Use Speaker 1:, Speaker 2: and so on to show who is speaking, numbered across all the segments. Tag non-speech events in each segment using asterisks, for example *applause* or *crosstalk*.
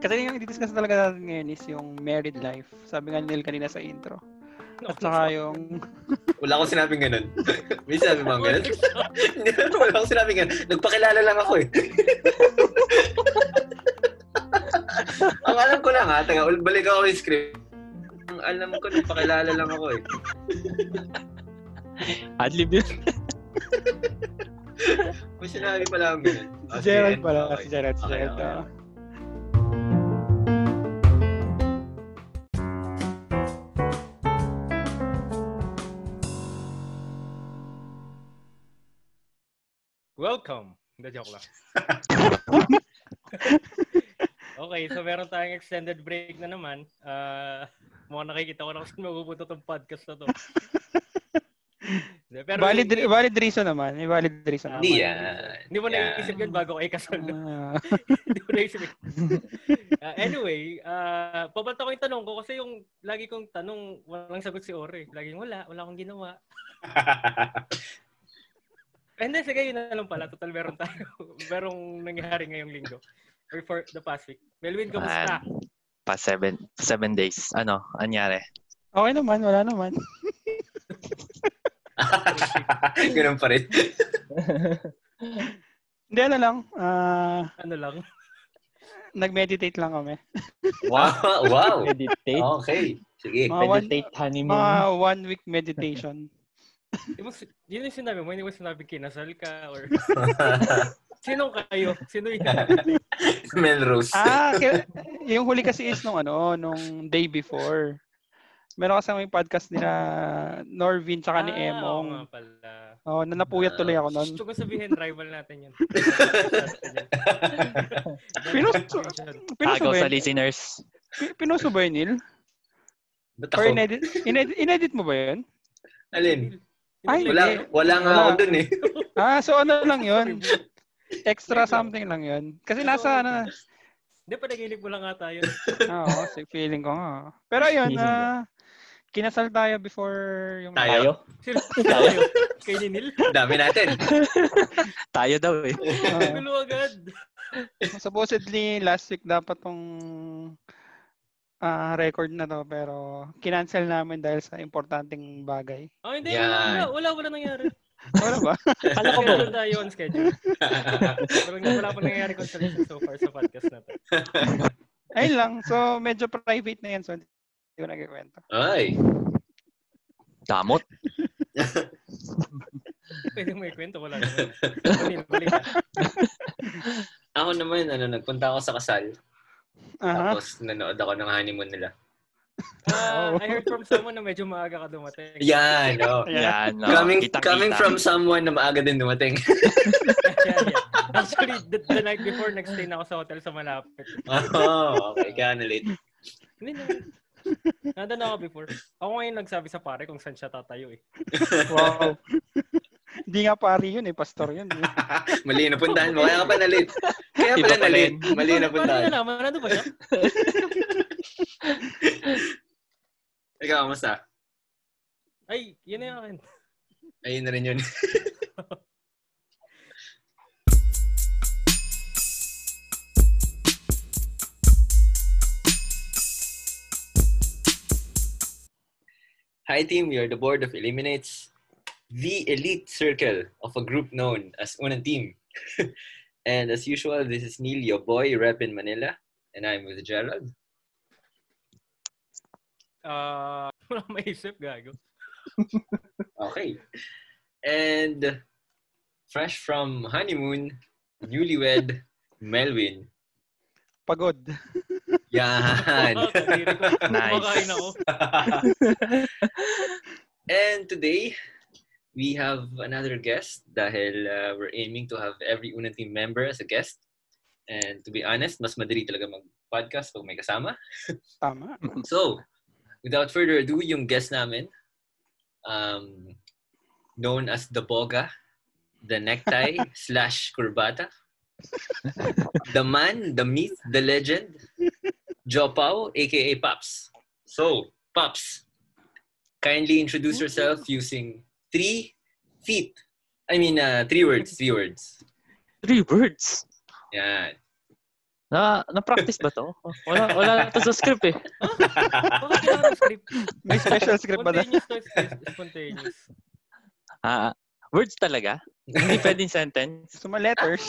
Speaker 1: Kasi yung i-discuss talaga natin ngayon is yung married life. Sabi nga ni Neil kanina sa intro. At saka yung...
Speaker 2: Wala akong sinabing ganun. *laughs* May sinabi bang ganun? *laughs* Wala akong sinabing ganun. Nagpakilala lang ako eh. *laughs* Ang alam ko lang ha, taga, balik ako yung script. Ang alam ko, nagpakilala lang ako eh.
Speaker 1: Adlib yun.
Speaker 2: May sinabi pala akong ganun.
Speaker 1: *laughs* Si Gerald
Speaker 2: Okay,
Speaker 1: pala.
Speaker 2: okay.
Speaker 1: Si Gerald. Si
Speaker 2: Okay,
Speaker 1: Gerald. ah.
Speaker 2: okay.
Speaker 3: Welcome! Hindi, joke lang. okay, so meron tayong extended break na naman. Uh, mukhang nakikita ko na kung saan mapupunta tong podcast na to. Hindi, Pero
Speaker 1: Valid, valid reason naman. May valid reason
Speaker 2: Hindi
Speaker 1: naman.
Speaker 2: yan. *laughs*
Speaker 3: Hindi mo
Speaker 2: Yan.
Speaker 3: naiisip yun bago kayo kasal.
Speaker 1: Ah.
Speaker 3: Hindi ko naisip. *laughs* Uh, anyway, uh, papunta ko yung tanong ko kasi yung lagi kong tanong, walang sagot si Ore. Laging wala, wala akong ginawa. Eh, Hindi, sige, yun na lang pala. Total, meron tayo. *laughs* merong nangyari ngayong linggo. Or for the past week. Melwin, kamusta?
Speaker 4: Past seven, seven days. Ano? Anyari?
Speaker 1: Ah, Okay naman. Wala naman.
Speaker 2: ganun pa rin.
Speaker 1: Hindi, ano lang. ah,
Speaker 3: Ano lang?
Speaker 1: nag-meditate lang kami.
Speaker 2: Wow! *laughs* wow.
Speaker 5: Meditate.
Speaker 2: Okay. Sige.
Speaker 1: Mga one,
Speaker 5: Meditate honeymoon.
Speaker 1: mga one week meditation.
Speaker 3: Di mo si- Yun yung sinabi mo. Hindi mo sinabi kinasal ka or... *laughs* Sino kayo? Sino yun?
Speaker 2: Melrose.
Speaker 1: ah, kaya- *laughs* yung huli kasi is nung ano, nung day before. Meron kasi may podcast nila Norvin tsaka ni
Speaker 3: Ah, oo nga
Speaker 1: Emong.
Speaker 3: pala.
Speaker 1: Oh, nanapuyat tuloy ako noon.
Speaker 3: Gusto ko sabihin, rival natin *laughs* yun.
Speaker 1: Pinuso, pinuso
Speaker 4: Agaw
Speaker 1: ba
Speaker 4: sa
Speaker 1: yun?
Speaker 4: listeners.
Speaker 1: Pi- Pinuso ba yun, Neil?
Speaker 2: Ba't
Speaker 1: Or
Speaker 2: ako?
Speaker 1: inedit, inedit, inedit mo ba yun?
Speaker 2: Alin?
Speaker 1: Ay,
Speaker 2: Wala,
Speaker 1: hindi.
Speaker 2: wala nga
Speaker 1: Wala.
Speaker 2: ako dun eh.
Speaker 1: Ah, so ano lang yun? Extra something lang yun. Kasi
Speaker 3: *laughs*
Speaker 1: nasa ano,
Speaker 3: Hindi, panaginip mo lang nga tayo.
Speaker 1: oo, si- feeling ko nga. Pero ayun,
Speaker 5: Feeling
Speaker 1: ah, kinasal tayo before yung...
Speaker 2: Tayo.
Speaker 5: Tayo.
Speaker 3: *laughs* Sino tayo? Kay ni Neil?
Speaker 2: Dami natin. *laughs*
Speaker 4: Tayo daw eh.
Speaker 1: Ah.
Speaker 3: Gulo agad.
Speaker 1: Supposedly, last week dapat tong ah, record na to, pero kinancel namin dahil sa importanteng bagay.
Speaker 3: Oh, hindi.
Speaker 2: Yan.
Speaker 3: Wala, wala, wala nangyari.
Speaker 1: Wala ba?
Speaker 3: Kala ko ba? tayo on schedule. Parang wala pa nangyayari consolation so far sa podcast na to.
Speaker 1: Ayun lang. So, medyo private na yan. So, hindi ko nagkikwento.
Speaker 2: Ay.
Speaker 4: Damot.
Speaker 3: Pwede mo ikwento, wala naman. Balik, balik ka.
Speaker 2: Ako naman, ano, nagpunta ako sa kasal.
Speaker 1: Aha.
Speaker 2: Tapos nanood ako ng honeymoon nila.
Speaker 3: Ah, I heard from someone na medyo maaga ka dumating.
Speaker 2: Yan, oh.
Speaker 1: Ayan.
Speaker 4: Yan. no?
Speaker 2: coming
Speaker 4: Kitang-kita.
Speaker 2: coming from someone na maaga din dumating. *laughs*
Speaker 3: yeah, yeah. Actually, the, the night before, nagstay na ako sa hotel sa malapit.
Speaker 2: oh, okay, kaya na late.
Speaker 3: Hindi na. Nandun ako before. Ako ngayon nagsabi sa pare kung saan siya tatayo eh.
Speaker 1: Wow. Hindi nga pari yun eh. Pastor yun.
Speaker 2: Mali na puntahan mo. Kaya ka pa na late. Kaya
Speaker 4: Iba
Speaker 2: pala na
Speaker 4: pala
Speaker 2: late. Mali na
Speaker 3: Paano
Speaker 2: puntahan.
Speaker 3: nalaman? Nandun ba siya?
Speaker 2: Ikaw, kamusta?
Speaker 3: Ay, yun na yung akin.
Speaker 2: Ayun na rin yun. *laughs* Hi team, we are the board of eliminates the elite circle of a group known as Una Team. *laughs* and as usual, this is Neil, your boy, rep in Manila, and I'm with Gerald.
Speaker 3: Ah, *laughs* wala akong maisip, gago.
Speaker 2: Okay. And fresh from honeymoon, newlywed, Melvin.
Speaker 1: Pagod.
Speaker 2: Yan.
Speaker 3: Kadiri ko.
Speaker 4: Nice.
Speaker 3: Kumakain
Speaker 4: *laughs*
Speaker 3: ako.
Speaker 2: *laughs* and today, we have another guest dahil uh, we're aiming to have every Unang Team member as a guest. And to be honest, mas madali talaga mag-podcast pag may kasama.
Speaker 1: Tama.
Speaker 2: So, without further ado, yung guest namin, um, known as the Boga, the necktie slash kurbata, the man, the myth, the legend, Jopao, aka Paps. So, Paps, kindly introduce yourself using three feet I mean, uh, three words, three words.
Speaker 4: Three words.
Speaker 2: Yan.
Speaker 4: Na, na-practice ba to? Wala, wala na to sa script eh.
Speaker 3: Bakit wala ng script?
Speaker 1: May special script ba na?
Speaker 3: Spontaneous to sp- spontaneous.
Speaker 4: Ah, words talaga? Hindi pwedeng sentence?
Speaker 1: So, mga letters.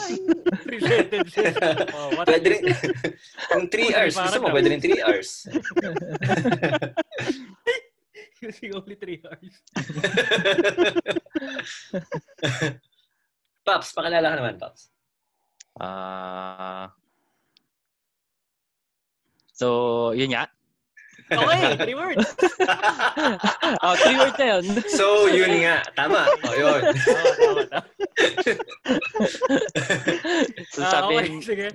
Speaker 3: Related siya. Oh, what
Speaker 2: pwede
Speaker 3: is
Speaker 2: rin, *laughs* kung three hours, gusto mo, pwede rin three hours.
Speaker 3: using only three hours?
Speaker 2: Pops, pakilala ka naman, Pops.
Speaker 4: Ah. so, yun nga.
Speaker 3: Okay, three words.
Speaker 4: Oh, three words na yun.
Speaker 2: so, yun nga. Tama. O, yun.
Speaker 3: Tama, Oh, tama, tama.
Speaker 4: so,
Speaker 3: Ah,
Speaker 4: sabi,
Speaker 3: okay, sige.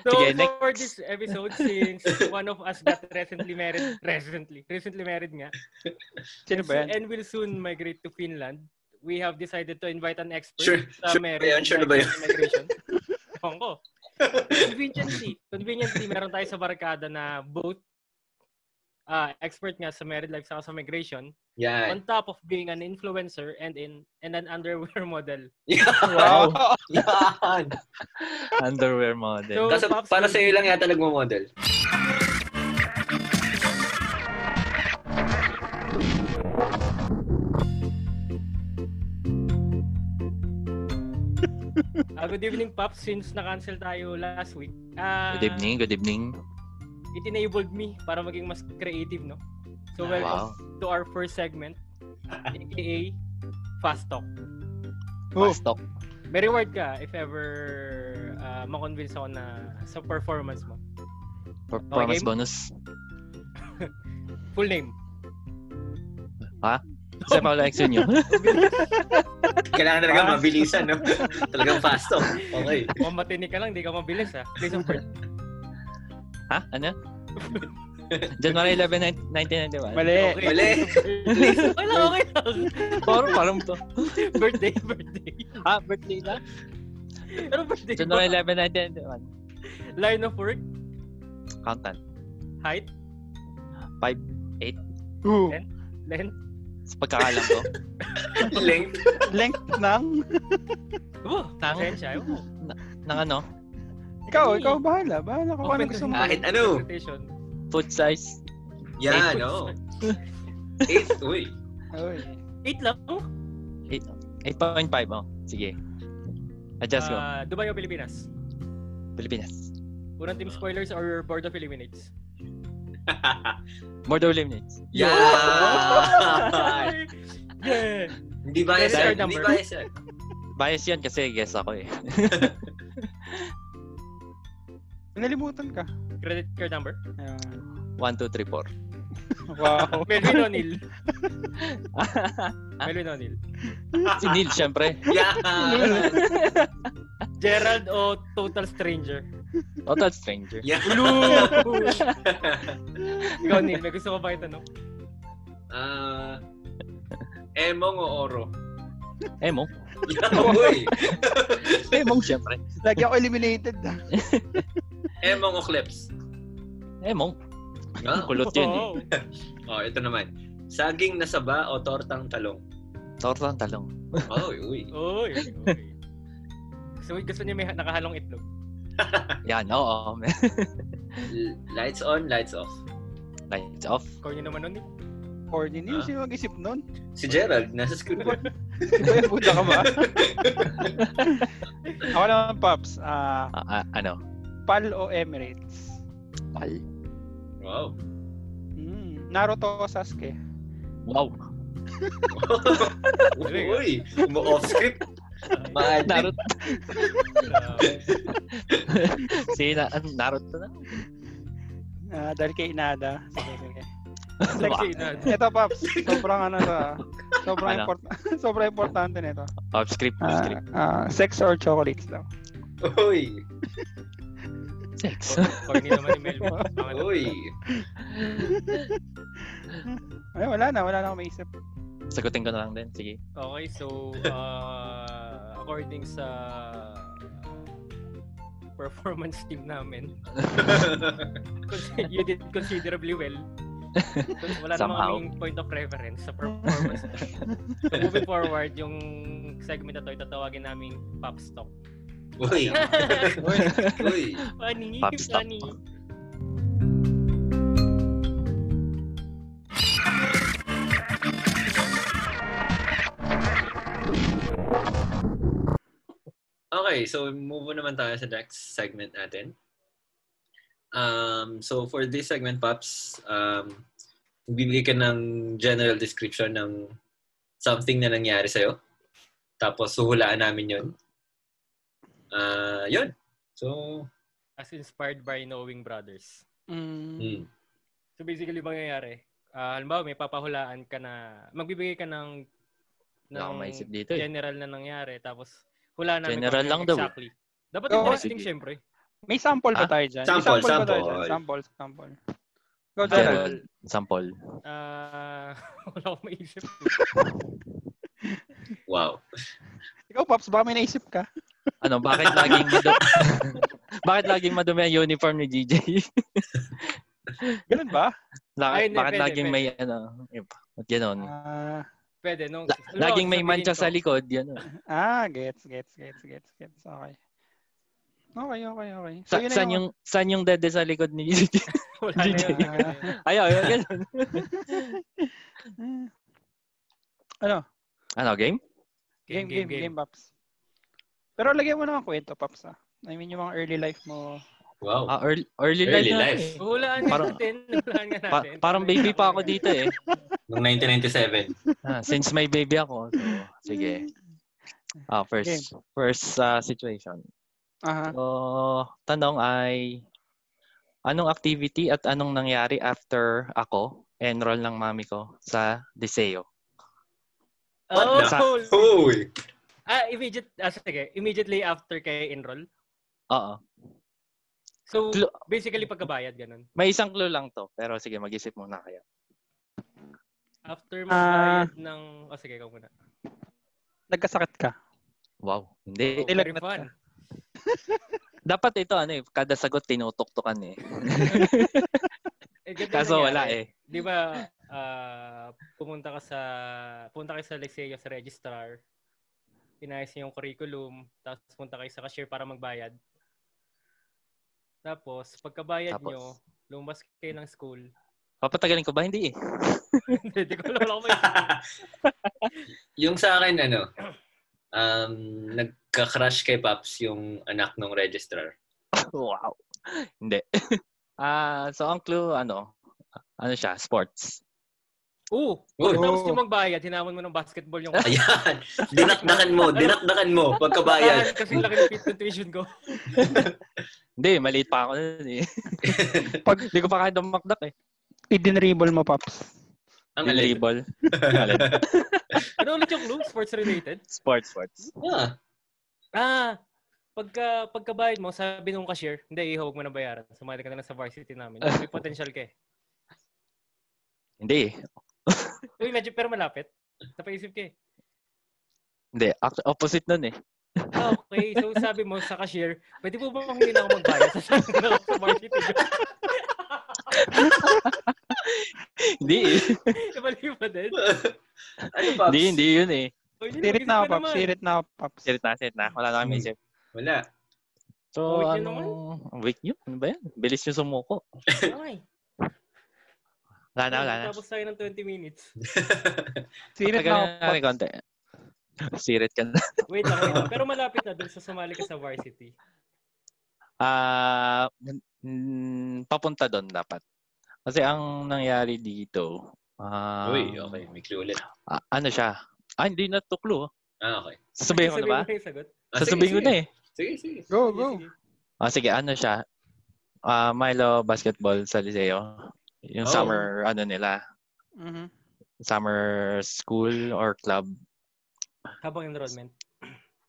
Speaker 3: So
Speaker 4: Sige,
Speaker 3: for
Speaker 4: next.
Speaker 3: this episode, since one of us got recently married, recently, recently married nga,
Speaker 1: Sino
Speaker 4: Ano
Speaker 1: ba yan?
Speaker 3: and will soon migrate to Finland, we have decided to invite an expert
Speaker 2: Sure.
Speaker 3: sa
Speaker 2: Sure ba
Speaker 3: marriage
Speaker 2: yun? Sure ba yun?
Speaker 3: and migration. Ewan ko. Conveniently, conveniently, meron tayo sa barkada na both ah, expert nga sa married life saka sa migration
Speaker 2: Yan.
Speaker 3: on top of being an influencer and in and an underwear *laughs* model.
Speaker 2: Yan.
Speaker 4: wow,
Speaker 2: Yan.
Speaker 4: underwear model.
Speaker 3: So,
Speaker 2: Tapos,
Speaker 3: Pops,
Speaker 2: para sa'yo lang yata nagmo-model.
Speaker 3: Ah, good evening, Pops. Since na-cancel tayo last week. ah,
Speaker 4: Good evening, good evening.
Speaker 3: It enabled me para maging mas creative, no? So, welcome
Speaker 4: Wow.
Speaker 3: to our first segment, aka Fast Talk.
Speaker 1: Oh.
Speaker 4: Fast talk.
Speaker 3: May reward ka if ever ah, makonvince ako na sa performance mo.
Speaker 4: Performance
Speaker 3: game.
Speaker 4: bonus.
Speaker 3: Full name.
Speaker 4: Sa Paolo X yun yun.
Speaker 2: Kailangan talaga
Speaker 1: Fast.
Speaker 2: mabilisan, no? Talagang fast talk. Okay.
Speaker 3: Kung matinig ka lang, di ka mabilis, ha? Please, of course.
Speaker 4: Ha? Ano? *laughs* January 11, 1991.
Speaker 1: Mali.
Speaker 3: Okay. *laughs*
Speaker 2: Mali.
Speaker 3: okay lang, okay lang.
Speaker 4: Parang, parang to.
Speaker 3: birthday, birthday.
Speaker 4: Ah, birthday na?
Speaker 3: Pero birthday ba?
Speaker 4: January 11, 1991.
Speaker 3: Line of work,
Speaker 4: Countant.
Speaker 3: height,
Speaker 1: Oh.
Speaker 3: length.
Speaker 4: Sa pagkakalam *laughs* ko.
Speaker 2: Length.
Speaker 1: Length ng...
Speaker 3: Oh,
Speaker 4: Tango.
Speaker 3: pasensya. Oh.
Speaker 4: Nang ano?
Speaker 1: Ikaw, ikaw, bahala. Bahala ka kung ano gusto mo.
Speaker 2: Kahit ano.
Speaker 4: Food size.
Speaker 2: Yan, oh. no? Eight. Uy.
Speaker 1: Oy.
Speaker 3: 8 lang?
Speaker 4: 8.5. Oh. Sige. Adjust ko.
Speaker 3: Ah, Dubai o Pilipinas?
Speaker 4: Pilipinas.
Speaker 3: Unang team spoilers or Board of Eliminates?
Speaker 4: More than eliminates.
Speaker 2: *laughs*
Speaker 3: *laughs*
Speaker 2: Yan.
Speaker 3: yeah!
Speaker 2: Hindi ba
Speaker 3: Credit
Speaker 2: yan?
Speaker 3: card
Speaker 2: Hindi
Speaker 3: number.
Speaker 2: ba yan?
Speaker 4: Bias yun kasi guess ako eh.
Speaker 1: Nalimutan ka.
Speaker 3: Credit card number?
Speaker 1: Ayun.
Speaker 4: 1, 2, 3, 4.
Speaker 1: Wow. *laughs*
Speaker 3: Melvin O'Neill. Melvin O'Neill.
Speaker 4: Si Neil, syempre.
Speaker 2: Yan.
Speaker 3: Gerald o Total Stranger?
Speaker 4: Total stranger.
Speaker 2: Yan.
Speaker 3: Ikaw, Neil, may gusto ko ba itanong?
Speaker 2: Ah, Emong o *laughs* Oro?
Speaker 4: Emong.
Speaker 2: Yan, boy.
Speaker 4: Emong, syempre.
Speaker 1: Lagi ako eliminated. ah.
Speaker 2: Emong o Clips?
Speaker 4: Emong.
Speaker 2: Ah,
Speaker 4: Kulot yun *laughs* eh.
Speaker 3: Wow.
Speaker 2: Oh, ito naman. Saging na saba o tortang *laughs* talong?
Speaker 4: Tortang talong.
Speaker 2: Oh, uy.
Speaker 3: *laughs* Uy, uy. So, gusto niya may ha- nakahalong itlog?
Speaker 4: Yan, oo. *laughs*
Speaker 2: L- Lights on, lights off.
Speaker 4: Lights off.
Speaker 3: Ikaw niyo naman nun eh.
Speaker 1: Corny
Speaker 2: Ah.
Speaker 1: nil. Sino mag-isip nun? *laughs*
Speaker 2: Si Gerald, nasa school ba?
Speaker 1: Ikaw yung puta ka ba? *laughs* ako naman, Pops. Ah,
Speaker 4: Ah, ah, ano?
Speaker 1: PAL o Emirates?
Speaker 4: Pal.
Speaker 2: Wow.
Speaker 1: Hmm. Naruto o Sasuke?
Speaker 4: Wow.
Speaker 2: Uy, umu-off script. Maadlib.
Speaker 4: Naruto.
Speaker 3: Grabe.
Speaker 4: si na, ah, Naruto na.
Speaker 1: Ah, dahil kay Inada. Sige, sige.
Speaker 4: Diba?
Speaker 3: Sexy na.
Speaker 1: Ito, Pops. Sobrang ano sa... Sobrang,
Speaker 4: Ano?
Speaker 1: important, *laughs* sobrang importante nito.
Speaker 4: Off Oh, script, off
Speaker 1: Ah,
Speaker 4: script.
Speaker 1: ah, sex or chocolates daw.
Speaker 2: Uy.
Speaker 4: Sex.
Speaker 3: Corny naman ni Melvin. Pangalan.
Speaker 2: Uy.
Speaker 1: Ay, wala na. Wala na akong maisip.
Speaker 4: Sagutin ko na lang din. Sige.
Speaker 3: Okay, so uh, according sa uh, performance team namin, you did considerably
Speaker 4: *laughs*
Speaker 3: well. Wala
Speaker 4: Somehow.
Speaker 3: namang kaming point of reference sa performance. so moving forward, yung segment na to, itatawagin namin Pop Stock.
Speaker 2: Uy. Uy.
Speaker 3: Funny,
Speaker 4: Pop Stock.
Speaker 3: funny.
Speaker 2: Okay, so move on naman tayo sa next segment natin. Um, so for this segment, Paps, um, bibigay ka ng general description ng something na nangyari sa'yo. Tapos huhulaan namin yun. Ah, yun. So,
Speaker 3: As inspired by Knowing Brothers.
Speaker 1: Mm.
Speaker 2: hmm.
Speaker 3: So basically, mangyayari, ah, halimbawa may papahulaan ka na, magbibigay ka ng,
Speaker 4: Wala akong maisip dito eh.
Speaker 3: general na nangyari, tapos hulaan namin
Speaker 4: General
Speaker 3: kung
Speaker 4: lang daw eh.
Speaker 3: exactly. Dapat
Speaker 1: Oo,
Speaker 3: interesting,
Speaker 4: sige.
Speaker 3: syempre.
Speaker 1: May sample pa
Speaker 4: Ah?
Speaker 1: tayo dyan. May
Speaker 2: Sample,
Speaker 1: pa tayo dyan.
Speaker 2: sample.
Speaker 1: Sample, sample. Go, Gerald.
Speaker 4: General. Sample.
Speaker 3: Ah, *laughs* wala akong maisip.
Speaker 2: Wow.
Speaker 1: Ikaw, Pops, baka may naisip ka.
Speaker 4: Ano, bakit laging madumi? *laughs* bakit laging madumi ang uniform ni GJ?
Speaker 1: Ganun ba?
Speaker 4: La-
Speaker 3: Ay, hindi,
Speaker 4: *laughs* bakit
Speaker 3: pwede,
Speaker 4: laging may ano, yun pa. ganon.
Speaker 1: Ah,
Speaker 3: Pwede, nung...
Speaker 4: La-
Speaker 3: halimbawa,
Speaker 4: laging may
Speaker 3: sasabihin
Speaker 4: mancha
Speaker 3: ko,
Speaker 4: sa likod, yun. oh.
Speaker 1: ah, gets, gets, gets, gets, gets. Okay. Okay, okay, okay.
Speaker 4: Sa,
Speaker 1: yun na ano?
Speaker 4: saan yung saan yung dede sa likod ni GJ?
Speaker 3: Wala na yun.
Speaker 1: DJ.
Speaker 3: wala na yun.
Speaker 4: Ayaw, ayaw, ganun.
Speaker 1: Ah. Ano?
Speaker 4: Ano, game?
Speaker 1: Game, game, game, Pops. Pero lagyan mo ng kwento, Pops, ah. I mean, yung mga early life mo.
Speaker 2: Wow.
Speaker 4: Ah, early, early,
Speaker 2: Early
Speaker 4: life. na
Speaker 2: life.
Speaker 4: eh.
Speaker 3: Hulaan
Speaker 4: Parang-
Speaker 3: natin. Hulaan nga
Speaker 4: Pa-
Speaker 3: natin.
Speaker 4: parang baby pa ako dito eh.
Speaker 2: Noong 1997.
Speaker 4: Ah, since may baby ako. So, sige. Ah, first
Speaker 1: Game.
Speaker 4: first ah, situation.
Speaker 1: Aha.
Speaker 4: So, tanong ay anong activity at anong nangyari after ako enroll ng mami ko sa Deseo?
Speaker 3: Oh,
Speaker 2: What the-
Speaker 3: cool.
Speaker 2: Uy.
Speaker 3: Ah, immediate, ah, sige. Immediately after kay enroll.
Speaker 4: Oo.
Speaker 3: So,
Speaker 4: Clo-
Speaker 3: basically pagkabayad, ganun.
Speaker 4: May isang clue lang to, pero sige, mag-isip muna kayo.
Speaker 3: After
Speaker 1: Ah.
Speaker 3: magbayad ng... Oh, sige, ikaw muna.
Speaker 1: Nagkasakit ka.
Speaker 4: Wow.
Speaker 1: Eh,
Speaker 4: Hindi.
Speaker 3: Oh, very
Speaker 1: lagnat
Speaker 3: fun.
Speaker 4: Dapat ito, ano eh, kada sagot tinutuktukan eh.
Speaker 3: Eh, ganun
Speaker 4: Kaso
Speaker 3: nangyari.
Speaker 4: wala eh.
Speaker 3: Di ba, ah, pumunta ka sa, pumunta kayo sa Liceo sa registrar, inayos niya yung curriculum, tapos punta kayo sa cashier para magbayad. Tapos, pagkabayad
Speaker 4: Tapos?
Speaker 3: nyo, lumabas kayo ng school.
Speaker 4: Papatagalin ko ba? Hindi eh. *laughs*
Speaker 3: *laughs* Hindi ko alam ako may
Speaker 2: yung sa akin, ano, um, nagka-crush kay Paps yung anak ng registrar. *laughs*
Speaker 4: Wow. Hindi. *laughs* Ah, so ang clue ano? Ano siya? Sports.
Speaker 3: Oo!
Speaker 2: Uy.
Speaker 1: Oo.
Speaker 3: Tapos yung magbayad, hinawan mo ng basketball yung *laughs*
Speaker 2: Ayan. Dinakdakan mo. Dinakdakan mo.
Speaker 3: Bayad.
Speaker 2: Pagkabayad.
Speaker 3: Kasi laki ng fit- ng tuition
Speaker 4: *laughs*
Speaker 3: ko.
Speaker 4: Hindi, maliit pa ako noon eh. *laughs* Pag hindi ko pa kaya dumakdak eh.
Speaker 1: Idinribble mo, Pops.
Speaker 2: Ang
Speaker 4: Yung
Speaker 2: alin.
Speaker 4: label. Yung alin.
Speaker 3: Ano ulit yung clue? Sports related?
Speaker 4: sports, sports.
Speaker 2: Ah,
Speaker 3: Ah! Pagka, pagkabayad mo, sabi nung cashier, hindi, iho, huwag mo na bayaran. Sumali ka na lang sa varsity namin.
Speaker 4: *laughs*
Speaker 3: May potential ka eh.
Speaker 4: Hindi eh.
Speaker 3: Uy, medyo pero malapit. Napaisip ka eh.
Speaker 4: Hindi. Act- opposite nun eh.
Speaker 3: Ah, okay. So sabi mo sa cashier, pwede po ba hindi na ako magbayad sa na ako sa varsity *laughs* job?
Speaker 4: Hindi eh.
Speaker 3: Ibali ba din?
Speaker 2: ano, Paps?
Speaker 4: hindi, hindi yun eh.
Speaker 3: Uy, yun,
Speaker 1: Sirit na ako,
Speaker 3: naisip ko
Speaker 1: Pops.
Speaker 3: naman.
Speaker 1: Sirit na ako, Pops.
Speaker 4: Sirit na, sirit na. Wala na kami isip.
Speaker 2: Wala.
Speaker 4: So,
Speaker 3: Weak yun
Speaker 4: ano? Weak yun? Ano ba yan? Bilis yung sumuko.
Speaker 3: Okay.
Speaker 4: Wala na, wala na.
Speaker 3: Tapos tayo ng 20 minutes.
Speaker 1: Sirit na ako,
Speaker 4: Patagalin na
Speaker 1: Pops.
Speaker 4: natin konti. Sirit ka na.
Speaker 3: Wait lang, wait lang. Pero malapit na dun sa sumali ka sa varsity.
Speaker 4: Ah, mm, papunta doon dapat. Kasi ang nangyari dito, ah,
Speaker 2: Uy, okay. May clue ulit.
Speaker 4: ah, ano siya? Ah, hindi na to clue.
Speaker 2: Ah, okay.
Speaker 4: Sabihin ko na ba?
Speaker 3: Sabihin yung sagot.
Speaker 2: Ah, sige,
Speaker 4: Sasabihin ko
Speaker 2: sige.
Speaker 4: na eh.
Speaker 2: Sige, sige.
Speaker 1: Go,
Speaker 3: Sige,
Speaker 1: go.
Speaker 3: sige.
Speaker 4: Ah, sige, ano siya? Ah, Milo basketball sa Liceo. Yung
Speaker 2: Oh.
Speaker 4: summer, ano nila,
Speaker 1: Mhm.
Speaker 4: summer school or club.
Speaker 3: Habang enrollment.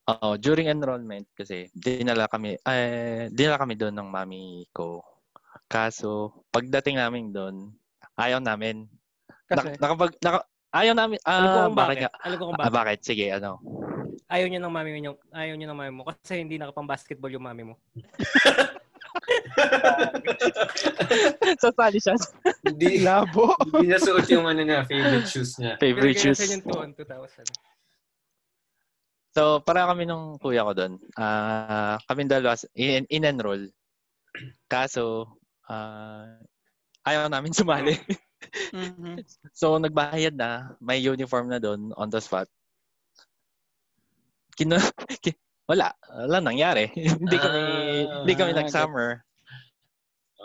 Speaker 4: Oo, during enrollment kasi dinala kami eh dinala kami doon ng mami ko. Kaso pagdating namin doon, ayaw namin.
Speaker 1: Kasi,
Speaker 4: Nak- nakapag naka- ayaw namin.
Speaker 3: Alam ko
Speaker 4: Ah,
Speaker 3: kung
Speaker 4: bakit
Speaker 3: bakit.
Speaker 4: nga?
Speaker 3: Alam ko kung
Speaker 4: Ah,
Speaker 3: bakit.
Speaker 4: bakit? Sige, ano.
Speaker 3: Ayaw niya ng mami mo. Ayaw niya ng mami mo. Kasi hindi nakapang-basketball yung mami mo.
Speaker 4: Sasali siya.
Speaker 2: Hindi,
Speaker 1: *laughs* labo.
Speaker 2: hindi nasuot yung ano na, favorite shoes niya.
Speaker 3: Pero
Speaker 4: Favorite
Speaker 3: kaya
Speaker 4: shoes.
Speaker 3: sa inyo 2,000.
Speaker 4: So, para kami nung kuya ko doon. Ah, kami dalawa s- in- in-enroll. Kaso, ah, ayaw namin sumali.
Speaker 1: Mhm.
Speaker 4: So, nagbayad na. May uniform na doon on the spot. Kino, *laughs* ki- wala. Wala nangyari. *laughs* hindi kami,
Speaker 2: Ah,
Speaker 4: hindi kami
Speaker 1: ah,
Speaker 4: nag-summer.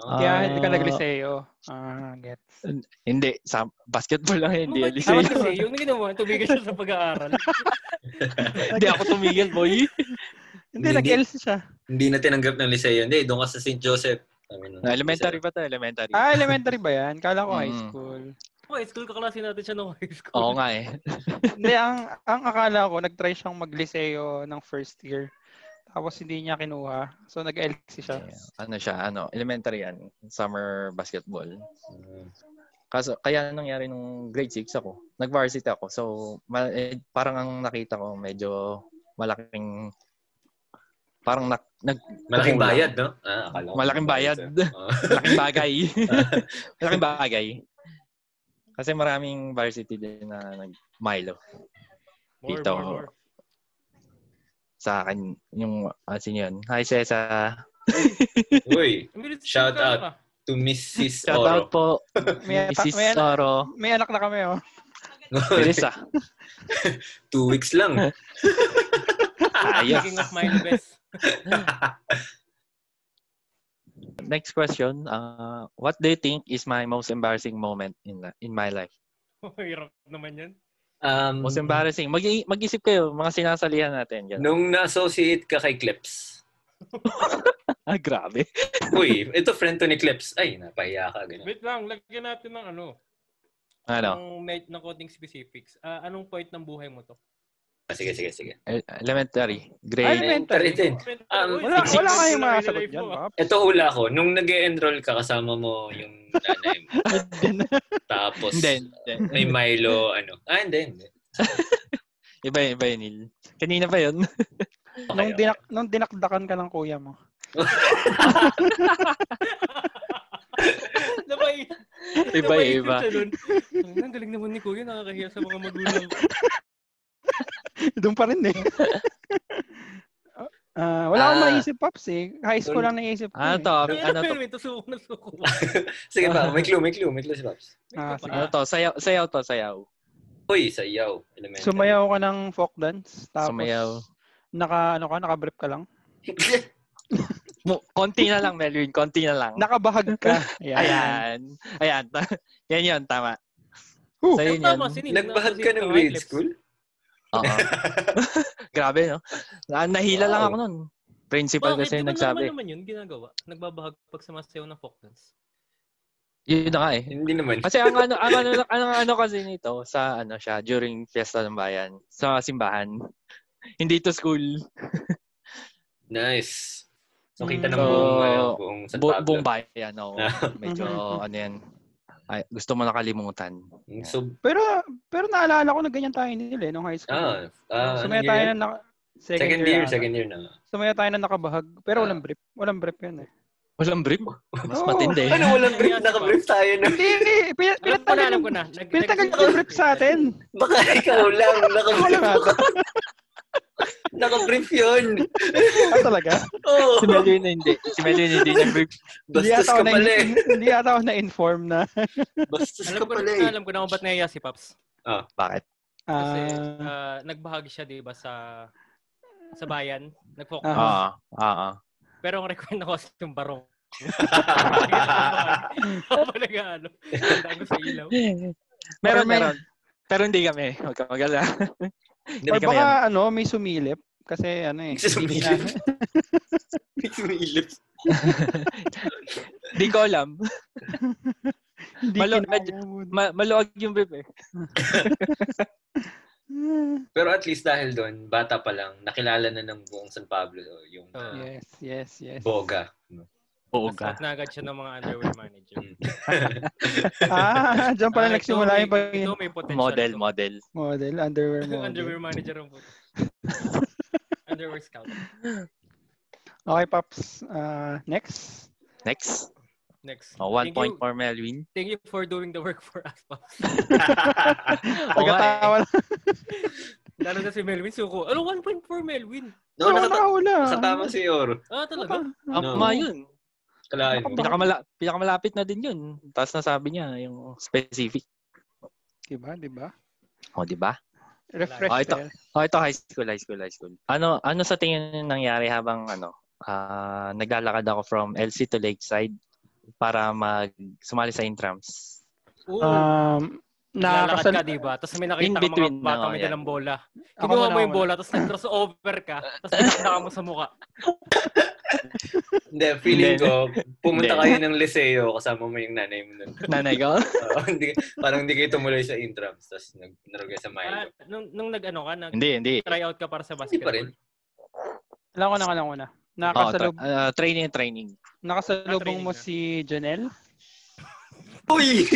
Speaker 2: Oh.
Speaker 1: Kaya
Speaker 4: Ah.
Speaker 1: hindi ka nagliseo. Ah, gets.
Speaker 4: Hindi. Sam, basketball lang yun.
Speaker 1: Oh
Speaker 4: Hindi,
Speaker 3: Tama
Speaker 4: Eliseo.
Speaker 3: Ano kasi, yung ginawa, tumigil siya sa pag-aaral.
Speaker 4: *laughs* Hindi ako tumigil, boy.
Speaker 1: Hindi,
Speaker 2: Hindi.
Speaker 1: nag-LC siya.
Speaker 2: Hindi na tinanggap ng Liceo. Hindi, doon ka sa St. Joseph. Sabi nung
Speaker 4: Na, elementary
Speaker 2: Liceo.
Speaker 4: ba to? Elementary.
Speaker 1: Ah, elementary ba yan? Kala ko high
Speaker 4: Mm.
Speaker 1: school.
Speaker 3: Oh, high school kaklasin natin siya nung high school.
Speaker 4: Oo nga eh.
Speaker 1: Hindi, ang, ang akala ko, nag-try siyang mag-liseo ng first year. Tapos hindi niya kinuha. So, nag-LC siya.
Speaker 4: Ano siya? Ano? Elementary yan. Summer basketball.
Speaker 2: Mm.
Speaker 4: Kaso, kaya anong nangyari nung grade 6 ako, nag-varsity ako. So, ma- eh, parang ang nakita ko, medyo malaking, parang nak- nag-
Speaker 2: Malaking
Speaker 4: Kulang.
Speaker 2: bayad, no? Ah, akala ko.
Speaker 4: Malaking bayad. *laughs*
Speaker 2: Oh.
Speaker 4: malaking *laughs* bagay. malaking bagay. Kasi maraming varsity din na nag-Milo.
Speaker 3: More,
Speaker 4: Dito.
Speaker 3: more, more.
Speaker 4: Sa akin, yung, uh, sino yun? Hi, Cesa.
Speaker 2: Uy,
Speaker 3: Ang bilis-
Speaker 2: Shout
Speaker 3: ano
Speaker 2: out.
Speaker 3: ka?
Speaker 2: to Mrs.
Speaker 4: Shout out
Speaker 2: Oro.
Speaker 4: *laughs* po,
Speaker 1: May, ata-
Speaker 4: Mrs.
Speaker 1: may, ano? anak,
Speaker 4: Soro.
Speaker 1: may anak na kami, oh. *laughs*
Speaker 4: Bilis ah.
Speaker 2: *laughs* Two weeks lang.
Speaker 1: Ah,
Speaker 4: Ayos.
Speaker 3: Speaking of Milo Best. *laughs*
Speaker 4: Next question. Uh, what do you think is my most embarrassing moment in la- in my life?
Speaker 3: Oh, Hirap naman yun.
Speaker 2: Um,
Speaker 4: Most embarrassing. Mag- mag-isip kayo, mga sinasalihan natin. Ganun.
Speaker 2: Nung na-associate ka kay Clips.
Speaker 4: *laughs* Ah, grabe.
Speaker 2: Uy, ito friend to ni Clips. Ay, napahiya ka. Ganun.
Speaker 3: Wait lang, lagyan natin ng ano.
Speaker 4: Ano?
Speaker 3: Ng, med- ng konting specifics. Ah, anong point ng buhay mo to?
Speaker 2: Ah, Sige, sige, sige.
Speaker 4: E- Elementary.
Speaker 1: Ay,
Speaker 4: Grade.
Speaker 1: elementary.
Speaker 2: Elementary din. Um,
Speaker 3: Uy,
Speaker 1: Wala,
Speaker 2: Six-
Speaker 1: wala kayong
Speaker 3: Wala
Speaker 1: masagot
Speaker 3: nililife
Speaker 1: dyan,
Speaker 3: mo,
Speaker 2: *laughs*
Speaker 3: ah.
Speaker 1: Bob.
Speaker 2: Ito hula ko. Nung nag enroll ka, kasama mo yung nanay mo. Tapos,
Speaker 4: Hindi, hindi.
Speaker 2: may Milo, ano. Ah, hindi, hindi.
Speaker 4: Iba, yun, iba yun, Neil. Kanina pa yun.
Speaker 2: Okay,
Speaker 1: Nung,
Speaker 2: okay.
Speaker 1: dinak, nung dinakdakan ka ng kuya mo.
Speaker 3: Nabay.
Speaker 4: Iba,
Speaker 3: nabay-
Speaker 4: iba.
Speaker 3: siya dun. Ang ang galing naman ni Kuya, nakakahiya sa mga magulang.
Speaker 1: Doon pa rin, eh. *laughs* Ah, wala akong
Speaker 2: Ah.
Speaker 1: maisip, Pops, eh. High school lang naisip ko. eh.
Speaker 4: Ano to?
Speaker 3: Pero
Speaker 4: Ano to?
Speaker 3: pero ito, suko na suko.
Speaker 2: Sige
Speaker 4: *laughs*
Speaker 2: pa, may clue, may clue, may clue si Pops.
Speaker 1: Ah,
Speaker 3: Ito pa.
Speaker 4: Ano to? Sayaw, sayaw to, sayaw.
Speaker 2: Uy, sa Yaw. Elementary.
Speaker 1: Sumayaw ka ng folk dance. Tapos,
Speaker 4: Sumayaw.
Speaker 1: Naka, ano ka, naka-brief ka lang.
Speaker 4: Mo- Konti na lang, Melvin. Konti na lang.
Speaker 1: Nakabahag ka. Ayan.
Speaker 4: Oh. Ayan. Ayan. *laughs* yan yun, tama.
Speaker 1: Huh.
Speaker 4: So, yun yun.
Speaker 3: Tama, sinin.
Speaker 2: Nagbahag ka ng
Speaker 3: Nasa-
Speaker 2: grade
Speaker 3: Clips.
Speaker 2: school?
Speaker 4: Oo. *laughs* Grabe, no? Na- Nahila lang
Speaker 2: Wow.
Speaker 4: ako nun. Principal
Speaker 3: Bakit?
Speaker 4: kasi
Speaker 3: Di ba
Speaker 4: nagsabi.
Speaker 3: naman naman yun ginagawa? Nagbabahag pag sumasayaw ng folk dance.
Speaker 4: Yun na nga eh.
Speaker 2: Hindi naman.
Speaker 4: Kasi ang ano, ang ano, ang ano kasi nito sa ano siya during fiesta ng bayan, sa simbahan. Hindi to school,
Speaker 2: Nice. So, kita ng
Speaker 1: So,
Speaker 2: buong, ano, buong San
Speaker 4: bu-
Speaker 2: Pablo.
Speaker 4: buong bayan. Oo. Medyo
Speaker 1: Mhm.
Speaker 3: Mm-hmm.
Speaker 4: ano yan. Ay, gusto mo nakalimutan.
Speaker 2: Hmm, So,
Speaker 1: Pero, pero naalala ko na ganyan tayo nila eh, nung high school.
Speaker 2: ah, ah, anong
Speaker 1: Sumaya
Speaker 2: year
Speaker 1: tayo
Speaker 2: yan?
Speaker 1: na naka, second, ah,
Speaker 2: second year,
Speaker 1: ata.
Speaker 2: second year na.
Speaker 1: Sumaya tayo na nakabahag. Pero
Speaker 2: Ah.
Speaker 1: walang brief. Walang brief yun eh.
Speaker 4: Walang brief? Mas
Speaker 1: Oo.
Speaker 4: matindi.
Speaker 2: Ano, walang brief, naka-brief tayo na.
Speaker 1: hindi,
Speaker 2: *laughs*
Speaker 1: hindi. Pina-
Speaker 3: Alam ko na,
Speaker 1: Pinatagal
Speaker 3: alam
Speaker 1: yung
Speaker 3: ko na. Nag-
Speaker 1: pinatagal
Speaker 3: nag-
Speaker 1: yung brief sa atin.
Speaker 2: Baka ikaw lang, naka-brief.
Speaker 1: Wala ka.
Speaker 2: *laughs* naka-brief yun.
Speaker 1: Ah, talaga?
Speaker 2: Oh,
Speaker 4: si Melvin hindi. Si Melvin hindi nag-brief.
Speaker 1: Hindi
Speaker 2: bastos
Speaker 1: yata
Speaker 2: ka
Speaker 1: ako na,
Speaker 2: pala eh.
Speaker 1: *laughs* hindi yata ako na-inform na.
Speaker 2: Bastos
Speaker 3: Alam
Speaker 2: ka
Speaker 3: ko
Speaker 2: pala
Speaker 3: na,
Speaker 2: eh.
Speaker 3: alam ko na kung ba't nahiya si Pops.
Speaker 4: Bakit?
Speaker 3: Kasi
Speaker 1: Ah,
Speaker 3: ah, nagbahagi siya, di ba, sa sa bayan. Nag-folk
Speaker 1: Ah.
Speaker 3: dance.
Speaker 4: Oo. Oo.
Speaker 3: Pero ang record na kasi yung barong. *laughs*
Speaker 1: *laughs*
Speaker 3: Habang *laughs* nag-ano. Tandaan ko sa ilaw.
Speaker 4: *laughs* Meron,
Speaker 1: Or may-
Speaker 4: meron. Pero hindi kami. Huwag ka mag-ala. hindi
Speaker 1: or
Speaker 4: kami
Speaker 1: baka
Speaker 4: yan.
Speaker 1: ano, may sumilip. Kasi ano eh.
Speaker 2: Sumilip. *laughs* Sumilip.
Speaker 4: *laughs* Hindi ko alam.
Speaker 1: Hindi
Speaker 4: Malo-
Speaker 1: kinaya mo.
Speaker 4: Ma- maluwag yung brief eh.
Speaker 1: Ah.
Speaker 2: Pero at least dahil doon, bata pa lang, nakilala na ng buong San Pablo yung
Speaker 3: Ah.
Speaker 2: uh,
Speaker 1: Yes, yes, yes.
Speaker 2: boga.
Speaker 4: Oo
Speaker 3: Nasat na agad siya ng mga underwear manager.
Speaker 1: *laughs* Ah, dyan pala
Speaker 3: Ah,
Speaker 1: nagsimula yung
Speaker 3: ito,
Speaker 1: pag
Speaker 3: may- Ito may potential.
Speaker 4: Model,
Speaker 3: to.
Speaker 4: model.
Speaker 1: model, underwear model.
Speaker 3: underwear manager ang
Speaker 1: *laughs*
Speaker 3: puto. underwear scout.
Speaker 1: Okay, Pops. Ah, next.
Speaker 4: Next.
Speaker 3: Next.
Speaker 4: Oh, one
Speaker 3: Thank
Speaker 4: point
Speaker 3: you-
Speaker 4: for Melvin.
Speaker 3: Thank you for doing the work for us, Pops.
Speaker 4: Oo nga eh.
Speaker 1: Pagkatawa lang.
Speaker 3: Lalo na si Melvin Suko. Ano, 1.4 Melvin?
Speaker 1: Oo,
Speaker 2: No, nakata-
Speaker 1: nakahula.
Speaker 2: nakatama si Oro.
Speaker 3: Ah, talaga?
Speaker 1: Ano
Speaker 4: Tama yun.
Speaker 2: Kalahin mo.
Speaker 4: Pinakamala- pinakamalapit na din yun. Tapos nasabi niya yung specific.
Speaker 1: Diba, diba?
Speaker 4: O, di ba?
Speaker 1: Refresh
Speaker 4: Ah, ito.
Speaker 1: well.
Speaker 4: O, ito high school, high school, high school. Ano, ano sa tingin niyo nangyari habang ano, ah, naglalakad ako from LC to Lakeside para mag sumali sa intrams?
Speaker 3: Oo.
Speaker 1: Um,
Speaker 3: Lalakad ka,
Speaker 1: nakakasal-
Speaker 3: diba? Tapos may
Speaker 4: In
Speaker 3: nakita ka
Speaker 4: between,
Speaker 3: mga batang
Speaker 4: no,
Speaker 3: may
Speaker 4: yan.
Speaker 3: dalang bola.
Speaker 1: Ako
Speaker 3: Kinuha mo
Speaker 1: muna,
Speaker 3: yung
Speaker 1: ako
Speaker 3: bola, tapos nag-crossover ka, tapos pinakda mo sa
Speaker 1: *laughs*
Speaker 3: mukha.
Speaker 2: Hindi, feeling
Speaker 4: Hindi.
Speaker 2: ko, pumunta
Speaker 4: Hindi.
Speaker 2: kayo ng Liceo, kasama mo yung nanay mo nun.
Speaker 4: *laughs* Nanay ko?
Speaker 2: Oo, *laughs* hindi, parang hindi kayo tumuloy sa intrams, tapos nag narugay sa
Speaker 3: Ah,
Speaker 2: Milo.
Speaker 3: nung, nung nag-ano ka, nag
Speaker 4: *laughs* hindi, hindi.
Speaker 3: try out ka para sa
Speaker 2: Hindi pa
Speaker 3: basketball.
Speaker 2: rin.
Speaker 1: muna. Alam ko na, alam ko na.
Speaker 4: Oh,
Speaker 1: Nakasalub,
Speaker 4: training, training.
Speaker 1: nakasalubong
Speaker 3: Ah, training
Speaker 1: mo
Speaker 3: na.
Speaker 1: si Janelle?
Speaker 2: Uy!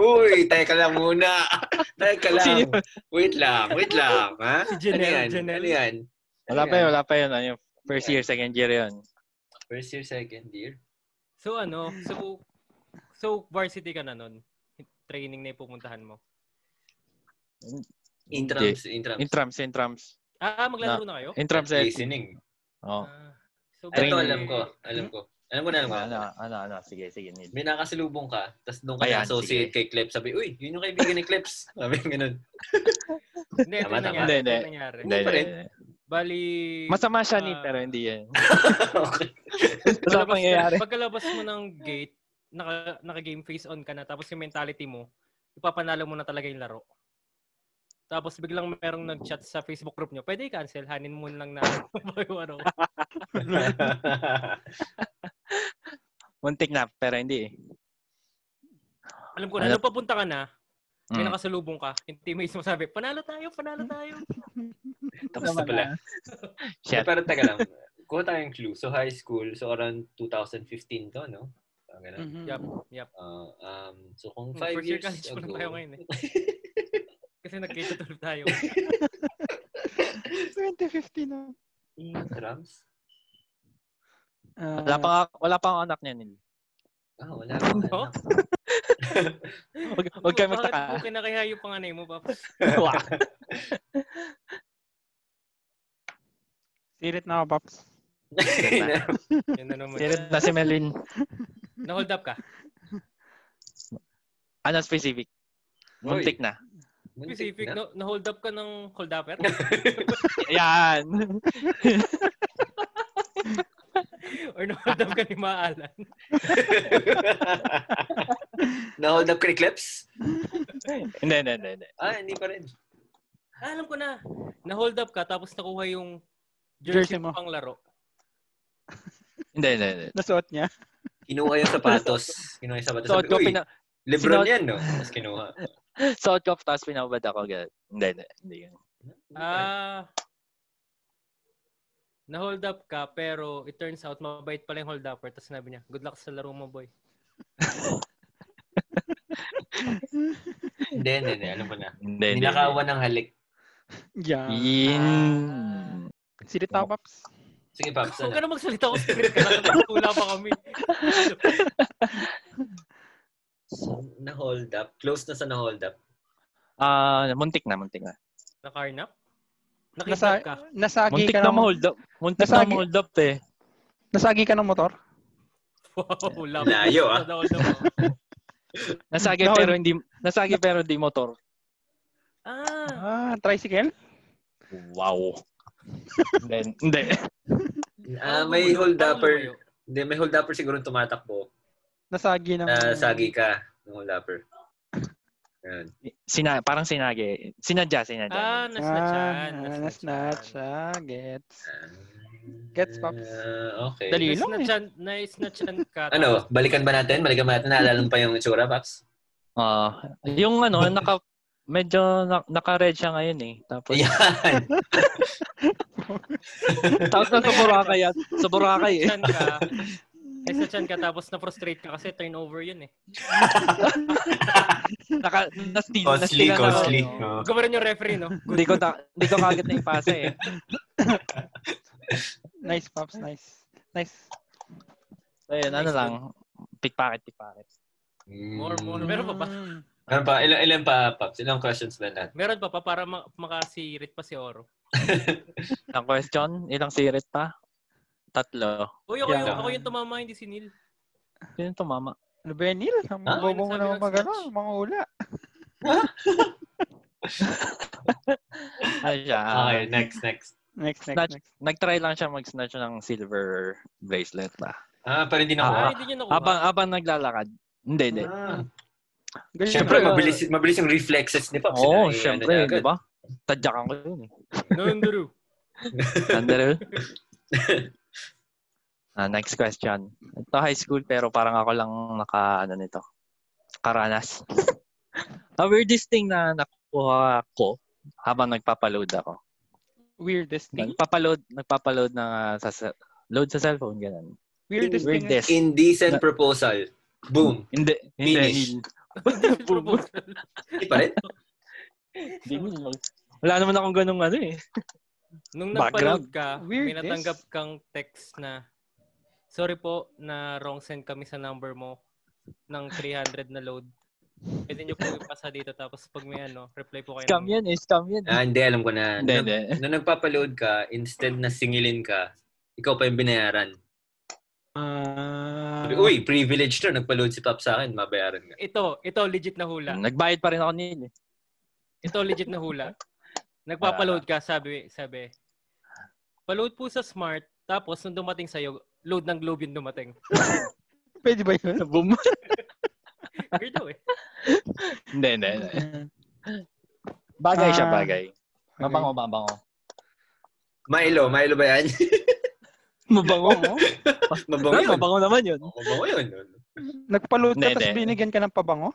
Speaker 2: Uy! Teka lang muna! *laughs* Teka lang!
Speaker 4: Sino?
Speaker 2: Wait lang! Wait lang! Ha?
Speaker 3: Si Janelle,
Speaker 2: ano yan?
Speaker 3: Janelle.
Speaker 2: Ano yan?
Speaker 4: Wala
Speaker 2: Ano
Speaker 4: pa yun,
Speaker 2: yan?
Speaker 4: wala pa yun. Ano, yung first year, second year yun.
Speaker 2: First year, second year?
Speaker 3: So ano, so so varsity ka na nun. Training na yung pupuntahan mo.
Speaker 2: Intrams, intrams.
Speaker 4: Intrams, intrams.
Speaker 3: Ah, maglalaro na kayo?
Speaker 4: Intrams, eh. LC.
Speaker 2: Listening.
Speaker 4: Oh.
Speaker 3: Ah, so
Speaker 2: Ito
Speaker 4: Training.
Speaker 2: alam ko. Alam ko. Alam ko na alam ko.
Speaker 4: Ano, ano, ano. Sige, sige. Neil.
Speaker 2: May nakasalubong ka, tapos doon ka
Speaker 4: Ayan,
Speaker 2: na-associate kay Clips. Sabi, uy, yun yung kaibigan ni
Speaker 4: *laughs*
Speaker 2: Clips. Sabi, ganun. *laughs*
Speaker 3: Hindi, ito
Speaker 2: Tama, tama.
Speaker 3: nangyari.
Speaker 4: Hindi,
Speaker 3: Ito
Speaker 4: hindi.
Speaker 3: nangyari.
Speaker 4: Hindi,
Speaker 2: pa
Speaker 4: hindi,
Speaker 2: rin.
Speaker 4: hindi.
Speaker 3: Bali,
Speaker 4: eh, Masama siya ni,
Speaker 3: Ah.
Speaker 4: pero hindi yun. *laughs*
Speaker 2: okay.
Speaker 4: Wala pang nangyayari.
Speaker 3: Pagkalabas mo ng gate, naka, naka-game face on ka na, tapos yung mentality mo, ipapanalo mo na talaga yung laro. Tapos biglang merong nag-chat sa Facebook group nyo, pwede i-cancel, hanin mo lang na *laughs* yung ano.
Speaker 4: Muntik na, pero hindi eh.
Speaker 3: Alam ko na,
Speaker 2: Ano?
Speaker 4: Alam-
Speaker 3: nung papunta ka na, may
Speaker 4: Mm.
Speaker 3: nakasalubong ka, yung teammates mo sabi, panalo tayo, panalo tayo.
Speaker 2: Tapos na pala.
Speaker 4: Shit.
Speaker 2: Pero
Speaker 4: *laughs*
Speaker 2: teka lang. Kuha tayong clue. So, high school. So, around 2015 to, no? Parang ganun.
Speaker 1: Mhm.
Speaker 3: Yup, yup.
Speaker 2: Ah, um, so, kung
Speaker 3: Hmm,
Speaker 2: five
Speaker 3: First year
Speaker 2: years
Speaker 3: college pa
Speaker 2: ago,
Speaker 3: lang tayo
Speaker 2: *laughs*
Speaker 3: ngayon eh. Kasi nagkita tayo. *laughs*
Speaker 1: 2015 na.
Speaker 2: drums?
Speaker 1: Ah,
Speaker 4: Wala pa, nga- wala pa ang anak niya, Neil.
Speaker 2: Ah,
Speaker 3: *laughs*
Speaker 2: wala. akong
Speaker 3: No?
Speaker 2: anak.
Speaker 4: Huwag, huwag kayo magtaka.
Speaker 3: Bakit mo kinakaya yung panganay mo, Paps?
Speaker 4: Wah.
Speaker 1: Sirit na ako, Paps.
Speaker 2: *laughs*
Speaker 3: Yan na naman.
Speaker 4: Sirit na si Melvin.
Speaker 3: Na-hold up ka.
Speaker 4: Ano specific? Muntik *laughs* na.
Speaker 2: Muntik
Speaker 3: Specific,
Speaker 2: na.
Speaker 3: no, na-hold up ka ng hold upper?
Speaker 4: Ayan.
Speaker 3: Or na-hold up ka ni Maalan?
Speaker 2: *laughs* Na-hold up ka ni Clips?
Speaker 4: hindi, hindi, hindi, hindi.
Speaker 2: Ah, hindi pa rin.
Speaker 3: Ah, alam ko na. Na-hold up ka tapos nakuha yung
Speaker 1: Jersey
Speaker 3: jersey,
Speaker 1: mo.
Speaker 3: mo pang laro.
Speaker 4: Hindi, hindi, hindi.
Speaker 1: Nasuot niya.
Speaker 2: Kinuha yung sapatos. Kinuha yung sapatos.
Speaker 4: Suot
Speaker 2: Sabi,
Speaker 4: ko,
Speaker 2: uy,
Speaker 4: pina,
Speaker 2: Lebron
Speaker 4: sinuot-
Speaker 2: yan, no? Tapos kinuha.
Speaker 4: suot ko, tapos pinabad ako. Ganun. Hindi, hindi, hindi. yun.
Speaker 3: Ah, na-hold up ka pero it turns out mabait pala yung hold upper. Tapos sinabi niya, good luck sa laro mo, boy.
Speaker 2: Hindi, hindi, hindi. Alam ko na.
Speaker 4: Hindi, hindi.
Speaker 2: Ninakawan ng halik.
Speaker 4: hindi.
Speaker 1: Yeah.
Speaker 4: Yun.
Speaker 1: Sirit na ako, Paps.
Speaker 2: Sige, Paps.
Speaker 3: Huwag
Speaker 2: Ano?
Speaker 3: ka na magsalita ko spirit ka na. Nagkula pa kami.
Speaker 2: Na-hold up. Close na sa na-hold up.
Speaker 4: Ah, muntik na, muntik na.
Speaker 3: Nakarnap?
Speaker 1: Nasa,
Speaker 3: Nakidnap ka?
Speaker 1: nasagi
Speaker 4: Muntik
Speaker 1: ka
Speaker 4: na
Speaker 1: ng,
Speaker 4: ma-hold up. Muntik na
Speaker 1: Nasagi-
Speaker 4: ma-hold up, eh. te.
Speaker 1: nasagi ka ng motor?
Speaker 3: Wow, Ano, labo.
Speaker 2: Layo, ah.
Speaker 3: Na-hold up ako.
Speaker 4: Nasagi
Speaker 1: Na-hold-
Speaker 4: pero hindi, nasagi pero hindi motor.
Speaker 3: Ah,
Speaker 1: Ah, tricycle?
Speaker 4: Wow. Hindi, hindi.
Speaker 2: Ah, may hold
Speaker 3: parang
Speaker 2: upper.
Speaker 3: lumayo.
Speaker 2: Hindi, may hold upper siguro tumatakbo.
Speaker 1: Nasagi ng...
Speaker 2: Na sagi ka ng hold upper. Ah, Ayan.
Speaker 4: Sina, parang sinagi. Sinadya, sinadya.
Speaker 1: Ah,
Speaker 3: Ah, nasnatchan.
Speaker 1: nasnatcha. Gets. Gets, Paps.
Speaker 2: Ah, okay.
Speaker 1: Dali. Ilong eh.
Speaker 3: Nasnatchan. Nasnatchan ka.
Speaker 2: Ano, balikan ba natin? Balikan ba natin? Naalala mo pa yung itsura,
Speaker 4: *laughs*
Speaker 2: Paps?
Speaker 4: Ah, yung ano, naka medyo na, naka-red siya ngayon eh. Tapos
Speaker 2: Ayan.
Speaker 4: tapos nasa Boracay yan. Sa Boracay eh.
Speaker 3: Nasnatchan
Speaker 1: *laughs*
Speaker 3: ka. Nasnatchan ka tapos na-frustrate ka kasi turnover yun eh.
Speaker 4: Naka nastil,
Speaker 2: Costly,
Speaker 4: nastil
Speaker 2: costly.
Speaker 4: Na, ako.
Speaker 2: Oh.
Speaker 3: Gumaran yung referee, no?
Speaker 4: Hindi ko ta- hindi ko kagad na ipasa eh.
Speaker 1: Nice, Paps. Nice. Nice.
Speaker 4: So yun, ano lang, pickpocket, pickpocket.
Speaker 2: Mm.
Speaker 3: More, more. Meron pa ba?
Speaker 1: Mm.
Speaker 2: Ano pa? Ilan, ilan pa, Paps? Ilang questions ba lahat?
Speaker 3: Meron pa pa para ma- makasirit pa si Oro.
Speaker 4: Ang question, ilang sirit pa? Tatlo.
Speaker 3: Uy, ako,
Speaker 1: Yeah.
Speaker 3: yung, ako yung tumama, hindi si Neil.
Speaker 4: Sino tumama?
Speaker 1: Ano ba yan, Neil? Ang
Speaker 2: Ha?
Speaker 1: bobo mo
Speaker 3: Sabi
Speaker 1: naman
Speaker 3: ng
Speaker 1: mag ano,
Speaker 3: snatch.
Speaker 1: mga ula.
Speaker 4: Ano siya? ah,
Speaker 2: Okay, next, next.
Speaker 1: Next, next,
Speaker 4: Snatch.
Speaker 1: next.
Speaker 4: Nag-try lang siya mag-snatch ng silver bracelet ba?
Speaker 2: Ah, pero hindi na
Speaker 4: Ah,
Speaker 3: Ah,
Speaker 2: ako.
Speaker 3: hindi niya nakuha.
Speaker 4: Abang, abang naglalakad. Hindi, hindi.
Speaker 2: Ah.
Speaker 1: Galing
Speaker 2: Siyempre,
Speaker 1: naman.
Speaker 2: mabilis, mabilis yung reflexes ni Paps.
Speaker 4: ah. Oo, oh,
Speaker 2: Ano,
Speaker 4: syempre,
Speaker 2: ano na
Speaker 4: di
Speaker 2: agad.
Speaker 4: ba? Tadyakan ko yun eh.
Speaker 3: Nanduru.
Speaker 4: Andrew? *laughs* ah, next question. Ito high school pero parang ako lang naka, ano nito, karanas. *laughs* A weirdest thing na nakuha ko habang nagpapaload ako.
Speaker 1: Weirdest thing.
Speaker 4: Nagpapaload, nagpapaload na sa, se- load sa cellphone, ganun.
Speaker 1: Weirdest, thing.
Speaker 4: Weirdest.
Speaker 2: Indecent proposal. Boom.
Speaker 4: Hindi,
Speaker 2: Finish.
Speaker 4: hindi.
Speaker 3: Proposal.
Speaker 2: Hindi
Speaker 4: *laughs*
Speaker 2: pa rin?
Speaker 4: Hindi. Wala naman akong ganung ano eh.
Speaker 3: Nung nagpa-load
Speaker 4: Background.
Speaker 3: ka, may
Speaker 1: Weirdest.
Speaker 3: natanggap kang text na, sorry po na wrong send kami sa number mo ng 300 na load. Pwede niyo po ipasa dito tapos pag may ano, reply po kayo.
Speaker 4: Scam
Speaker 3: ng-
Speaker 4: yan eh, scam yan.
Speaker 2: Ah, hindi, alam ko na.
Speaker 4: Hindi,
Speaker 2: Nung,
Speaker 4: hindi.
Speaker 2: nung nagpapaload ka, instead na singilin ka, ikaw pa yung binayaran.
Speaker 1: Ah.
Speaker 2: Uy, privilege to. Nagpaload si Paps sa akin, mabayaran ka.
Speaker 3: Ito, ito legit na hula.
Speaker 4: Nagbayad pa rin ako nil eh.
Speaker 3: Ito legit na hula. Nagpapaload ka, sabi, sabi. Paload po sa smart, tapos nung dumating sa'yo, load ng globe yung dumating.
Speaker 1: Pwede ba yun? *laughs*
Speaker 4: Boom.
Speaker 3: Weirdo eh.
Speaker 4: Hindi, hindi, hindi. Bagay siya,
Speaker 1: Ah.
Speaker 4: bagay. Mabango,
Speaker 1: Okay.
Speaker 4: mabango.
Speaker 2: Milo, Milo ba yan?
Speaker 4: Mabango *laughs* mo?
Speaker 2: Mabango yun.
Speaker 4: mabango naman yun.
Speaker 2: Mabango yun.
Speaker 1: Nagpaluto
Speaker 4: Hindi,
Speaker 1: tapos
Speaker 4: hindi.
Speaker 1: binigyan ka ng pabango?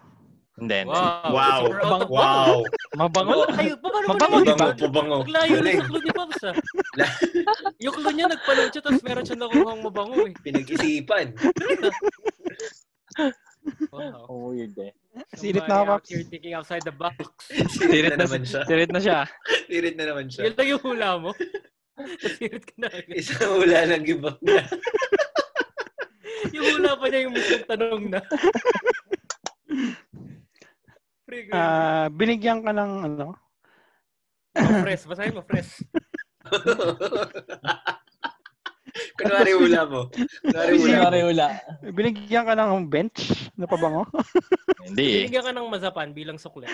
Speaker 4: Hindi, hindi.
Speaker 2: Wow.
Speaker 3: Super out of bounds.
Speaker 2: Wow.
Speaker 4: Mabango
Speaker 3: Ano
Speaker 4: lang.
Speaker 3: kayo? Paano ba
Speaker 4: Mabango,
Speaker 3: naman
Speaker 4: di ba?
Speaker 3: yun?
Speaker 2: Mabango, mabango.
Speaker 3: Paglayo lang sa clue ni Pops ah.
Speaker 2: La-
Speaker 3: *laughs* yung clue niya nagpaload siya tapos meron siya nakuhang mabango eh.
Speaker 2: Pinag-isipan.
Speaker 1: *laughs*
Speaker 3: Wow.
Speaker 4: Oh, weird eh.
Speaker 1: Silip na
Speaker 3: Somebody out
Speaker 1: kapaps.
Speaker 3: here thinking outside the box.
Speaker 2: Sirit na naman siya.
Speaker 4: Sirit na siya.
Speaker 2: Sirit na naman siya.
Speaker 3: Yun lang yung hula mo. *laughs* Sirit ka na agad.
Speaker 2: Isang hula lang give up na.
Speaker 3: Yung hula pa niya yung mismong tanong
Speaker 1: *laughs*
Speaker 3: na. Pre, ganyan.
Speaker 1: Ah, binigyan ka ng ano?
Speaker 3: Oh, fresh. Basahin mo, fresh.
Speaker 2: *laughs* Kunwari hula mo. Kunwari
Speaker 1: Hindi
Speaker 2: hula mo.
Speaker 4: wala.
Speaker 1: Binigyan ka ng bench na pabango?
Speaker 4: Hindi eh.
Speaker 3: Binigyan ka ng mazapan bilang sukle. *laughs*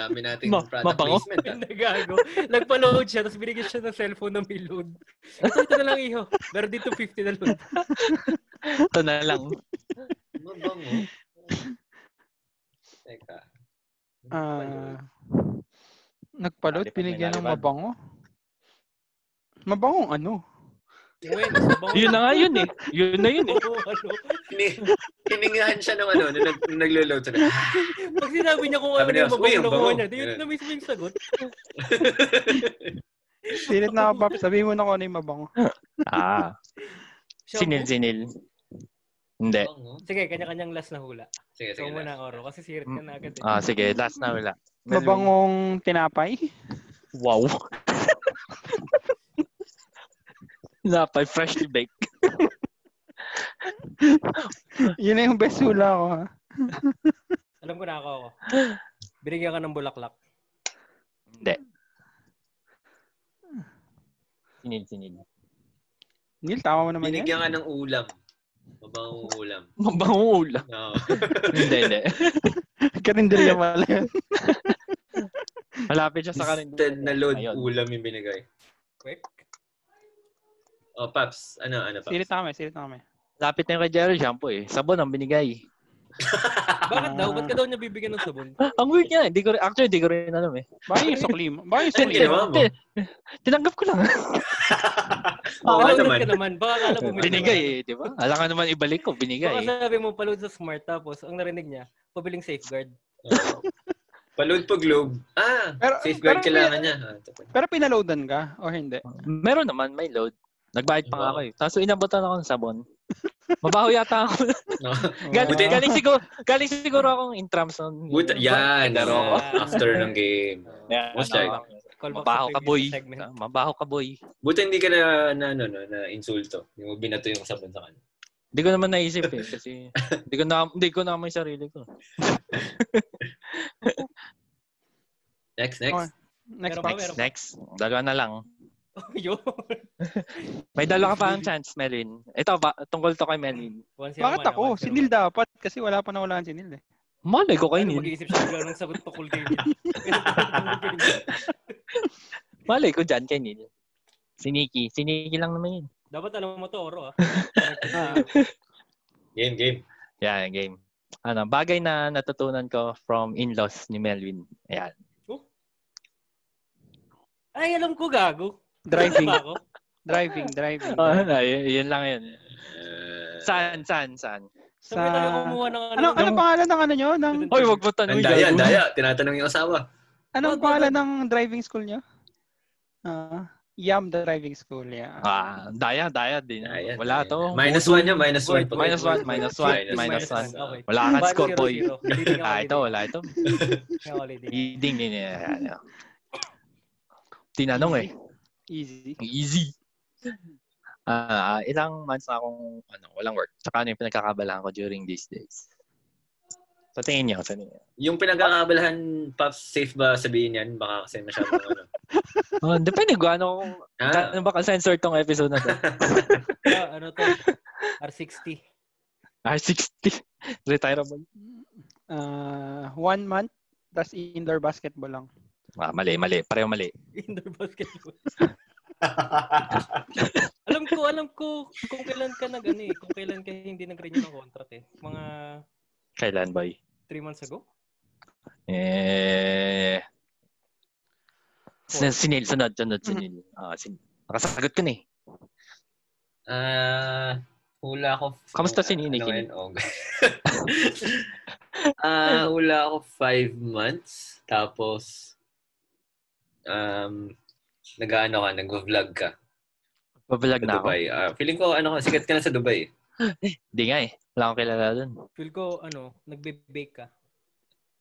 Speaker 2: Dami nating
Speaker 4: Ma-
Speaker 2: product
Speaker 4: mabango?
Speaker 2: placement. ah.
Speaker 3: Nagago. Nagpa-load siya, tapos binigyan siya ng cellphone na may load. Ito, ito na lang iho. Meron dito 50 na load.
Speaker 4: Ito na lang.
Speaker 2: Mabango. Teka.
Speaker 1: Ah. nagpalot,
Speaker 4: Nalipad, may
Speaker 1: binigyan ng
Speaker 4: nalipad.
Speaker 1: mabango? Mabango ano?
Speaker 3: Well, sabang-
Speaker 4: yun na nga yun eh. Yun na yun eh.
Speaker 3: Oo, ano.
Speaker 2: Hini- Hiningahan siya ng ano, nung, nag- nung naglo-load siya.
Speaker 3: Pag sinabi niya kung ano
Speaker 2: Sabi niya,
Speaker 3: yung
Speaker 2: "Uy, ang
Speaker 3: mabango na
Speaker 2: bango."
Speaker 3: kuha niya, yun
Speaker 2: Ganun.
Speaker 3: na mismo yung sagot.
Speaker 1: Silit na kapaps, sabihin mo na kung ano yung mabango.
Speaker 4: Ah.
Speaker 3: Siya,
Speaker 4: Sinil, sinil. Hindi.
Speaker 2: Mabango.
Speaker 3: Sige, kanya-kanyang last na hula.
Speaker 2: Sige,
Speaker 3: So,
Speaker 2: sige.
Speaker 3: muna,
Speaker 2: last.
Speaker 3: Oro, kasi sirit ka na agad. eh.
Speaker 4: Ah, sige. Last na wala.
Speaker 1: Mabangong tinapay?
Speaker 4: Wow. Napay freshly baked.
Speaker 1: *laughs* Yun na yung best hula ko ha.
Speaker 3: Alam ko na ako. ako. Binigyan ka ng bulaklak.
Speaker 4: Hindi. Sinil, sinil.
Speaker 1: Neil, tama mo naman yan.
Speaker 2: Binigyan ka ng ulam. Mabangong ulam.
Speaker 4: Mabangong ulam. *laughs*
Speaker 2: No.
Speaker 4: hindi, hindi.
Speaker 1: Karinderya pala *laughs* yun.
Speaker 4: Malapit siya sa
Speaker 2: Instead
Speaker 4: karinderya.
Speaker 2: na load,
Speaker 4: Ayun.
Speaker 2: ulam yung binigay.
Speaker 3: Quick.
Speaker 2: Oh, Paps. Ano, ano, Paps?
Speaker 1: Silit na kami, silit na kami.
Speaker 4: Lapit na yung kay Jerry shampoo eh. Sabon ang binigay.
Speaker 3: Bakit daw? Ba't ka daw niya bibigyan ng sabon?
Speaker 4: *laughs* ang weird niya. Hindi ko rin, actually, hindi ko rin alam eh.
Speaker 1: Bakit yung sukli mo? Bakit yung
Speaker 2: Ano
Speaker 1: sukli mo?
Speaker 2: ginawa mo?
Speaker 4: Tinanggap ko lang.
Speaker 2: *laughs* Oo nga
Speaker 3: Baka
Speaker 2: naman.
Speaker 3: ka naman. Baka akala mo may-
Speaker 4: binigay eh, di ba? Alam ka naman ibalik ko, binigay.
Speaker 3: Baka sabi mo palood sa smart tapos ang narinig niya, pabiling safeguard.
Speaker 2: Oo. Palood po globe. Ah,
Speaker 1: Pero-
Speaker 2: safeguard
Speaker 1: pero-
Speaker 2: kailangan niya. Ah, ito pa.
Speaker 1: Pero pinaloadan ka o hindi?
Speaker 4: Meron naman, may load. Nagbayad pa
Speaker 3: Diba?
Speaker 4: nga
Speaker 2: Oo.
Speaker 4: ako eh. Tapos inabutan ako ng sabon. Mabaho yata ako.
Speaker 2: No.
Speaker 1: Oh.
Speaker 3: Diba?
Speaker 4: galing,
Speaker 2: Buti-
Speaker 4: galing siguro, galing siguro akong intrams noon.
Speaker 2: Buta, yan.
Speaker 4: Laro *laughs*
Speaker 3: ako.
Speaker 2: After ng game.
Speaker 4: Yeah,
Speaker 2: Basta
Speaker 4: ano,
Speaker 3: Call back
Speaker 4: Mabaho
Speaker 3: sa
Speaker 4: ka
Speaker 3: previous
Speaker 4: boy.
Speaker 3: segment. *laughs*
Speaker 4: Mabaho ka boy.
Speaker 2: Buti hindi ka na, na, ano, no, na insulto. Hindi mo binato yung sabon sa kanya.
Speaker 4: Hindi ko naman naisip eh. Kasi hindi ko na, hindi ko na may sarili ko.
Speaker 2: Next, next.
Speaker 1: Okay. Next
Speaker 3: Meron
Speaker 1: pa.
Speaker 3: ba?
Speaker 4: Next, next. Dalawa na lang.
Speaker 3: Yun.
Speaker 4: May dalawa ka pa ang chance, Melin. Ito, ba, tungkol to kay Melin.
Speaker 3: Once yung
Speaker 1: Bakit
Speaker 3: mana,
Speaker 1: ako?
Speaker 3: once
Speaker 1: Si
Speaker 3: yung
Speaker 1: Neil
Speaker 3: mana.
Speaker 1: dapat kasi wala pa nawalaan si Neil eh.
Speaker 4: Malay ko kay
Speaker 3: Ano,
Speaker 4: Neil.
Speaker 3: Mag-iisip siya bigla ng sagot pa cool
Speaker 4: *laughs*
Speaker 3: game.
Speaker 4: Malay ko dyan kay Neil. Si Nikki. Si Nikki lang naman yun.
Speaker 3: Dapat alam mo to, Oro ah.
Speaker 1: Ah.
Speaker 2: Game, game.
Speaker 4: Yan, game. Ano, bagay na natutunan ko from in-laws ni Melvin. Ayan.
Speaker 3: Ay, alam ko gago.
Speaker 1: Driving.
Speaker 3: Ano ba ako?
Speaker 1: driving, driving.
Speaker 4: Oh,
Speaker 1: *laughs*
Speaker 4: yun, yun lang yun.
Speaker 2: Uh,
Speaker 4: Saan, saan, saan?
Speaker 3: Sa... Sabi talaga kumuha ng ano.
Speaker 1: Ano, ano pangalan ng ano nyo? Ng,
Speaker 3: Nung-
Speaker 4: Hoy, wag mo
Speaker 2: Ah,
Speaker 4: tanong.
Speaker 2: Ang daya, ang daya. Tinatanong yung asawa.
Speaker 1: anong
Speaker 3: Wag, wag,
Speaker 1: pangalan ng driving school nyo? Ah, Yam Driving School, yeah.
Speaker 4: Ah, daya, daya din.
Speaker 2: Ayan,
Speaker 4: Wala
Speaker 2: ayan.
Speaker 4: to.
Speaker 2: Minus one yun, minus one.
Speaker 3: Void,
Speaker 4: Minus one, minus one,
Speaker 2: Minus
Speaker 4: minus one.
Speaker 3: Okay.
Speaker 4: Wala kang
Speaker 3: Bali,
Speaker 4: score,
Speaker 3: zero,
Speaker 4: boy.
Speaker 3: zero. Hindi na
Speaker 4: Ah, ito,
Speaker 3: ulitin.
Speaker 4: wala ito.
Speaker 3: Hindi na ulitin.
Speaker 4: Leading din yan. yan, yan. Tinanong eh.
Speaker 1: Easy.
Speaker 4: Ang Easy. Ah, ilang months na akong ano, walang work. Tsaka ano yung pinagkakabalaan ko during these days. Sa tingin niyo, sa tingin niyo.
Speaker 2: Yung pinagkakabalahan, Pops, safe ba sabihin yan? Baka kasi masyadong
Speaker 4: *laughs*
Speaker 2: ano.
Speaker 4: Oh, depende kung ano, kung
Speaker 2: Ah,
Speaker 4: ano ba ka-sensor tong episode na *laughs* to.
Speaker 3: Ah, ano to? R60.
Speaker 4: Ah, *laughs* R60. Retireable.
Speaker 1: Ah, one month, tas indoor basketball lang.
Speaker 4: Ah, mali, mali. Pareho mali.
Speaker 3: Indoor
Speaker 4: *laughs*
Speaker 3: basketball. Alam ko, alam ko kung kailan ka nag ano eh, kung kailan ka hindi nag-renew ng contract eh. Mga
Speaker 4: Kailan, boy?
Speaker 3: 3 months ago.
Speaker 4: Eh... Sin- Sinil, sunod, sunod, sinil. Ah, sin- Nakasagot ko na eh.
Speaker 2: ah, hula ko.
Speaker 4: Kamusta si Nini?
Speaker 2: Ano yan? Oh, God. *laughs* Ah, hula ako five months. Tapos, um, nag-ano ka, nag-vlog ka.
Speaker 4: Babalag
Speaker 2: Sa
Speaker 4: na ako.
Speaker 2: Dubai. Ah, feeling ko, ano ka, sikat ka na sa Dubai. eh.
Speaker 4: Hindi nga eh. Wala akong kilala dun.
Speaker 3: Feel ko ano, nagbe-bake ka.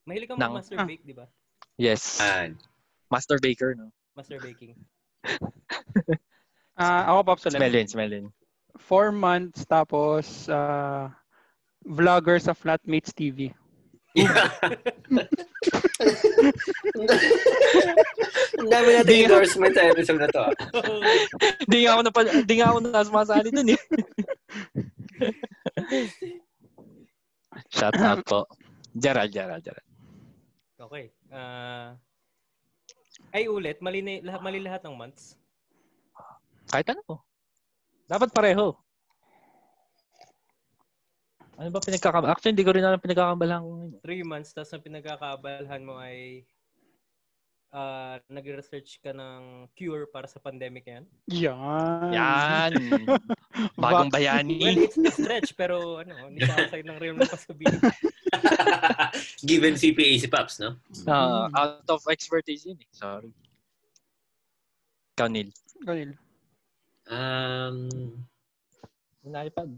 Speaker 3: Mahilig ka
Speaker 4: Nang-
Speaker 3: mag-master
Speaker 1: Ah.
Speaker 3: bake, di ba?
Speaker 4: Yes.
Speaker 2: Yan.
Speaker 4: Master Baker, no?
Speaker 3: Master
Speaker 4: *laughs*
Speaker 3: baking.
Speaker 1: Ah, ako, Pops, ulit.
Speaker 4: Smellin, smellin.
Speaker 1: Four months, tapos ah, vlogger sa Flatmates TV.
Speaker 2: *laughs* Ang dami natin endorsement sa episode na to. ah.
Speaker 4: Hindi nga ako, napal- di nga ako nasmasali dun eh. *laughs* Shout out po. Gerald, Gerald, Gerald.
Speaker 3: okay. Ah ay ulit, mali na, lahat mali lahat ng months.
Speaker 4: Kahit ano. Dapat pareho. Ano ba pinagkakabala? Actually, hindi ko rin alam pinagkakabalahan ko ngayon.
Speaker 3: 3 months tapos ang pinagkakaabalhan mo ay ah nag-research ka ng cure para sa pandemic na yan.
Speaker 1: Yan.
Speaker 4: Yan! Bagong
Speaker 3: Well,
Speaker 4: bayani.
Speaker 3: it's a stretch pero ano, hindi siya outside ng realm ng
Speaker 4: *laughs*
Speaker 3: pasabihin.
Speaker 2: *laughs* Given CPA si Pops, no?
Speaker 4: Ah, out of expertise yun eh. Sorry. Ikaw, Neil.
Speaker 1: Ganil.
Speaker 2: Um,
Speaker 4: Nalipad.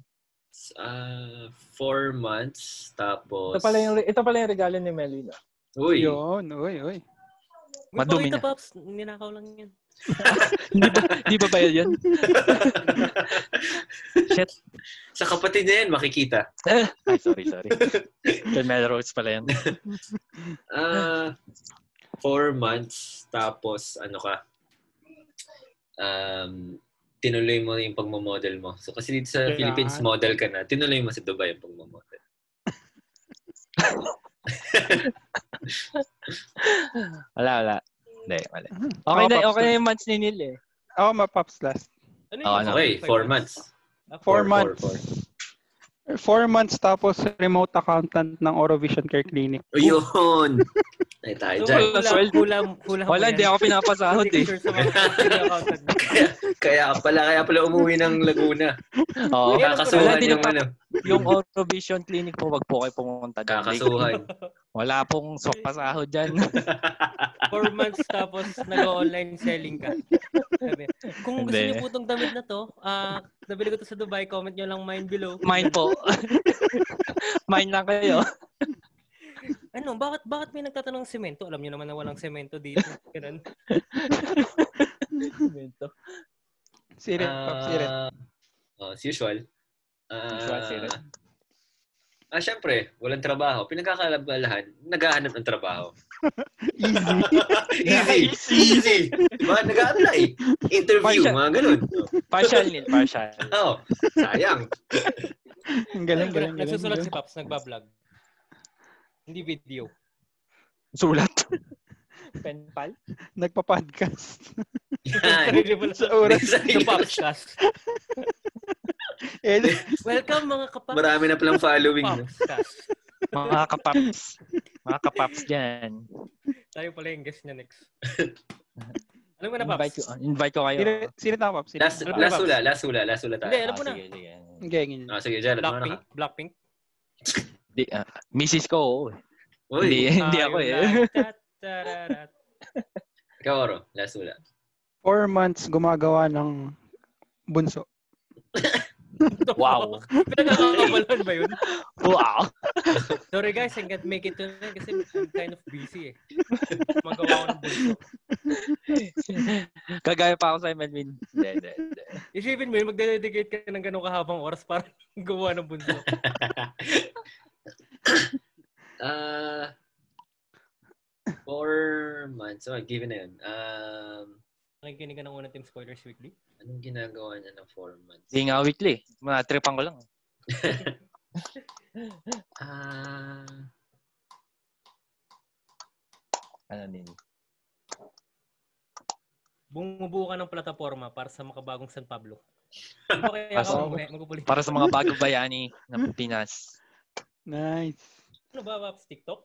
Speaker 2: s- ah, four months, tapos...
Speaker 4: Ito pala yung, ito pala yung regalo ni Melvin. ah.
Speaker 2: Uy,
Speaker 1: Yun, uy, uy.
Speaker 3: Uy,
Speaker 4: Madumi
Speaker 3: pakita,
Speaker 4: na.
Speaker 3: Pops. Ninakaw lang yan.
Speaker 4: Hindi ba, hindi ba ba *laughs* yun? Shit.
Speaker 2: sa kapatid niya yan, makikita.
Speaker 4: *laughs* Ay, sorry, sorry. Kay Melrose pala yan.
Speaker 2: Ah, four months, tapos ano ka, um, tinuloy mo yung pagmamodel mo. So, kasi dito sa
Speaker 1: Yan.
Speaker 2: Philippines, model ka na. Tinuloy mo sa Dubai yung pagmamodel.
Speaker 4: Wala, wala. Hindi, wala. Okay na, okay na yung months ni Neil eh.
Speaker 1: Ako, ma Pops last.
Speaker 3: Ano
Speaker 4: Oh, ano?
Speaker 2: Okay, four months.
Speaker 1: Four,
Speaker 2: Four, four,
Speaker 1: months.
Speaker 2: four.
Speaker 1: Four months, tapos remote accountant ng Orovision Care Clinic.
Speaker 4: *laughs*
Speaker 2: Ayun! Ay, tayo
Speaker 3: So,
Speaker 2: dyan.
Speaker 4: wala.
Speaker 3: hula,
Speaker 4: Sweldo.
Speaker 3: hula, hula,
Speaker 4: Wala, hindi ako pinapasahod
Speaker 3: *laughs*
Speaker 4: eh.
Speaker 2: *laughs* Kaya pala, kaya pala umuwi ng Laguna.
Speaker 4: Oo. Wala,
Speaker 2: Kakasuhan
Speaker 4: hindi
Speaker 2: yung
Speaker 4: nagpapa-
Speaker 2: ano.
Speaker 4: yung Orovision Clinic po, wag po kayo pumunta doon.
Speaker 2: Kakasuhan.
Speaker 4: Wala pong sok pasahod dyan. *laughs*
Speaker 3: Four months tapos nag-online selling ka. Sabi, Kung gusto
Speaker 4: Hindi.
Speaker 3: niyo po itong damit na to, ah nabili ko to sa Dubai, comment nyo lang mine below.
Speaker 4: Mine po. *laughs* Mine lang kayo.
Speaker 3: Ano, bakit bakit may nagtatanong ng semento? Alam niyo naman na walang semento dito. Ganun.
Speaker 1: Sirit, Pops, sirit. *laughs*
Speaker 2: Ah, oh, as usual. Ah,
Speaker 4: Usual, sirit.
Speaker 2: Ah, syempre, walang trabaho. Pinagkakalaban, naghahanap ng trabaho.
Speaker 1: Easy.
Speaker 2: easy. easy. Diba? Nag-apply. Interview,
Speaker 4: Partial.
Speaker 2: mga ganun.
Speaker 4: Partial nil, partial.
Speaker 2: Oo. sayang.
Speaker 1: Ang galing, galing,
Speaker 3: Nag-
Speaker 1: galing.
Speaker 3: Nagsusulat si
Speaker 1: galing.
Speaker 3: Paps, nagbablog. Hindi video.
Speaker 4: Sulat. Pen pal.
Speaker 1: Nagpa-podcast. *laughs*
Speaker 2: Yan.
Speaker 3: Sarili mo lang.
Speaker 1: Sa oras.
Speaker 3: Sa Paps Cast.
Speaker 1: Edit.
Speaker 3: Welcome mga kapaps.
Speaker 2: Marami na palang following. no?
Speaker 3: Paps Cast.
Speaker 4: Mga kapaps. Mga kapaps dyan.
Speaker 3: Tayo pala yung guest niya next. Alam mo na,
Speaker 4: Invite
Speaker 3: Paps?
Speaker 4: ko, invite ko kayo.
Speaker 1: Sino, sino tawag? Sino?
Speaker 2: Last,
Speaker 1: tawag?
Speaker 2: last hula, last hula, last hula
Speaker 3: Hindi,
Speaker 2: tayo.
Speaker 3: alam mo na.
Speaker 4: Ah, sige, sige.
Speaker 1: Ang galing.
Speaker 2: Ah, sige, Jared, mana ka.
Speaker 3: Blackpink? Blackpink?
Speaker 4: Di, ah, Mrs. ko, oo.
Speaker 2: Uy,
Speaker 4: Hindi, *laughs* hindi
Speaker 3: Tayo
Speaker 4: ako eh.
Speaker 3: lang. Tatararat.
Speaker 2: ikaw oro, last hula.
Speaker 1: Four months gumagawa ng bunso.
Speaker 3: *laughs*
Speaker 4: Wow.
Speaker 3: Pinagkakakabalan ba yun?
Speaker 4: Wow.
Speaker 3: Sorry guys, I can't make it tonight kasi I'm kind of busy eh. Magawa ko ng bulto.
Speaker 4: Kagaya pa ako sa Melvin. Hindi, hindi, hindi.
Speaker 3: Isipin mo yun, magdededicate ka ng ganun kahabang oras para *laughs* gawa ng bulto.
Speaker 2: Uh, four months. Oh, given na yun. Um,
Speaker 3: Nakikinig ka ng unang Team Spoilers Weekly.
Speaker 2: anong ginagawa niya ng four months?
Speaker 4: Hindi nga weekly. Mga tripan ko lang.
Speaker 2: Ah,
Speaker 4: Ano din.
Speaker 3: Bumubuo ka ng plataforma para sa makabagong San Pablo. Ano kaya
Speaker 4: Para sa-
Speaker 3: ako mamaya? Magpupulit.
Speaker 4: Para sa mga bagong bayani ng Pinas.
Speaker 1: Nice.
Speaker 3: Ano ba, Paps? TikTok?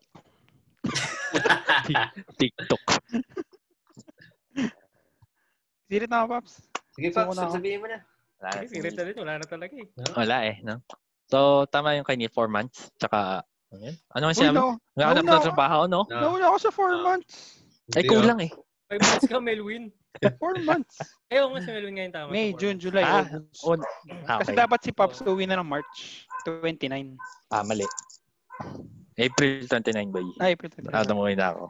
Speaker 4: TikTok.
Speaker 1: Sino tawag, Paps?
Speaker 2: Sige,
Speaker 1: Gusto ko
Speaker 2: Pops,
Speaker 1: na ako.
Speaker 2: sabihin mo na.
Speaker 4: Wala,
Speaker 3: Sige, secret na rin. Wala na talaga eh.
Speaker 4: wala eh. No? So, tama yung kay ni 4 months. Tsaka, ano yun? ano ang sinabi?
Speaker 1: no.
Speaker 4: Nakahanap
Speaker 1: Nauna
Speaker 4: na
Speaker 1: ako.
Speaker 4: trabaho, no?
Speaker 2: No,
Speaker 1: Nauna ako sa four
Speaker 2: Ah.
Speaker 1: months.
Speaker 4: Ay,
Speaker 2: hindi,
Speaker 4: kulang eh.
Speaker 3: Five months ka, Melwin.
Speaker 2: *laughs*
Speaker 1: Four months.
Speaker 3: Ayaw nga si Melwin ngayon tama.
Speaker 1: May,
Speaker 3: Sa
Speaker 1: June, July,
Speaker 4: Ah,
Speaker 1: August.
Speaker 4: Oh, ah,
Speaker 1: Kasi
Speaker 4: okay.
Speaker 1: dapat si Pops uwi na ng March 29.
Speaker 4: Ah, mali. April 29 ba yun?
Speaker 1: Ay, April 29.
Speaker 4: Ah, tumuwi na ako.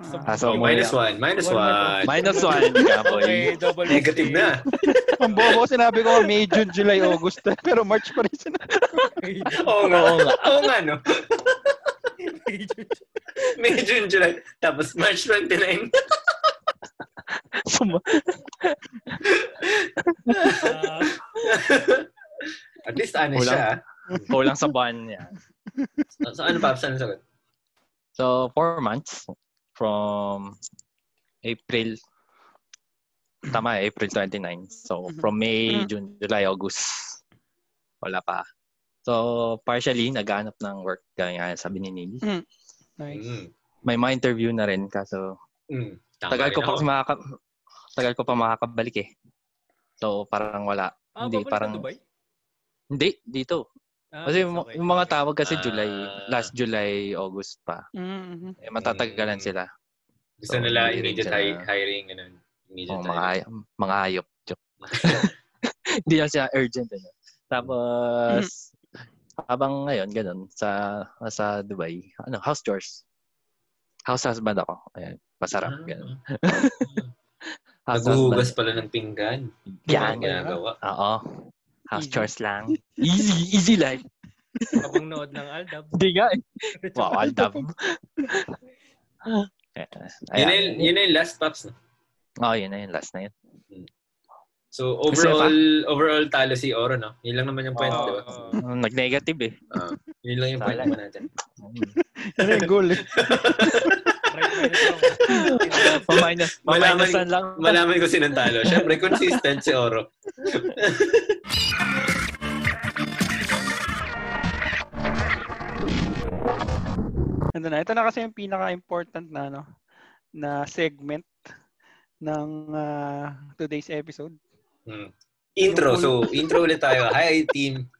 Speaker 1: Ah,
Speaker 4: Ah,
Speaker 2: oh,
Speaker 4: so,
Speaker 2: minus one, minus
Speaker 3: One month
Speaker 2: one.
Speaker 4: Minus one ka, boy.
Speaker 3: Okay, double
Speaker 2: Negative
Speaker 4: *laughs*
Speaker 2: na.
Speaker 3: *laughs*
Speaker 1: ang bobo sinabi ko May, June, July, August. *laughs* Pero March pa rin sinabi.
Speaker 4: *laughs*
Speaker 2: Oo nga,
Speaker 4: Oo nga.
Speaker 2: oo nga, *laughs* no? May June, July. Tapos March
Speaker 4: *laughs*
Speaker 2: 29.
Speaker 4: Sum-
Speaker 3: Ah,
Speaker 2: At least, ano
Speaker 4: Kulang.
Speaker 2: siya. ah.
Speaker 4: *laughs* Kulang sa buwan niya.
Speaker 2: So, so ano, Pops? Ano sagot?
Speaker 4: So, four months from April. Tama, eh, April 29. So, from May,
Speaker 1: Mhm.
Speaker 4: June, July, August. Wala pa. So, partially, naghanap ng work. Kaya nga, sabi ni Neil.
Speaker 1: Nice.
Speaker 2: Mm.
Speaker 4: May mga interview na rin. Kaso,
Speaker 2: Mm. Tama
Speaker 4: tagal
Speaker 2: rin
Speaker 4: ko pa
Speaker 2: ako.
Speaker 4: kasi makaka... Tagal ko pa makakabalik eh. So, parang wala.
Speaker 3: ah,
Speaker 4: Hindi,
Speaker 3: babalik ka
Speaker 4: parang-
Speaker 3: Dubai?
Speaker 4: Hindi, dito.
Speaker 3: Ah,
Speaker 4: Kasi
Speaker 3: yes,
Speaker 4: yung-
Speaker 3: okay.
Speaker 4: yung mga tawag kasi
Speaker 2: Ah.
Speaker 4: July, last July, August pa.
Speaker 1: Mm-hmm.
Speaker 4: Eh, matatagalan
Speaker 2: Mm.
Speaker 4: sila.
Speaker 2: Gusto
Speaker 4: So,
Speaker 2: nila
Speaker 4: hindi rin
Speaker 2: immediate
Speaker 4: siya-
Speaker 2: hi- hiring, ganun. Immediate
Speaker 4: Oh, mga,
Speaker 2: hiring.
Speaker 4: hay- mga hayop. Joke.
Speaker 2: *laughs*
Speaker 4: Hindi lang siya urgent. Ano. Tapos, habang ngayon, ganun, sa sa Dubai, ano, house chores. House husband ako. Ayan, masarap.
Speaker 2: Ah.
Speaker 4: Ganun. House
Speaker 2: Naghuhugas
Speaker 4: husband.
Speaker 2: pala ng pinggan.
Speaker 4: Yan,
Speaker 2: Ang
Speaker 4: ganun.
Speaker 2: ginagawa.
Speaker 4: Oo. House
Speaker 1: Easy.
Speaker 4: chores lang. Easy, easy life.
Speaker 3: Habang nood ng Aldab.
Speaker 4: Hindi nga eh.
Speaker 3: *laughs*
Speaker 4: Wow, I'll *laughs* dab.
Speaker 2: Yun na, yung, yun na yung last Pops. no?
Speaker 4: Oh, yun na yun. Last na yun.
Speaker 2: So,
Speaker 4: Kasi
Speaker 2: overall, overall talo si Oro, no? Yun lang naman yung point,
Speaker 4: Oo.
Speaker 2: di ba?
Speaker 3: Ah,
Speaker 4: Nag-negative eh.
Speaker 2: Ah, yun lang yung point
Speaker 4: Tala.
Speaker 2: naman natin.
Speaker 1: Ano yung goal? eh?
Speaker 3: right, right, wrong.
Speaker 4: Pa-minus.
Speaker 2: Malaman-
Speaker 4: Pa-minusan lang.
Speaker 2: Malaman ko sinong talo. Siyempre, consistent si Oro.
Speaker 1: Ito na. Ito na kasi yung pinaka-important na, ano, na segment ng ah, today's episode.
Speaker 2: Mm. Intro.
Speaker 1: Yung-
Speaker 2: So, intro ulit tayo. Hi, team.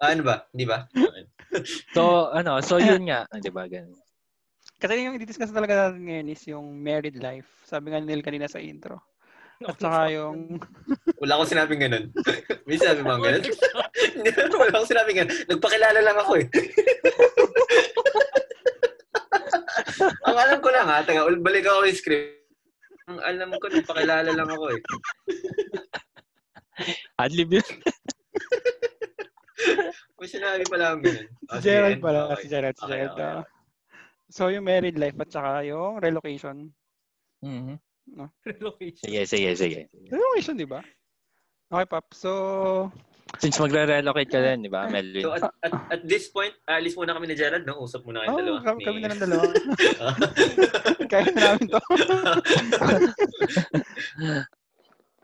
Speaker 2: Ah, ano ba? Di ba?
Speaker 4: So, ano, so yun nga. Ah, Di ba, ganun.
Speaker 1: Kasi yung i-discuss talaga natin ngayon is yung married life. Sabi nga nil kanina sa intro. At saka yung...
Speaker 2: Wala akong sinabing ganun. *laughs* May sinabi bang ganun? *laughs*
Speaker 3: Wala.
Speaker 2: Wala akong sinabing ganun. Nagpakilala lang ako eh. *laughs* Ang alam ko lang ha, taga, balik ako yung script. Ang alam ko, nagpakilala lang ako eh.
Speaker 4: Adlib yun.
Speaker 2: May sinabi pala ang ganun.
Speaker 1: *laughs*
Speaker 2: Oh, sige,
Speaker 1: Gerald
Speaker 2: end.
Speaker 1: pala, si
Speaker 2: Okay.
Speaker 1: Gerald, si
Speaker 2: Okay,
Speaker 1: Gerald. ah.
Speaker 2: okay,
Speaker 1: So, yung married life at saka yung relocation.
Speaker 4: Mhm.
Speaker 3: Relocation.
Speaker 4: Sige, sige, sige.
Speaker 1: Relocation, di ba? Okay, Pap. So,
Speaker 4: Since magre-relocate ka rin, di ba, Melvin?
Speaker 2: So at, at, at this point, alis muna kami ni Gerald, no? Usap muna kayo
Speaker 1: oh,
Speaker 2: dalawa.
Speaker 1: kami,
Speaker 2: ni-
Speaker 1: kami na lang
Speaker 2: *laughs*
Speaker 1: dalawa. Kaya na namin to.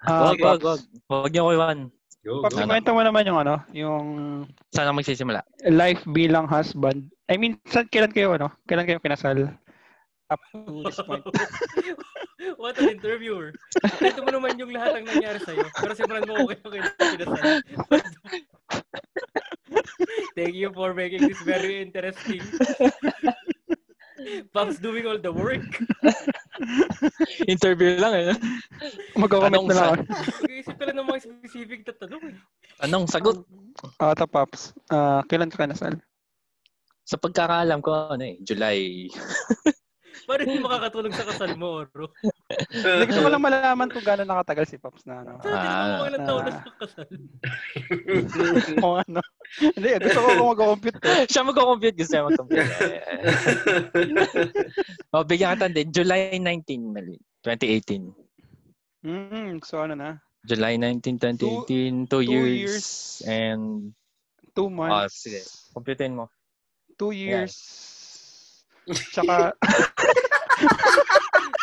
Speaker 1: Ah,
Speaker 4: Wag, wag,
Speaker 1: Paps.
Speaker 4: wag. Wag niyo ko iwan.
Speaker 2: Go,
Speaker 1: Paps,
Speaker 2: go.
Speaker 4: Ano?
Speaker 1: ikwento mo naman yung ano, yung
Speaker 4: Saan ako magsisimula?
Speaker 1: life bilang husband. I mean, saan, kailan kayo, ano? Kailan kayo kinasal? Up to this point.
Speaker 3: *laughs* What an interviewer. Ito mo naman yung lahat ang nangyari sa'yo. Pero simulan mo okay okay. Pinasal. Thank you for making this very interesting. Pops doing all the work.
Speaker 4: *laughs* Interview lang eh.
Speaker 1: *laughs* Mag-comment
Speaker 4: Anong
Speaker 1: na lang.
Speaker 4: sa-
Speaker 1: ako. *laughs*
Speaker 3: Mag-iisip ka lang ng mga specific na tanong. eh.
Speaker 4: Anong sagot?
Speaker 1: Ah, ito, Paps. Ah, kailan ka
Speaker 4: *laughs*
Speaker 1: kinasal?
Speaker 4: Sa pagkakaalam ko, ano eh, July.
Speaker 3: Paano hindi makakatulong sa kasal mo, Oro?
Speaker 1: Hindi, gusto
Speaker 2: *laughs*
Speaker 1: ko lang malaman kung gano'n nakatagal si Paps na ano.
Speaker 4: *laughs*
Speaker 3: Saan din mo
Speaker 4: Ah.
Speaker 3: ilang taon na
Speaker 1: Ah.
Speaker 3: sa kasal?
Speaker 1: Kung ano. *laughs* Hindi, gusto ko kung mag-compute to.
Speaker 4: *laughs* siya magko-compute. Gusto niya *laughs* mag-compute. o, Eh, oh, bigyan ka din. July 19, Melvin. 2018.
Speaker 1: Mm, so ano na?
Speaker 4: July 19, 2018. Two,
Speaker 1: two years.
Speaker 4: years. And,
Speaker 1: Two
Speaker 4: ah,
Speaker 1: months.
Speaker 4: sige. Computein mo.
Speaker 1: Two
Speaker 4: *laughs*
Speaker 1: years. Tsaka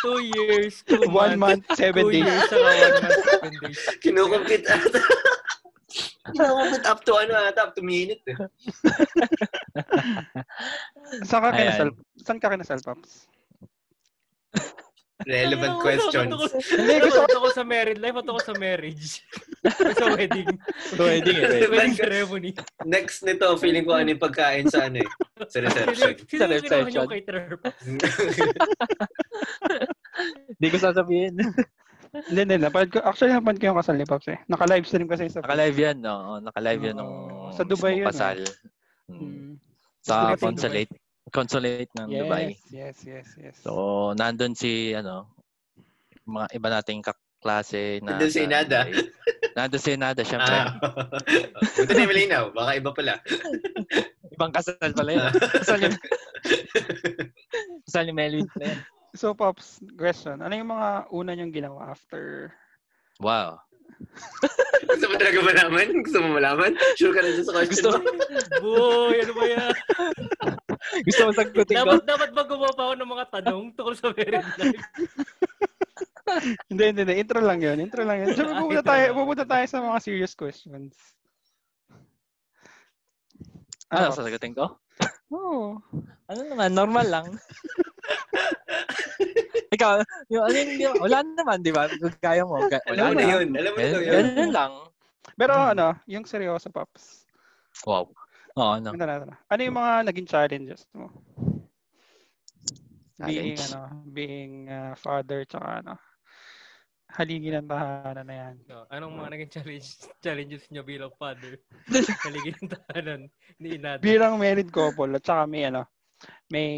Speaker 3: Two years, two
Speaker 1: *laughs* one
Speaker 3: months.
Speaker 1: month, seven
Speaker 3: Two
Speaker 1: days.
Speaker 3: years, saka one month, seven days.
Speaker 2: Kinukumpit ata. Kinukumpit up to ano ata, up to minute. Eh.
Speaker 1: Saan ka
Speaker 4: Ayan.
Speaker 1: kinasal? Saan ka kinasal, Paps?
Speaker 2: Relevant
Speaker 3: Ano,
Speaker 2: questions.
Speaker 3: ano,
Speaker 1: Hindi,
Speaker 3: Ano
Speaker 1: gusto
Speaker 3: ba ako sa married life at ako sa marriage? sa
Speaker 4: *laughs*
Speaker 3: wedding.
Speaker 4: Pwede eh.
Speaker 2: Pwede.
Speaker 3: Wedding ceremony.
Speaker 2: Next nito, feeling ko ano yung pagkain sa ano eh.
Speaker 1: *laughs*
Speaker 2: Sa reception.
Speaker 3: Sino sino yung kinuha niyo
Speaker 4: reception.
Speaker 3: kay Trevor?
Speaker 4: Hindi ko sasabihin.
Speaker 1: Hindi, hindi. Napanood ko. Actually, napanood ko yung kasal ni Pops eh. Naka-live stream kasi sa...
Speaker 4: *laughs* Naka-live yan, no? Naka-live yan nung
Speaker 1: Oo. Sa Dubai
Speaker 4: mismong
Speaker 1: yun,
Speaker 4: Pasal. eh. Mm.
Speaker 1: Mm.
Speaker 4: Sa
Speaker 1: Dumating Dubai.
Speaker 4: consulate. Consulate ng
Speaker 1: Yes,
Speaker 4: Dubai.
Speaker 1: yes, yes, yes.
Speaker 4: So, nandun si, ano, mga iba nating kaklase na...
Speaker 2: Nandun si
Speaker 4: sa
Speaker 2: Inada.
Speaker 4: Dubai. Nandun si Inada, syempre.
Speaker 2: ah. Buti na yung malinaw. Baka iba pala.
Speaker 4: Ibang kasal pala
Speaker 2: Ah.
Speaker 4: yun. kasal ni... kasal ni Melvin pala yun.
Speaker 1: So, Pops, question. Ano yung mga una niyong ginawa after?
Speaker 4: Wow.
Speaker 2: Gusto mo talaga malaman? Gusto mo malaman? Sure ka na dyan sa question
Speaker 4: Gusto,
Speaker 2: mo?
Speaker 3: Boy, ano ba
Speaker 4: *laughs*
Speaker 3: yan?
Speaker 4: gusto mo sagutin ko?
Speaker 3: Dapat, dapat ba gumawa pa ako ng mga tanong tungkol sa married life?
Speaker 1: Hindi, hindi, hindi. Intro lang yun. Intro lang
Speaker 4: *laughs*
Speaker 1: yun. So, pupunta
Speaker 3: Ah, intro
Speaker 1: tayo,
Speaker 3: lang.
Speaker 1: pupunta tayo sa mga serious questions.
Speaker 4: Ano,
Speaker 1: Pops?
Speaker 4: sasagutin ko?
Speaker 1: Oo.
Speaker 4: Ano naman, normal
Speaker 2: *laughs*
Speaker 4: lang. Ikaw, yung, ano yung, yung- wala naman, di ba? Kaya mo. Kaya,
Speaker 2: Alam mo
Speaker 4: wala
Speaker 2: na
Speaker 4: na.
Speaker 2: yun. Alam mo na
Speaker 4: Ganun,
Speaker 2: yun.
Speaker 4: ganun lang.
Speaker 1: Pero
Speaker 4: Mm.
Speaker 1: ano, yung seryoso, Pops.
Speaker 4: Wow. Oo, ano.
Speaker 1: Ano, na, ano, na. ano yung mga naging challenges mo? Being,
Speaker 4: Challenge?
Speaker 1: ano, being uh, father, tsaka ano, haligi ng tahanan na yan.
Speaker 3: No, anong mga naging challenge, challenges niyo bilang
Speaker 4: *laughs*
Speaker 3: father? Kaligin ng tahanan ni Inad.
Speaker 1: Bilang married couple, at tsaka may, ano, may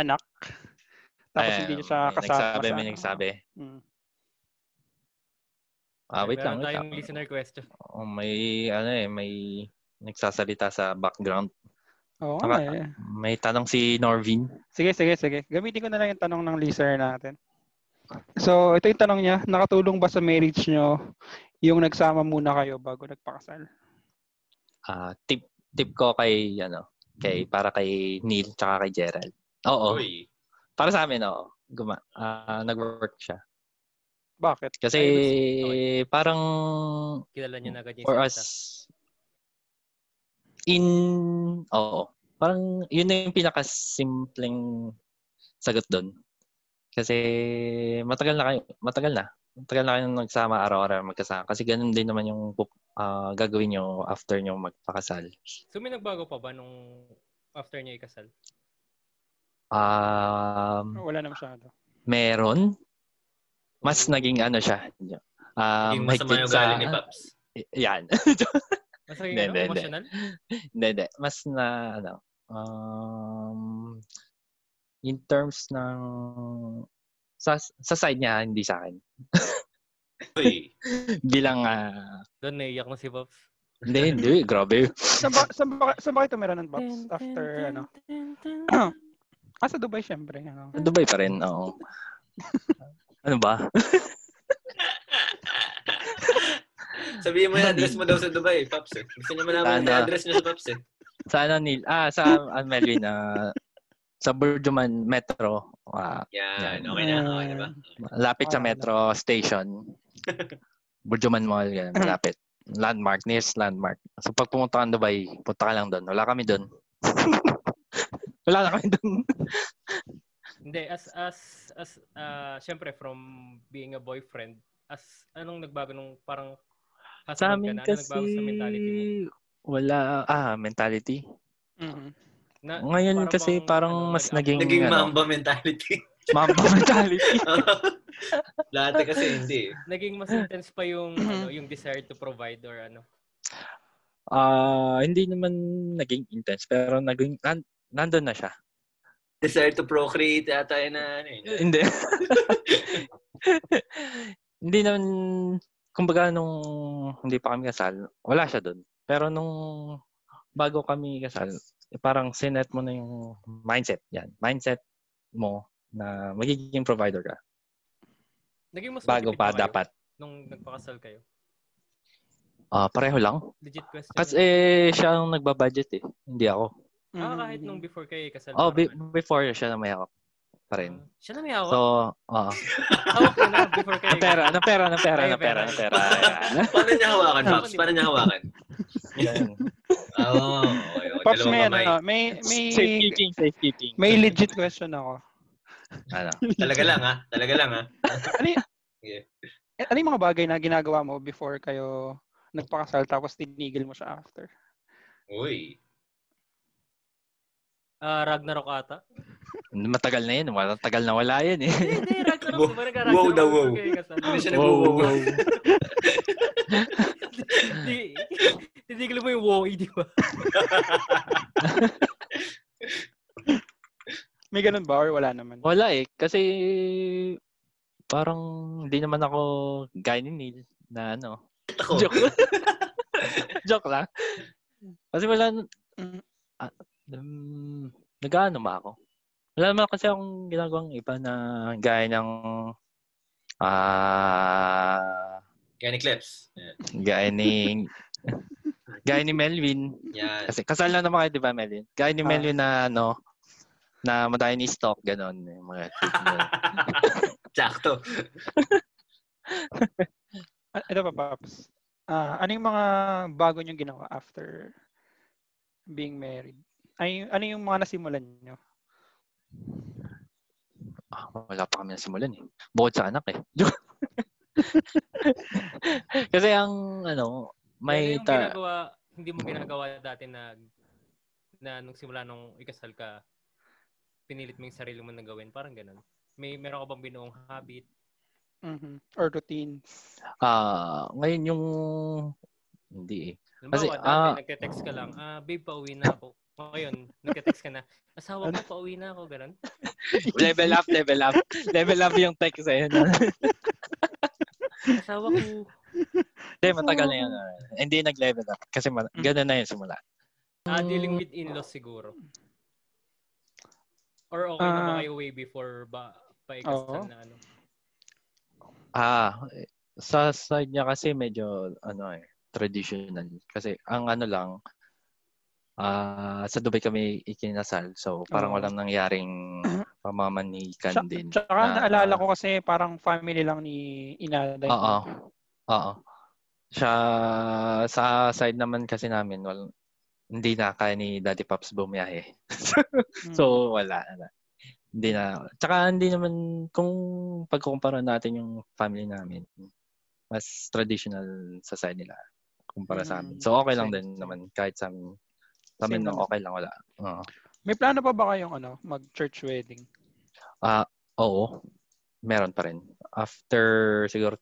Speaker 1: anak. Tapos
Speaker 4: Ayan,
Speaker 1: hindi niya siya
Speaker 4: may
Speaker 1: kasama.
Speaker 4: Nagsabi,
Speaker 1: sa-
Speaker 4: may nagsabi.
Speaker 1: Mm.
Speaker 4: Ah,
Speaker 3: Meron
Speaker 4: wait lang, wait lang.
Speaker 3: tayong listener question.
Speaker 4: Oh, may, ano eh, may nagsasalita sa background.
Speaker 1: Oo,
Speaker 4: Tama.
Speaker 1: nga eh.
Speaker 4: May tanong si Norvin.
Speaker 1: Sige, sige, sige. Gamitin ko na lang yung tanong ng listener natin. So, ito yung tanong niya. Nakatulong ba sa marriage nyo yung nagsama muna kayo bago nagpakasal?
Speaker 4: Ah, tip tip ko kay ano, kay para kay Neil tsaka kay Gerald. Oo.
Speaker 2: Uy.
Speaker 4: Para sa amin, oo. Guma, ah, nag-work siya.
Speaker 1: Bakit?
Speaker 4: Kasi
Speaker 3: Ayos.
Speaker 4: parang
Speaker 3: Kilala niyo na agad yung
Speaker 4: for
Speaker 3: salita.
Speaker 4: us in oo. Parang yun na yung pinakasimpleng sagot doon. Kasi matagal na kayo, matagal na. Matagal na kayong nagsama araw-araw magkasama. Kasi ganun din naman yung pup- ah, gagawin nyo after nyo magpakasal.
Speaker 3: So may nagbago pa ba nung after niyo ikasal?
Speaker 4: Um,
Speaker 1: Wala na masyado.
Speaker 4: meron. Mas
Speaker 3: Oo.
Speaker 4: naging ano siya. Um,
Speaker 2: Yung masama yung galing ni Paps.
Speaker 4: Yan.
Speaker 3: Mas naging ano,
Speaker 4: Hindi, hindi, hindi.
Speaker 3: emotional?
Speaker 4: Hindi, hindi. Mas na, ano, um, in terms ng, sa, sa side niya, hindi sa akin.
Speaker 2: Uy.
Speaker 4: Bilang, ah,
Speaker 3: Doon naiyak na si Pops.
Speaker 4: Hindi, hindi. Grabe.
Speaker 1: Saan ba, saan ba, saan ba kayo tumira ng box after ano? Ah, sa Dubai syempre. Ano.
Speaker 4: Dubai pa rin, oo. Ano ba?
Speaker 2: Sabihin mo yung address mo daw sa Dubai, Pops. Eh. Gusto niya malaman yung
Speaker 4: Sana.
Speaker 2: address niya sa Pops. Eh.
Speaker 4: Sa ano, Neil? Ah, sa ano, Melvin, ah, sa Burjuman Metro. Ah,
Speaker 2: Yan, okay na. Okay na ba?
Speaker 4: Lapit sa
Speaker 1: Ah,
Speaker 4: metro *laughs* station. Burjuman Mall, *clears throat* ganun, malapit. Landmark, nearest landmark. So pag pumunta ka ng Dubai, punta ka lang doon. Wala kami doon. *laughs* Wala na kami doon.
Speaker 3: Hindi, as, as, as, ah, syempre, from being a boyfriend, as, anong nagbago nung parang husband
Speaker 4: Sa amin
Speaker 3: ka na? Ano nagbago sa mentality mo?
Speaker 4: kasi, wala, ah, *laughs* mentality.
Speaker 1: Mhm.
Speaker 3: Na,
Speaker 4: Ngayon
Speaker 3: para
Speaker 4: kasi
Speaker 3: bang,
Speaker 4: parang
Speaker 3: ano,
Speaker 4: mas
Speaker 3: nag-up-
Speaker 4: naging,
Speaker 2: Naging
Speaker 4: ano,
Speaker 2: mamba mentality. *laughs*
Speaker 4: mamba mentality.
Speaker 2: Lahat eh kasi hindi. eh.
Speaker 3: naging mas intense pa
Speaker 1: *clears throat*
Speaker 3: yung, ano, yung desire to provide or ano.
Speaker 4: Ah, hindi naman naging intense, pero naging, nan, nandun na siya.
Speaker 2: Desire to procreate ata yun na ano yun.
Speaker 4: *laughs* Hindi. hindi naman, kumbaga nung hindi pa kami kasal, wala siya doon. Pero nung bago kami kasal, eh, parang sinet mo na yung mindset. Yan, mindset mo na magiging provider ka.
Speaker 3: Naging mas matipid
Speaker 4: Bago pa
Speaker 3: ba kayo
Speaker 4: dapat.
Speaker 3: Nung nagpakasal kayo.
Speaker 4: Ah, pareho lang.
Speaker 3: Legit question.
Speaker 4: Kasi siya ang nagbabudget eh. Hindi ako.
Speaker 1: Mm.
Speaker 3: ah, kahit nung before kayo kasal.
Speaker 4: Oh,
Speaker 3: parang
Speaker 4: be-
Speaker 3: ano.
Speaker 4: before siya na may hawak pa rin.
Speaker 3: Ah, siya na may hawak.
Speaker 4: So, ah. oo.
Speaker 3: hawak ka na before kayo.
Speaker 4: Ang *laughs* pera, ano? na pera, na pera, na pera, na pera. Ayan.
Speaker 2: Paano niya hawakan,
Speaker 3: Ano
Speaker 2: Pops? Paano niya hawakan? Ah,
Speaker 4: Ayan.
Speaker 2: Oo. okay, okay.
Speaker 1: Pops,
Speaker 2: Dalawang
Speaker 1: may, ano,
Speaker 2: kamay.
Speaker 1: ano, may, may,
Speaker 4: Safekeeping, safekeeping.
Speaker 1: may legit question
Speaker 4: *laughs*
Speaker 1: ako.
Speaker 4: Ano?
Speaker 2: Talaga lang, ha? Talaga lang, ah. ha?
Speaker 1: Ano, y-
Speaker 2: Yeah.
Speaker 1: eh, ano yung mga bagay na ginagawa mo before kayo nagpakasal tapos tinigil mo siya after?
Speaker 2: Uy.
Speaker 3: Ah, Ragnarok ata.
Speaker 4: Matagal na yun. Wala, tagal na wala yun eh.
Speaker 3: Hindi, hindi. Ragnarok.
Speaker 2: Wow.
Speaker 3: Wow, Ragnarok
Speaker 2: Wow
Speaker 3: before
Speaker 2: daw, wow.
Speaker 3: kayo kasal.
Speaker 2: Hindi siya
Speaker 3: *laughs*
Speaker 2: nagwo-wow.
Speaker 3: Di- Titigil mo yung wowie, di ba?
Speaker 1: May ganun ba or wala naman?
Speaker 4: Wala eh. Kasi parang hindi naman ako guy ni Neil na ano. *laughs*
Speaker 2: Ako.
Speaker 4: Joke. Joke lang. Kasi wala
Speaker 1: Mm.
Speaker 4: ah, um, nag-ano ba ako? Wala naman kasi akong ginagawang iba na gaya ng ah
Speaker 2: Yan ni Clips. Yan.
Speaker 4: gaya ni gaya ni Melvin.
Speaker 2: Yan.
Speaker 4: Kasi kasal na naman kayo, di ba, Melvin? Gaya ni
Speaker 1: Ah.
Speaker 4: Melvin na, ano, na madayon ni stock, gano'n. Yung mga *laughs*
Speaker 2: Sakto.
Speaker 1: Ah, Ito pa, Pops. Ah, ano yung mga bago niyong ginawa after being married? Ay, ano yung mga nasimulan niyo?
Speaker 4: Ah, wala pa kami nasimulan eh. Bukod sa anak eh. *laughs* Kasi ang, ano,
Speaker 3: Ano
Speaker 4: may,
Speaker 3: yung
Speaker 4: ta- Mm.
Speaker 3: ginagawa, hindi mo ginagawa dati na, na nung simula nung ikasal ka, pinilit mo yung sarili mo na gawin. Parang ganun. May meron ka bang binuong habit?
Speaker 1: Mhm. Or routines?
Speaker 4: ah, ngayon yung, hindi eh. Kasi,
Speaker 3: Kasi,
Speaker 4: ah-
Speaker 3: dati, nagte-text ka lang, ah, babe, pauwi na ako. O, Ngayon, nagte-text ka na, asawa
Speaker 4: Ano?
Speaker 3: ko, pauwi na ako, ganun.
Speaker 4: *laughs* Level up, level up. level up yung text sa'yo.
Speaker 3: Asawa ko,
Speaker 4: Hindi, matagal *laughs* na yun. ah. Hindi nag-level up. Kasi ma- ganun na yun simula.
Speaker 3: Ah, dealing with in-laws siguro. Or okay na ba
Speaker 1: Ah.
Speaker 3: kayo way before ba pa ikasal
Speaker 1: Oo.
Speaker 3: na ano?
Speaker 4: Ah, eh, sa side niya kasi medyo ano eh, traditional. Kasi ang ano lang, ah sa Dubai kami ikinasal. So parang
Speaker 1: Oo.
Speaker 4: walang nangyaring pamamanikan
Speaker 1: Tsa-
Speaker 4: din. Ah,
Speaker 1: Tsaka naalala ko kasi parang family lang ni Inaday.
Speaker 4: Oo. Oo. Siya, sa side naman kasi namin, wal, hindi na kaya ni Daddy Pops bumiyahe. *laughs*
Speaker 1: Mm.
Speaker 4: So, wala. wala. Hindi na. Tsaka hindi naman, kung pagkukumpara natin yung family namin, mas traditional sa side nila kumpara sa amin.
Speaker 1: Mm,
Speaker 4: So, okay lang
Speaker 1: same,
Speaker 4: din
Speaker 1: same.
Speaker 4: naman kahit sa amin.
Speaker 1: Same
Speaker 4: Sa amin, lang,
Speaker 1: naman.
Speaker 4: okay lang, wala. Oo.
Speaker 1: May plano pa ba kayong ano, mag-church wedding?
Speaker 4: Oo. Meron pa rin. After siguro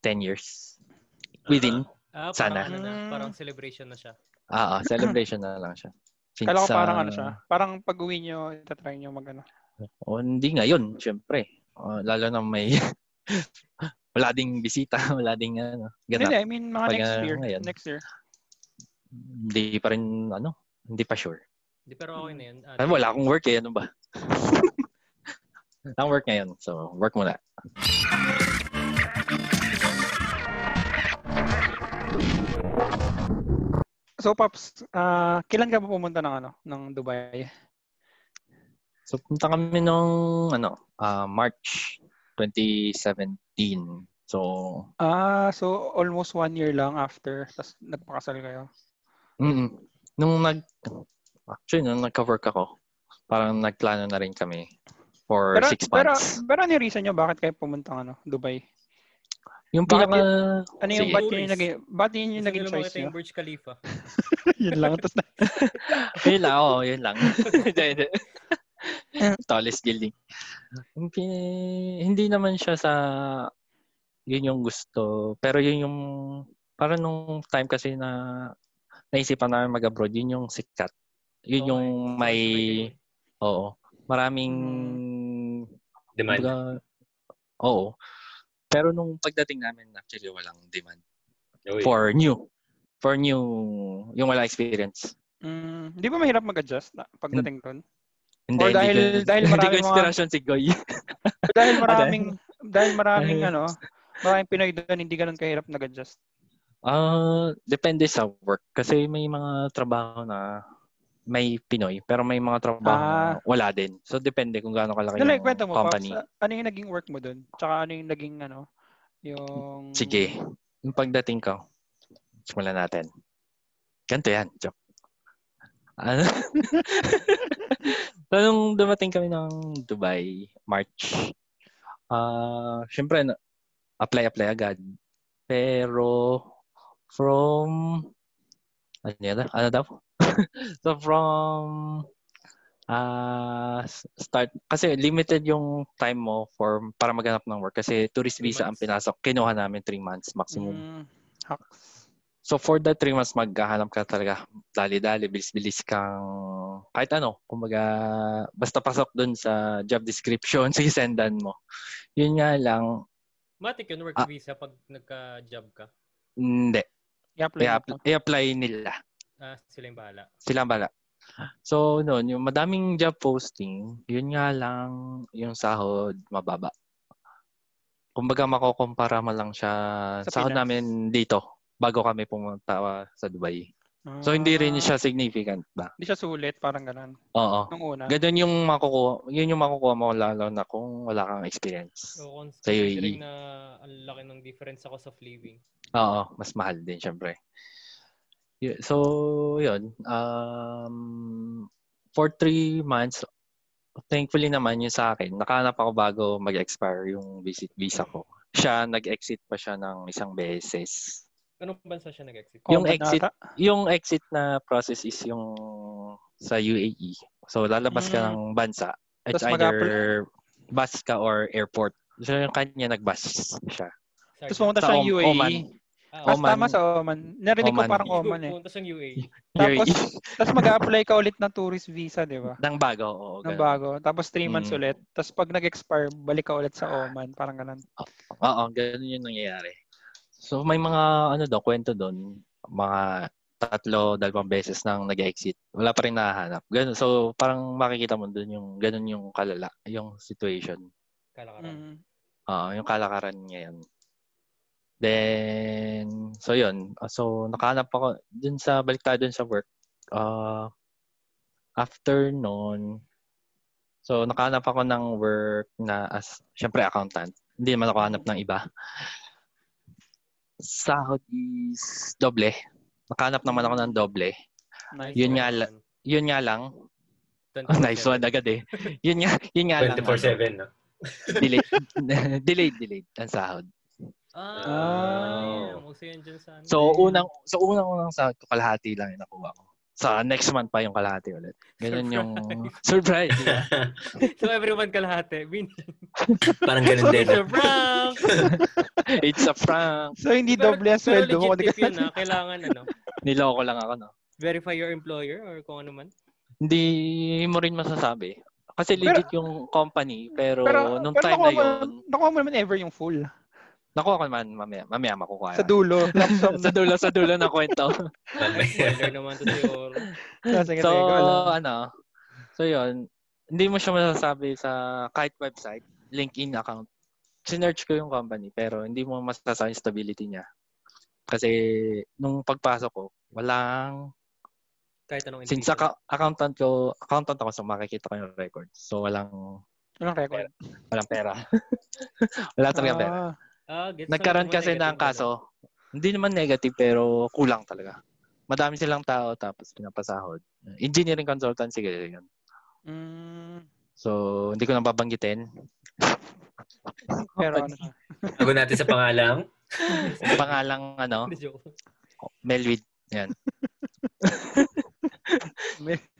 Speaker 4: 10 years. Within.
Speaker 3: Ah, parang
Speaker 4: Sana.
Speaker 3: ano na,
Speaker 1: Mm.
Speaker 3: parang celebration na siya.
Speaker 4: Ah, ah, celebration na lang siya. Since,
Speaker 1: Kala ko parang
Speaker 4: ah,
Speaker 1: ano siya. Parang pag-uwi niyo, itatry niyo mag ano.
Speaker 4: Oh, hindi ngayon, syempre. Oh, lalo na may *laughs* wala ding bisita, *laughs* wala ding ano.
Speaker 1: Hindi,
Speaker 4: Ganap.
Speaker 1: I mean mga
Speaker 4: Pag,
Speaker 1: next
Speaker 4: ah,
Speaker 1: year.
Speaker 4: ngayon.
Speaker 1: Next year.
Speaker 4: Hindi pa rin, ano, hindi pa sure.
Speaker 3: Di, pero okay na yun. Ah,
Speaker 4: Ano, wala akong work eh. Ano ba? *laughs* wala akong work ngayon. So, work muna.
Speaker 1: So, Pops, ah, kailan ka ba pumunta ng, ano, ng Dubai?
Speaker 4: So, punta kami nung, ano, ah, March 2017. So,
Speaker 1: Ah, so almost one year lang after, tapos nagpakasal kayo.
Speaker 4: mm nung nag, actually, nung nagka-work ako, parang nagplano na rin kami for
Speaker 1: Pero,
Speaker 4: six
Speaker 1: pero,
Speaker 4: months.
Speaker 1: pero ano yung reason nyo? Bakit kayo pumunta ng, ano, Dubai?
Speaker 4: yung
Speaker 1: bakit
Speaker 4: pinaka,
Speaker 1: Ano yung,
Speaker 4: Sige.
Speaker 1: ba't yun yung naging, ba't yun yung
Speaker 3: gusto
Speaker 1: naging
Speaker 3: nila
Speaker 1: choice
Speaker 3: makita
Speaker 1: nyo? *laughs*
Speaker 3: yung Burj Khalifa.
Speaker 1: yun lang. Tapos, na-
Speaker 4: yun lang, oo, yun lang. Hindi, hindi. Tallest building. Yung pin- Hindi naman siya sa yun yung gusto. Pero yun yung para nung time kasi na naisipan namin mag-abroad, yun yung sikat. Yun
Speaker 3: Okay.
Speaker 4: yung may oo, maraming
Speaker 1: Hmm.
Speaker 2: Demand.
Speaker 4: kumbaga, oo. Pero nung pagdating namin, actually walang demand
Speaker 2: Oh, wait.
Speaker 4: for new. For new, yung wala experience.
Speaker 1: mm, di ba mahirap mag-adjust na, pagdating
Speaker 4: Hmm.
Speaker 1: doon?
Speaker 4: Hindi,
Speaker 1: Or
Speaker 4: hindi
Speaker 1: Oh, dahil-
Speaker 4: ko,
Speaker 1: dahil
Speaker 4: *laughs* hindi ko
Speaker 1: maraming mga-
Speaker 4: inspiration si Goy.
Speaker 1: dahil
Speaker 4: *laughs*
Speaker 1: maraming, dahil maraming,
Speaker 4: Dahil-
Speaker 1: ano, maraming Pinoy doon, hindi ganun kahirap nag-adjust.
Speaker 4: Ah, depende sa work. Kasi may mga trabaho na may Pinoy, pero may mga trabaho
Speaker 1: Ah.
Speaker 4: na wala din. So, depende kung gaano kalaki
Speaker 1: Dala,
Speaker 4: yung
Speaker 1: kwento mo, Pops,
Speaker 4: company.
Speaker 1: ah, ano yung naging work mo doon? Tsaka ano yung naging, ano, yung...
Speaker 4: Sige, yung pagdating ko, simulan natin. Ganito yan, joke. Ano? *laughs* so, nung dumating kami ng Dubai, March, ah, syempre, na- apply-apply agad. Pero, from, ano yun? Ano daw? *laughs* so, from, ah, s- start, kasi limited yung time mo for, para maghanap ng work. Kasi tourist
Speaker 3: Three
Speaker 4: visa ang
Speaker 3: months.
Speaker 4: pinasok. Kinuha namin 3 months maximum.
Speaker 1: Mm, hacks.
Speaker 4: So for that three months, maghahanap ka talaga. Dali-dali, bilis-bilis kang kahit ano. Kumbaga, basta pasok dun sa job description, *laughs* sa sendan mo. Yun nga lang,
Speaker 3: Matik yun, work
Speaker 4: Ah.
Speaker 3: visa pag nagka-job ka.
Speaker 4: hindi.
Speaker 1: I-apply mo to.
Speaker 4: I-apply, i-apply nila.
Speaker 3: Ah, sila yung bahala.
Speaker 4: Sila ang bala. So noon, yung madaming job posting, yun nga lang yung sahod mababa. Kumbaga makukumpara mo lang siya
Speaker 1: Sa
Speaker 4: sa sahod
Speaker 1: Pinas.
Speaker 4: namin dito bago kami pumunta sa Dubai. So hindi rin siya significant ba?
Speaker 1: Ah, Hindi siya sulit, parang ganun.
Speaker 4: Oo.
Speaker 1: Nung una.
Speaker 4: Ganun yung makukuha, yun yung makukuha mo lalo na kung wala kang experience.
Speaker 3: So, cons-
Speaker 4: Sa'yo,
Speaker 3: considering
Speaker 4: Iggy.
Speaker 3: na ang laki ng difference sa cost of living.
Speaker 4: Oo, mas mahal din syempre. Y- So, yun. Um, for three months, thankfully naman yun sa akin, nakahanap ako bago mag-expire yung visit visa ko. Siya, nag-exit pa siya ng isang beses.
Speaker 3: Anong bansa siya nag-exit?
Speaker 4: yung
Speaker 1: Common
Speaker 4: exit-
Speaker 1: ata.
Speaker 4: Yung exit na process is yung sa UAE. So, lalabas ka
Speaker 1: Mm.
Speaker 4: ng bansa. It's
Speaker 1: Tas
Speaker 4: either bus ka or airport. So, yung kanya nag-bus siya.
Speaker 3: Sorry.
Speaker 1: Tapos pumunta
Speaker 4: Sa
Speaker 1: siya
Speaker 4: Om-
Speaker 1: UAE.
Speaker 4: Oman.
Speaker 1: Mas
Speaker 3: Ah,
Speaker 4: Oman.
Speaker 1: E. tama sa Oman. Narinig ko
Speaker 4: Oman. E.
Speaker 1: parang Oman
Speaker 4: *laughs*
Speaker 1: eh.
Speaker 3: Pumunta siyang UAE.
Speaker 1: Tapos,
Speaker 4: UAE.
Speaker 1: tapos mag-apply ka ulit ng tourist visa, di ba?
Speaker 4: Nang bago. Oo,
Speaker 1: Ng
Speaker 4: ganun.
Speaker 1: bago. Tapos 3 months
Speaker 4: Mm.
Speaker 1: ulit. Tapos pag nag-expire, balik ka ulit sa Oman. Parang ganun.
Speaker 4: Oo, ganun yung nangyayari. So, may mga ano daw, kwento doon. Mga tatlo, dalawang beses nang nag-exit. Wala pa rin nahahanap. Ganun. So, parang makikita mo doon yung ganun yung kalala, yung situation.
Speaker 1: Mm.
Speaker 3: Kalakaran.
Speaker 4: Oo, Ah, yung kalakaran ngayon. Then, so yun. Uh, So, nakahanap ako dun sa balikta dun sa work. Uh, after noon, so nakahanap ako ng work na as, syempre accountant. Hindi naman ako hanap ng iba. Sahod is doble. Nakahanap naman ako ng doble.
Speaker 1: Nice.
Speaker 4: Yun nga la- Yun nga lang. *laughs* Oh, nice one agad eh. Yun nga, yun nga lang.
Speaker 2: 24-7, no?
Speaker 4: Delayed. delayed, delayed. Ang sahod.
Speaker 3: Ah, uso yan dyan sa amin.
Speaker 4: So
Speaker 1: Ayun.
Speaker 4: unang so unang unang sa ko kalahati lang yung nakuha ko. Sa next month pa yung kalahati ulit. Ganun yung *laughs* surprise. yeah.
Speaker 3: so, everyone kalahati. Win.
Speaker 2: Parang ganun din.
Speaker 3: It's a
Speaker 1: *laughs*
Speaker 3: prank!
Speaker 4: It's a prank.
Speaker 1: So, hindi doble ang
Speaker 3: pero
Speaker 1: sweldo mo.
Speaker 3: legit tip yun, ah. Kailangan, ano,
Speaker 4: Niloko lang ako, no.
Speaker 3: verify your employer or kung ano man.
Speaker 4: Hindi mo rin masasabi. Kasi legit yung company, pero, nung
Speaker 1: pero
Speaker 4: time
Speaker 1: nakuha
Speaker 4: na
Speaker 1: mo,
Speaker 4: yun,
Speaker 1: nakuha mo naman ever yung full.
Speaker 4: Nakuha ko naman mamaya. Mamaya makukuha.
Speaker 1: Sa dulo. Lump sum
Speaker 4: *laughs* sa dulo, sa dulo ng kwento.
Speaker 2: Mamaya.
Speaker 3: Spoiler naman to si Oro.
Speaker 1: Ah, sige,
Speaker 4: so,
Speaker 1: sige, go lang.
Speaker 4: ano, so yun, hindi mo siya masasabi sa kahit website, LinkedIn account. Sinerch ko yung company, pero hindi mo masasabi yung stability niya. Kasi, nung pagpasok ko, walang,
Speaker 3: Kahit anong
Speaker 4: since acca- accountant ko, accountant ako, so makikita ko yung record. So, walang,
Speaker 1: Walang record.
Speaker 4: walang pera. *laughs* Wala talaga pera.
Speaker 1: Ah,
Speaker 3: Ah, gets na
Speaker 4: Nagkaroon
Speaker 3: naman
Speaker 4: kasi
Speaker 3: negative
Speaker 4: ng
Speaker 3: na, no?
Speaker 4: kaso, hindi naman negative pero kulang talaga. Madami silang tao tapos pinapasahod. Engineering consultancy kasi yun.
Speaker 1: mm,
Speaker 4: So, hindi ko na babanggitin.
Speaker 1: pero ano siya?
Speaker 2: Tago natin sa pangalang.
Speaker 4: Pangalang
Speaker 3: *laughs*
Speaker 4: ano,
Speaker 3: Hindi, joke.
Speaker 4: Melwid. Yan.
Speaker 1: Mel-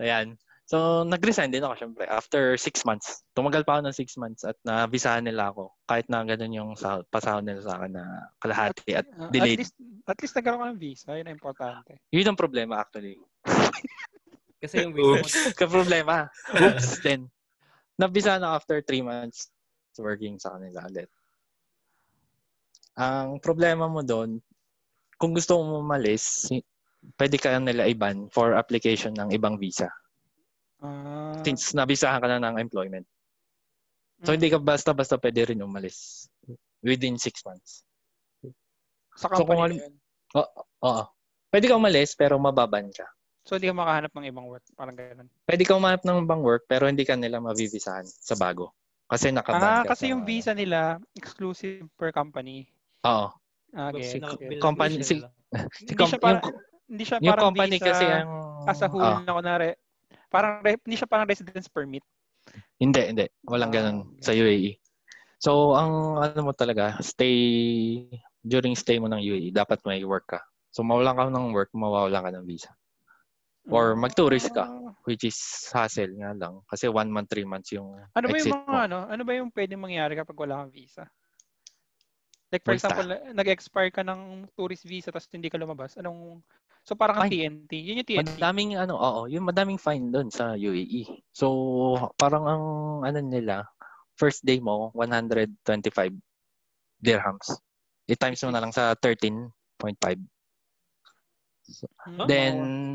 Speaker 4: Ayan. So, nag-resign din ako syempre after six months. Tumagal pa ako ng six months at nabisahan nila ako kahit na ganun yung sahod, pasahod nila sa akin na kalahati at
Speaker 1: Ah, at
Speaker 4: delayed.
Speaker 1: least, at least nagkaroon ka ng visa. Yun ang importante.
Speaker 4: Yun ang problema actually.
Speaker 3: Kasi yung visa mo,
Speaker 1: *laughs*
Speaker 4: Kaproblema. Oops, then. Nabisa na after three months working sa kanila ulit. Ang problema mo doon, kung gusto mo umalis, si- pwede ka nila iban for application ng ibang visa.
Speaker 1: Ah,
Speaker 4: Since nabisahan ka na ng employment. So,
Speaker 1: mm.
Speaker 4: hindi ka basta-basta pwede rin umalis within six months.
Speaker 1: Mm. Sa
Speaker 4: so,
Speaker 1: company
Speaker 4: kung
Speaker 1: na
Speaker 4: ano-
Speaker 1: yun.
Speaker 4: Oo. Pwede ka umalis pero mababan ka.
Speaker 1: So, hindi ka makahanap ng ibang work. Parang ganun.
Speaker 4: Pwede ka umanap ng ibang work pero hindi ka nila mabibisahan sa bago. Kasi nakaban
Speaker 1: Ah,
Speaker 4: ka
Speaker 1: kasi
Speaker 4: sa-
Speaker 1: yung visa nila, exclusive per company.
Speaker 4: Oo.
Speaker 1: Ah,
Speaker 3: wag-
Speaker 1: okay. okay.
Speaker 4: Si-
Speaker 3: nakabuild
Speaker 4: company-
Speaker 3: siya
Speaker 4: si-
Speaker 3: lang.
Speaker 1: Hindi
Speaker 4: com-
Speaker 1: siya parang,
Speaker 4: yung co-
Speaker 1: hindi siya
Speaker 4: Yung
Speaker 1: parang
Speaker 4: company
Speaker 1: visa
Speaker 4: kasi ang...
Speaker 1: as a whole
Speaker 4: Ah,
Speaker 1: na kunwari. Parang, re, hindi siya parang residence permit.
Speaker 4: hindi, hindi. Walang
Speaker 1: Ah,
Speaker 4: ganun
Speaker 1: okay.
Speaker 4: sa UAE. So, ang ano mo talaga, stay, during stay mo ng UAE, dapat may work ka. So, mawalan ka ng work, mawawalan ka ng visa. Or mag-tourist ka.
Speaker 1: Ah.
Speaker 4: Which is hassle nga lang. Kasi one month, three months yung
Speaker 1: Ano ba
Speaker 4: exit
Speaker 1: yung mga
Speaker 4: mo.
Speaker 1: ano? Ano ba yung pwedeng mangyari kapag wala kang visa? Like for
Speaker 4: Multa.
Speaker 1: example, nag-expire ka ng tourist visa tapos hindi ka lumabas. Anong So parang ang TNT. Yun yung TNT.
Speaker 4: Madaming ano, oo, yung madaming fine doon sa UAE. So, parang ang ano nila, first day mo 125 dirhams. I-times mo na lang sa 13.5.
Speaker 1: Hmm?
Speaker 4: Then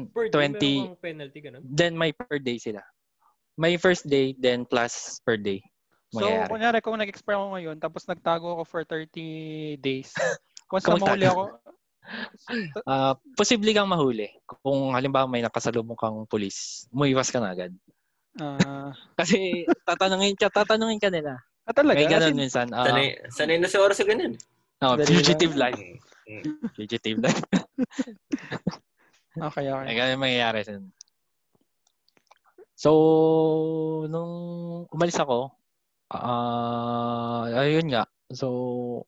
Speaker 3: Per day,
Speaker 4: 20
Speaker 3: merong penalty, ganun.
Speaker 4: then may per day sila. May first day then plus per day.
Speaker 1: So,
Speaker 4: mangyayari.
Speaker 1: kunyari, kung nag-expire ako ngayon, tapos nagtago ako for 30
Speaker 4: *laughs*
Speaker 1: days. Once na
Speaker 4: Kung
Speaker 1: mahuli
Speaker 4: *laughs* nagtago.
Speaker 1: ako,
Speaker 4: Ah, posible kang mahuli kung halimbawa may nakasalubong kang pulis. Umuiwas ka na agad.
Speaker 1: ah, *laughs*
Speaker 4: Kasi tatanungin ka, tatanungin ka nila.
Speaker 1: ah, talaga?
Speaker 4: May
Speaker 1: As
Speaker 4: ganun
Speaker 1: in,
Speaker 4: minsan. ah,
Speaker 2: Sanay, sanay na si Oro sa ganun.
Speaker 4: ah,
Speaker 1: Dali lang.
Speaker 4: fugitive life. Fugitive life.
Speaker 1: okay, okay.
Speaker 4: Ay, ganun yung mangyayari sa So, nung umalis ako, ah ayun nga. So,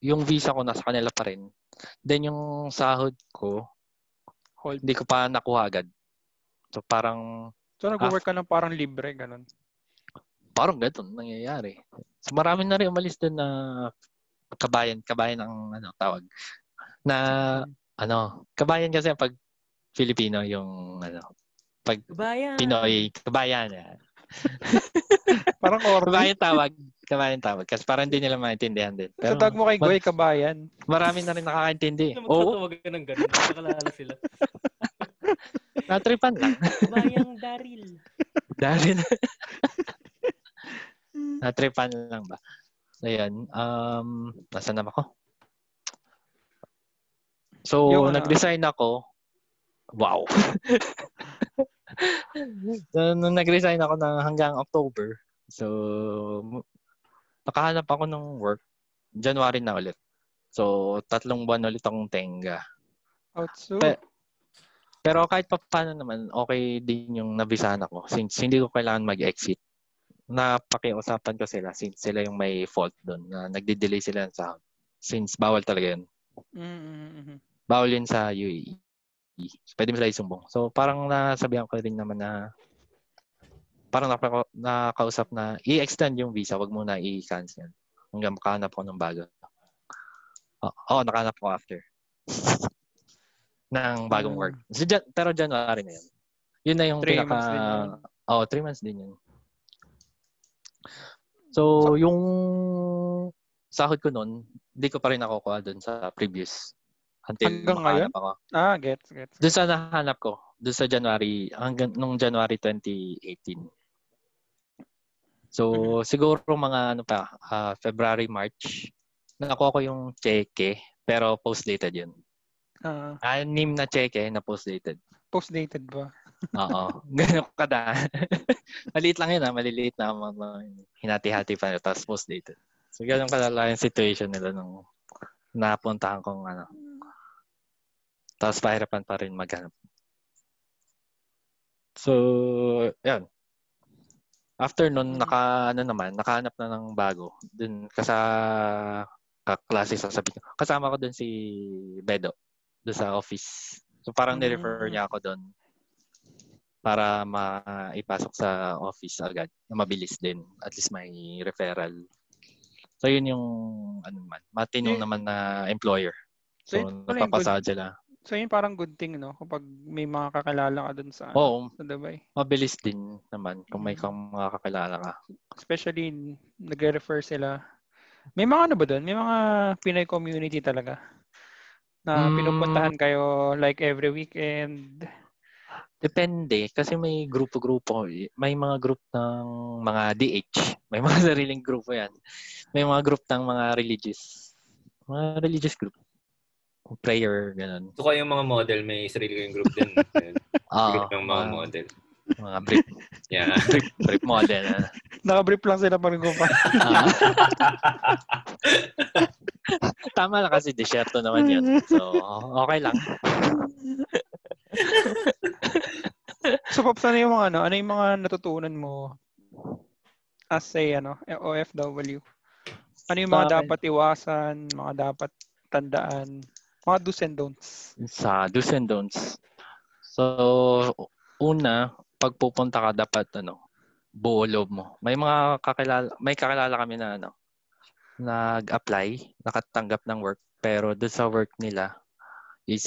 Speaker 4: yung visa ko nasa kanila pa rin. Then yung sahod ko,
Speaker 1: Hold.
Speaker 4: hindi ko pa nakuha agad. So, parang,
Speaker 1: So, nag-work
Speaker 4: Ah.
Speaker 1: ka ng parang libre, ganun.
Speaker 4: parang ganun nangyayari. So, marami na rin umalis dun na kabayan, kabayan ang ano, tawag. Na, ano, kabayan kasi pag Filipino yung, ano,
Speaker 3: Kabayan!
Speaker 4: Pinoy, kabayan. ah.
Speaker 1: Parang orly.
Speaker 4: Kabayan tawag. Kabayan tawag. Kasi parang hindi nila maintindihan din.
Speaker 1: So,
Speaker 4: Pero
Speaker 1: tag mo kay
Speaker 4: mar-
Speaker 1: Goy, kabayan.
Speaker 4: marami na rin nakakaintindi.
Speaker 3: Alam mo,
Speaker 4: Oo,
Speaker 3: tatawagan ka ng ganun. Nakalala sila.
Speaker 4: natripan lang.
Speaker 3: Kabayang Daryl.
Speaker 4: Dahil natripan lang ba? So, yan. Um, nasaan naman ako? So,
Speaker 1: Yung, ah,
Speaker 4: nag-resign ako. Wow. so, nung nag-resign ako ng hanggang October, so, nakahanap ako ng work. January na ulit. So, tatlong buwan ulit akong tenga.
Speaker 1: Outsu.
Speaker 4: Pe- Pero kahit pa paano naman, okay din yung nabisahan ako. Since hindi ko kailangan mag-exit, napakiusapan ko sila since sila yung may fault doon. Na nagde-delay sila ng sahod. Since bawal talaga yun.
Speaker 1: Mm-hmm.
Speaker 4: Bawal yun sa UAE. So, Pwede mo sila isumbong. So parang nasabihan ko rin naman na parang napaka- nakausap na i-extend yung visa, wag muna i-cancel. Hanggang makahanap ko ng bago. Oo, oh, nakahanap ko after. *laughs* ng bagong work. So, Jan- pero January na yun. Yun na yung
Speaker 1: Hmm. Three
Speaker 4: pinaka...
Speaker 1: months din yun.
Speaker 4: Oo, three months din yun. So, yung sahod ko noon, hindi ko pa rin nakukuha doon sa previous. Until
Speaker 1: Hanggang
Speaker 4: makahanap ako.
Speaker 1: Ah, gets, gets.
Speaker 4: Doon sa nahanap ko, doon sa January, hanggang nung January 2018. So, siguro mga ano pa, ah, February, March, nakuha ko yung cheque, pero post-dated yun.
Speaker 1: Ah,
Speaker 4: Anim na cheque na post-dated.
Speaker 1: post-dated ba?
Speaker 4: Oo. *laughs* Ganun kada. *laughs* maliit lang yun ah. Maliliit na mga mga hinati-hati pa nila. Tapos post-dated. So, ganun kalala yung situation nila nung napuntahan kong ano. Tapos pahirapan pa rin maghanap. So, yan. After nun, naka, ano naman, nakahanap na ng bago. Dun, kasa, kaklase sa sabi ko. Kasama ko dun si Bedo. Dun sa office. So, parang nirefer
Speaker 1: Mm.
Speaker 4: niya ako dun para maipasok sa office agad na mabilis din. At least may referral. So, yun yung ano man, matinong
Speaker 1: Yun-
Speaker 4: naman na employer.
Speaker 1: Eh, So,
Speaker 4: So,
Speaker 1: yun pala yung good, Ah.
Speaker 4: napapasa sila.
Speaker 1: so yun parang good thing, no? Kapag may mga kakilala ka dun sa,
Speaker 4: Oo,
Speaker 1: sa Dubai.
Speaker 4: mabilis din naman kung may kang mga kakilala ka.
Speaker 1: Especially, n- nagre-refer sila. May mga ano ba dun? May mga Pinay community talaga na
Speaker 4: Mm.
Speaker 1: pinupuntahan kayo like every weekend. *laughs*
Speaker 4: Depende kasi may grupo-grupo. eh. May mga group ng mga DH. May mga *laughs* sariling grupo yan. May mga group ng mga religious. Mga religious group. Prayer, ganun.
Speaker 2: So, kayong mga model, may sarili kayong group
Speaker 4: *laughs*
Speaker 2: din. Ayun.
Speaker 4: Oo.
Speaker 2: Ah, Yung mga
Speaker 4: mga,
Speaker 2: model.
Speaker 4: mga *laughs* brief,
Speaker 2: Yeah.
Speaker 4: brief, brief model.
Speaker 2: *laughs*
Speaker 4: ah.
Speaker 1: Nakabrief lang sila parang kung pa.
Speaker 4: Ah. Tama lang kasi desierto naman yun. So, okay lang.
Speaker 1: *laughs* so, Pops, ano yung mga ano? Ano yung mga natutunan mo as a ano, OFW? Ano yung mga
Speaker 4: Sa akin-
Speaker 1: dapat iwasan, mga dapat tandaan, mga do's and don'ts?
Speaker 4: sa do's and don'ts. So, una, pag pupunta ka, dapat ano, buo loob mo. May mga kakilala, may kakilala kami na ano, nag-apply, nakatanggap ng work, pero doon sa work nila is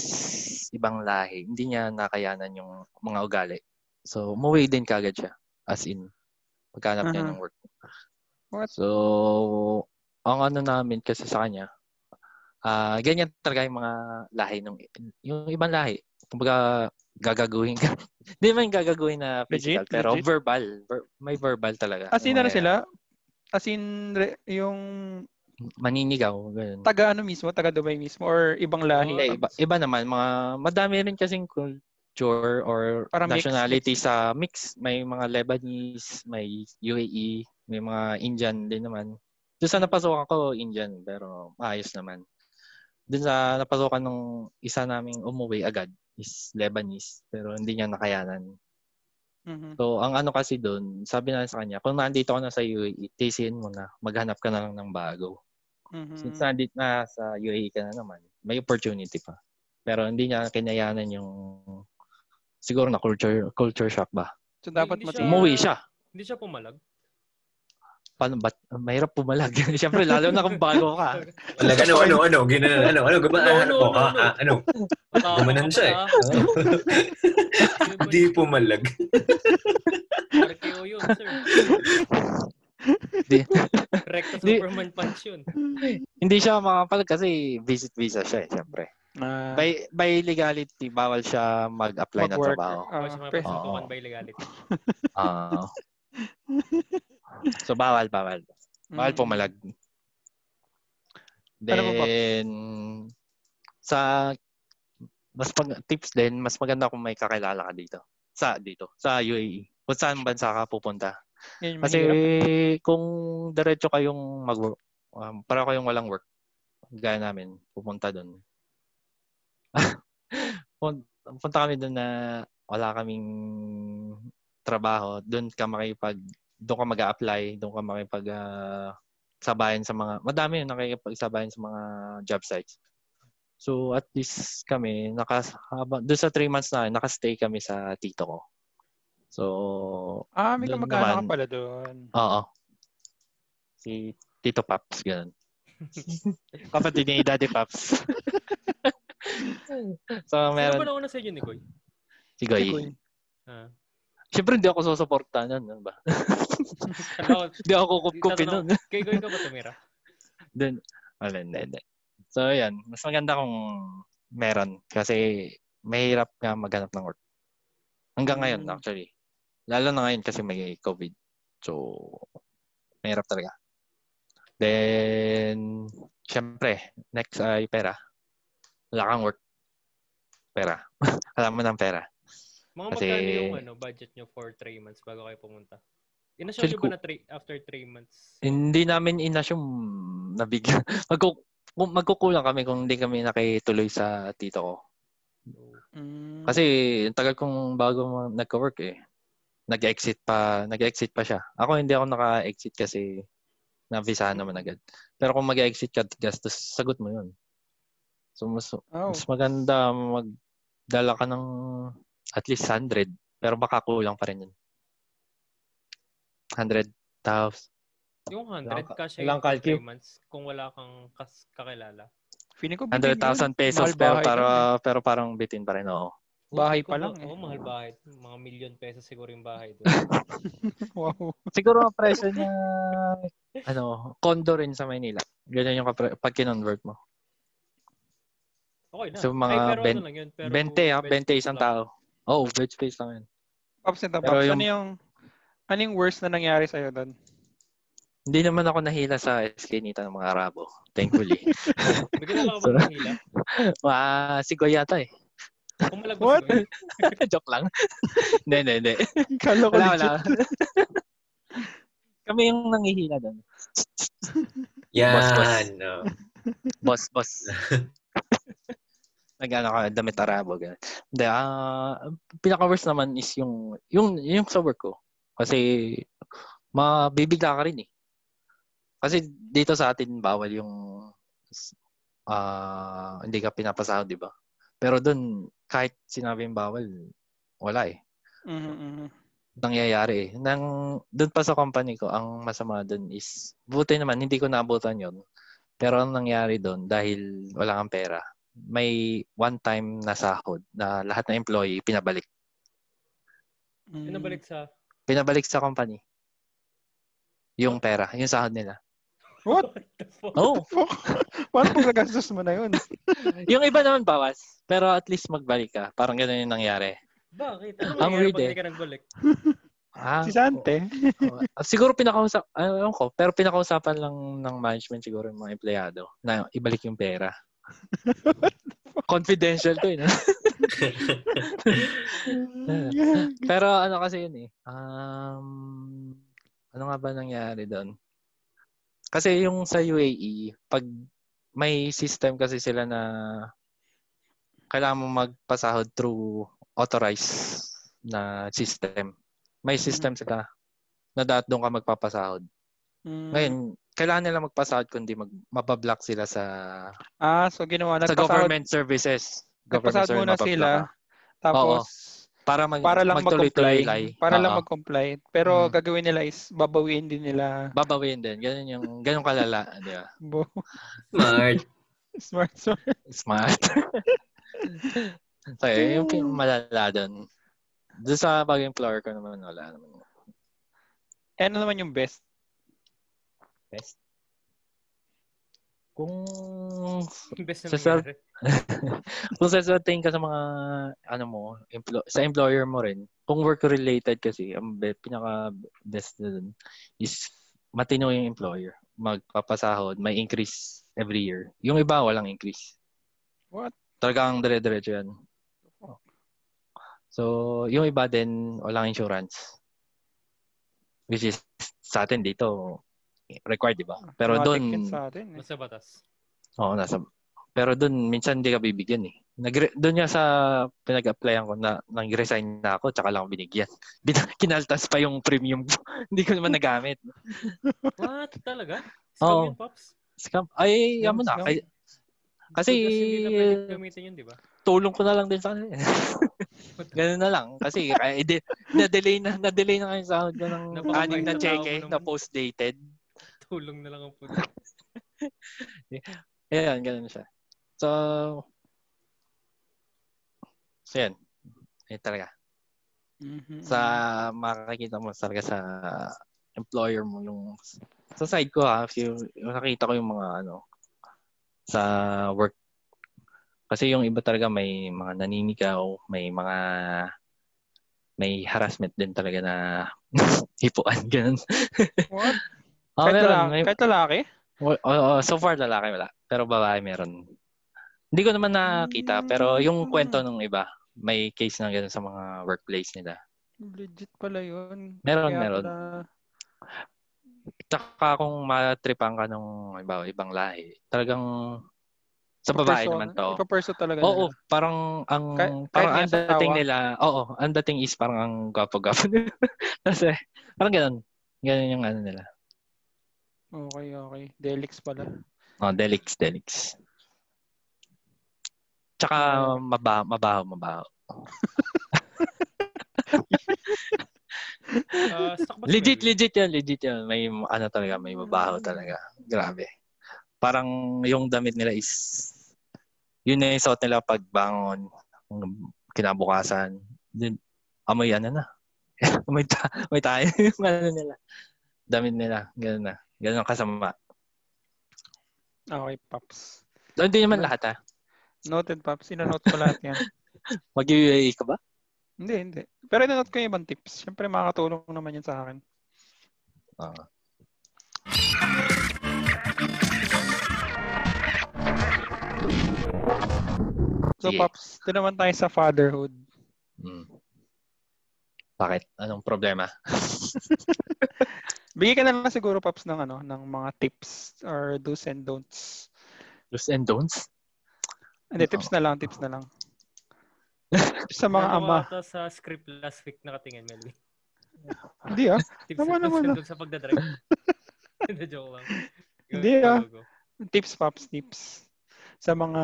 Speaker 4: ibang lahi. Hindi niya nakayanan yung mga ugali. So, umuwi din kagad siya. As in, pagkahanap niya
Speaker 1: Aha.
Speaker 4: ng work.
Speaker 1: What?
Speaker 4: So, ang ano namin kasi sa kanya, ah ganyan talaga yung mga lahi nung yung ibang lahi. Kumbaga gagaguhin ka. *laughs* Hindi man gagaguhin na physical
Speaker 1: Legit?
Speaker 4: pero
Speaker 1: Legit?
Speaker 4: verbal, ver- may verbal talaga.
Speaker 1: As in,
Speaker 4: Yung
Speaker 1: ano
Speaker 4: mga-
Speaker 1: sila? As in, re- yung
Speaker 4: Maninigaw, ganun.
Speaker 1: taga ano mismo, taga Dubai mismo, or ibang lahi?
Speaker 4: Hindi, iba, iba naman mga madami rin kasing culture or
Speaker 1: Parang mix,
Speaker 4: nationality sa mix. May mga Lebanese, may UAE, may mga Indian din naman. Doon sa napasokan ko, Indian, pero maayos naman. Doon sa napasokan nung isa naming umuwi agad is Lebanese, pero hindi niya nakayanan.
Speaker 1: Mhm.
Speaker 4: So, ang ano kasi doon, sabi na sa kanya, kung nandito ka na sa UAE, tisiin mo na, maghanap ka na lang ng bago.
Speaker 1: Mhm.
Speaker 4: Since nandit na sa UAE ka na naman, may opportunity pa. Pero hindi niya kinayanan yung siguro na culture culture shock ba.
Speaker 1: So, dapat
Speaker 3: Hindi
Speaker 1: mati-
Speaker 3: siya-
Speaker 4: Umuwi siya.
Speaker 3: Hindi siya pumalag.
Speaker 4: Paano ba? Mahirap pumalag. *laughs* Siyempre, lalo na kung bago ka.
Speaker 2: Wala, ano, ano, ano, ginanan, ano, ano, gaba,
Speaker 3: No,
Speaker 2: ano,
Speaker 3: no,
Speaker 2: ano,
Speaker 3: no, no.
Speaker 2: ano, Gumanon siya
Speaker 3: *laughs*
Speaker 2: eh. hindi pumalag.
Speaker 3: Arkeo yun, sir.
Speaker 4: Di-
Speaker 3: Recto
Speaker 4: Di-
Speaker 3: Superman punch yun.
Speaker 4: hindi siya makapalag kasi visit visa siya eh, siyempre.
Speaker 1: Ah,
Speaker 4: By, by legality, bawal siya mag-apply ng
Speaker 1: mag-work.
Speaker 4: trabaho.
Speaker 1: Ah,
Speaker 3: Bawa siya
Speaker 1: pe-
Speaker 3: mapasutukan by legality.
Speaker 1: *laughs*
Speaker 4: Ah. so, bawal, bawal. Mahal
Speaker 1: Mm.
Speaker 4: pumalag.
Speaker 1: Ano pa, Pops?
Speaker 4: Then, sa, mas pag, tips din, mas maganda kung may kakilala ka dito. Sa, dito. Sa UAE. Kung saan bansa ka pupunta.
Speaker 1: Yan yung
Speaker 4: Kasi,
Speaker 1: mahirap.
Speaker 4: kung diretso kayong mag um, para kayong walang work, gaya namin, pupunta doon. *laughs* Pun- pupunta kami doon na wala kaming trabaho, doon ka makipag doon ka mag-a-apply, doon ka makipag ah, sabayan sa mga madami yung nakikipagsabayan sa mga job sites. So at least kami naka haba- doon sa 3 months na naka-stay kami sa tito ko. So
Speaker 1: Ah, may
Speaker 4: doon
Speaker 1: kamag-anak ka
Speaker 4: naman.
Speaker 1: pala doon.
Speaker 4: oo. Si Tito Paps ganun. Kapatid ni Daddy Paps. so
Speaker 3: Meron. Sino ba
Speaker 4: meron
Speaker 3: nauna sa inyo ni Goy?
Speaker 4: si Goy.
Speaker 1: Uy,
Speaker 3: Ah.
Speaker 4: Siyempre hindi ako susuportahan nun, ano ba?
Speaker 3: Ano,
Speaker 4: *laughs* Hindi ako kukupin
Speaker 3: Tatanong-
Speaker 4: nun.
Speaker 3: kay Goy ka ba tumira?
Speaker 4: Then, wala, hindi, hindi. So, yan. Mas maganda kung meron. Kasi, mahirap nga maghanap ng work. Hanggang ngayon,
Speaker 1: Mm.
Speaker 4: actually. Lalo na ngayon kasi may COVID. So, mahirap talaga. Then, syempre, next ay pera. Wala kang work. Pera. *laughs* Alam mo ng pera.
Speaker 3: Mga
Speaker 4: Kasi-
Speaker 3: magkano yung ano, budget nyo for 3 months bago kayo pumunta? Inasyon nyo
Speaker 4: Actually,
Speaker 3: ba
Speaker 4: ku- Eh,
Speaker 3: na three, after 3 months?
Speaker 4: Hindi namin inassume na bigla. *laughs* Magku- kung magkukulang kami kung hindi kami nakituloy sa tito ko.
Speaker 1: Mm.
Speaker 4: Kasi ang tagal kong bago ma- nagka-work eh. Nag-exit pa, nag-exit pa siya. Ako hindi ako naka-exit kasi nabisahan naman agad. Pero kung mag-exit ka, gastos, sagot mo yun. So, mas,
Speaker 1: oh.
Speaker 4: mas maganda magdala ka ng at least 100. Pero baka kulang pa rin yun. 100,000.
Speaker 3: Yung 100
Speaker 4: Ilang ka-
Speaker 3: cash
Speaker 4: ilang
Speaker 3: after
Speaker 4: calcu?
Speaker 3: 3 months kung wala kang kas- kakilala.
Speaker 1: Feeling ko bigay
Speaker 4: 100,000
Speaker 1: Mahal
Speaker 4: pesos pero,
Speaker 1: bahay
Speaker 4: pero,
Speaker 1: lang
Speaker 4: pero parang bitin pa rin. Oo.
Speaker 1: Bahay pa
Speaker 3: Kung-
Speaker 1: lang eh.
Speaker 3: Oo, mahal bahay. Mga million pesos siguro yung bahay doon.
Speaker 4: *laughs*
Speaker 1: yun. *laughs* Wow.
Speaker 4: Siguro ang presyo niya, ano, condo rin sa Manila. Ganyan yung kapre- pag kinonvert mo.
Speaker 3: Okay na.
Speaker 4: So, mga
Speaker 3: Ay, pero ano
Speaker 4: ben-
Speaker 3: lang yun, pero
Speaker 4: 20 ah,
Speaker 3: bed
Speaker 4: 20 isang
Speaker 3: space lang.
Speaker 4: tao. Oh, bed space lang yun.
Speaker 1: Pops and the
Speaker 4: Pero
Speaker 1: Pops,
Speaker 4: yung-
Speaker 1: ano yung ano yung worst na nangyari sa'yo doon? *laughs*
Speaker 4: Hindi naman ako nahila sa eskinita ng mga Arabo.
Speaker 3: *laughs*
Speaker 4: Thankfully.
Speaker 3: Bigyan
Speaker 4: *laughs*
Speaker 3: na lang ako
Speaker 4: Sarap.
Speaker 3: ng hila.
Speaker 4: Ma, sigoy yata eh. *laughs*
Speaker 3: Pumalag
Speaker 1: What?
Speaker 3: ba siya?
Speaker 4: Joke lang. *laughs* Hindi, hindi, hindi.
Speaker 1: Kala ko
Speaker 4: Wala, wala.
Speaker 1: legit.
Speaker 4: Kami yung nangihila doon. Boss, boss.
Speaker 2: Yan. no.
Speaker 4: Boss, boss. *laughs* Nag-ano ka, damit Arabo. Ganun. Hindi, ah, pinaka-worst naman is yung, yung, yung sa work ko. Kasi, mabibigla ka rin eh. Kasi dito sa atin, bawal yung, ah, hindi ka pinapasahod, di ba? Pero doon, kahit sinabing bawal, wala eh.
Speaker 1: Mhm, mhm.
Speaker 4: Nangyayari eh. Nang, doon pa sa company ko, ang masama doon is, buti naman, hindi ko naabutan yon pero ang nangyari doon, dahil wala kang pera, may one-time na sahod na lahat ng employee pinabalik.
Speaker 1: Mm.
Speaker 3: Pinabalik sa... *laughs*
Speaker 4: Pinabalik sa company. Yung pera, yung sahod nila.
Speaker 1: What?
Speaker 3: the fuck?
Speaker 4: Oh,
Speaker 1: Fuck. Paano pag nagastos mo
Speaker 4: *laughs*
Speaker 1: na yun?
Speaker 4: yung iba naman bawas. Pero at least magbalik ka. Parang ganun yung nangyari.
Speaker 3: Bakit? Ano
Speaker 4: Ang
Speaker 3: nangyari
Speaker 4: weird
Speaker 3: pag
Speaker 4: eh.
Speaker 3: hindi ka nagbalik?
Speaker 4: Ah,
Speaker 1: Si Sante.
Speaker 4: oo. Ah, siguro pinakausap, ano ko, pero pinakausapan lang ng management siguro ng mga empleyado na ibalik yung pera. Confidential to eh. no?
Speaker 1: Mm.
Speaker 4: Pero ano kasi yun eh. Um, ano nga ba nangyari doon? Kasi yung sa UAE, pag may system kasi sila na kailangan mo magpasahod through authorized na system. May system sila na dapat doon ka magpapasahod.
Speaker 1: Mm.
Speaker 4: Ngayon, kailangan nila magpasahod kundi mag, mabablock sila sa,
Speaker 1: Ah, so ginawa.
Speaker 4: sa
Speaker 1: Nagpasahod,
Speaker 4: government services.
Speaker 1: nagpasahod
Speaker 4: service,
Speaker 1: muna
Speaker 4: mabablock
Speaker 1: sila.
Speaker 4: ka.
Speaker 1: Tapos,
Speaker 4: Para, mag,
Speaker 1: para lang
Speaker 4: magtuloy-tuloy.
Speaker 1: mag-comply. Para lang
Speaker 4: Oo.
Speaker 1: mag-comply. Pero
Speaker 4: Mm.
Speaker 1: gagawin nila is babawiin din nila. *laughs*
Speaker 4: babawin din. Ganun yung, ganun kalala, *laughs* di ba?
Speaker 1: Bo.
Speaker 2: Smart.
Speaker 1: Smart, smart.
Speaker 4: Smart. *laughs* so, yun yung pin- malala doon. Doon sa bagong employer ko naman, wala naman.
Speaker 1: Eh, Ano naman yung best?
Speaker 4: Best? Kung,
Speaker 3: Imbes na
Speaker 4: *laughs* Sa sel-
Speaker 3: nangyari.
Speaker 4: kung sasabihin ka sa mga, ano mo, emplo- sa employer mo rin, kung work-related kasi, ang be- pinaka-best na doon is matino yung employer. Magpapasahod, may increase every year. Yung iba, walang increase.
Speaker 1: What?
Speaker 4: Talagang dire-diretso yan. So, yung iba din, walang insurance. Which is, sa atin dito, required, di ba? Pero
Speaker 1: Automatic yun
Speaker 4: doon,
Speaker 1: Sa atin, eh.
Speaker 3: Nasa batas.
Speaker 4: oo, nasa, pero doon, minsan hindi ka bibigyan eh. Nag, doon nga sa pinag-applyan ko na nag-resign na ako, tsaka lang ako binigyan. *laughs* Bin- Kinaltas pa yung premium. hindi ko *laughs* naman nagamit.
Speaker 3: What? Talaga? Scam yun,
Speaker 4: Oo.
Speaker 3: Pops?
Speaker 4: Scam. Ay,
Speaker 1: Yun,
Speaker 4: yan mo na.
Speaker 1: scam.
Speaker 4: Ay,
Speaker 3: Kasi
Speaker 4: kasi,
Speaker 3: hindi na pwede gamitin yun, di ba? *laughs*
Speaker 4: tulong ko na lang din sa kanila. *laughs* Ganun na lang. Kasi kaya, edi- na-delay na, na-delay na kayo sa sahod ko ng
Speaker 3: Napakabait
Speaker 4: anim na
Speaker 3: na tao
Speaker 4: cheque
Speaker 3: mo
Speaker 4: na
Speaker 3: naman.
Speaker 4: post-dated.
Speaker 3: Tulong na lang ang puto.
Speaker 4: Ayan, ganun siya. So, so yan. Yan talaga.
Speaker 1: Mhm.
Speaker 4: Sa makakita mo talaga sa employer mo yung Sa side ko ha, if you, nakita ko yung mga ano, sa work. Kasi yung iba talaga may mga naninigaw, may mga may harassment din talaga na *laughs* hipuan, ganun.
Speaker 1: What?
Speaker 4: Oh,
Speaker 1: kahit,
Speaker 4: meron,
Speaker 1: lalaki,
Speaker 4: may,
Speaker 1: kahit lalaki?
Speaker 4: Well, oo, oo, so far lalaki wala. Pero babae meron. Hindi ko naman nakita. Pero yung kwento ng iba, may case na gano'n sa mga workplace nila.
Speaker 1: Legit pala yun.
Speaker 4: Meron,
Speaker 1: Kaya
Speaker 4: meron.
Speaker 1: pala,
Speaker 4: Tsaka kung matripan ka nung iba, ibang lahi, talagang sa babae
Speaker 1: ipaperso-
Speaker 4: naman to.
Speaker 1: ipaperso talaga
Speaker 4: Oo,
Speaker 1: nila.
Speaker 4: parang ang
Speaker 1: Kahit-
Speaker 4: parang
Speaker 1: kahit
Speaker 4: ang
Speaker 1: nasa
Speaker 4: dating
Speaker 1: tawa.
Speaker 4: nila, oo, ang dating is parang ang gwapo-gwapo *laughs* nila. Kasi parang gano'n. Gano'n yung ano nila.
Speaker 1: Okay, okay. Delix pala.
Speaker 4: Oh, delix, delix. Tsaka mabaho, mabaho, mabaho.
Speaker 3: Ah, stock ba si
Speaker 4: Legit,
Speaker 3: Mary?
Speaker 4: legit yan. Legit yan. May ano talaga, may mabaho talaga. Grabe. Parang yung damit nila is, yun na yung suot nila pag bangon, kinabukasan. Yun, amoy ano na. *laughs* amoy, ta- amoy tayo *laughs* yung ano nila. Damit nila. Ganun na. Ganun ang kasama.
Speaker 1: Okay, Paps.
Speaker 4: So, hindi naman lahat ah. ha.
Speaker 1: Noted, Paps. Inanote ko lahat yan.
Speaker 4: Mag-UAE ka ba?
Speaker 1: hindi, hindi. Pero inanote ko yung ibang tips. Siyempre, makakatulong naman yun sa akin.
Speaker 4: Oo.
Speaker 1: So,
Speaker 4: Sige.
Speaker 1: Paps, doon naman tayo sa fatherhood.
Speaker 4: Mm. Bakit? Anong problema?
Speaker 1: Bigay ka na lang siguro, Paps, ng, ano, ng mga tips or do's and don'ts.
Speaker 4: Do's and don'ts?
Speaker 1: Hindi, tips na lang, tips na lang. Tips sa mga ama.
Speaker 3: Ano ata sa script last week nakatingin, Melvin?
Speaker 4: *laughs*
Speaker 1: Hindi ah.
Speaker 3: Tips
Speaker 1: Tama
Speaker 3: Tama
Speaker 1: naman,
Speaker 3: naman
Speaker 1: ah.
Speaker 3: sa
Speaker 4: *laughs*
Speaker 3: pagdadrive. Hindi, joke lang. Go,
Speaker 1: Hindi,
Speaker 3: go,
Speaker 1: ah.
Speaker 3: go, go.
Speaker 1: Tips, Paps, tips. Sa mga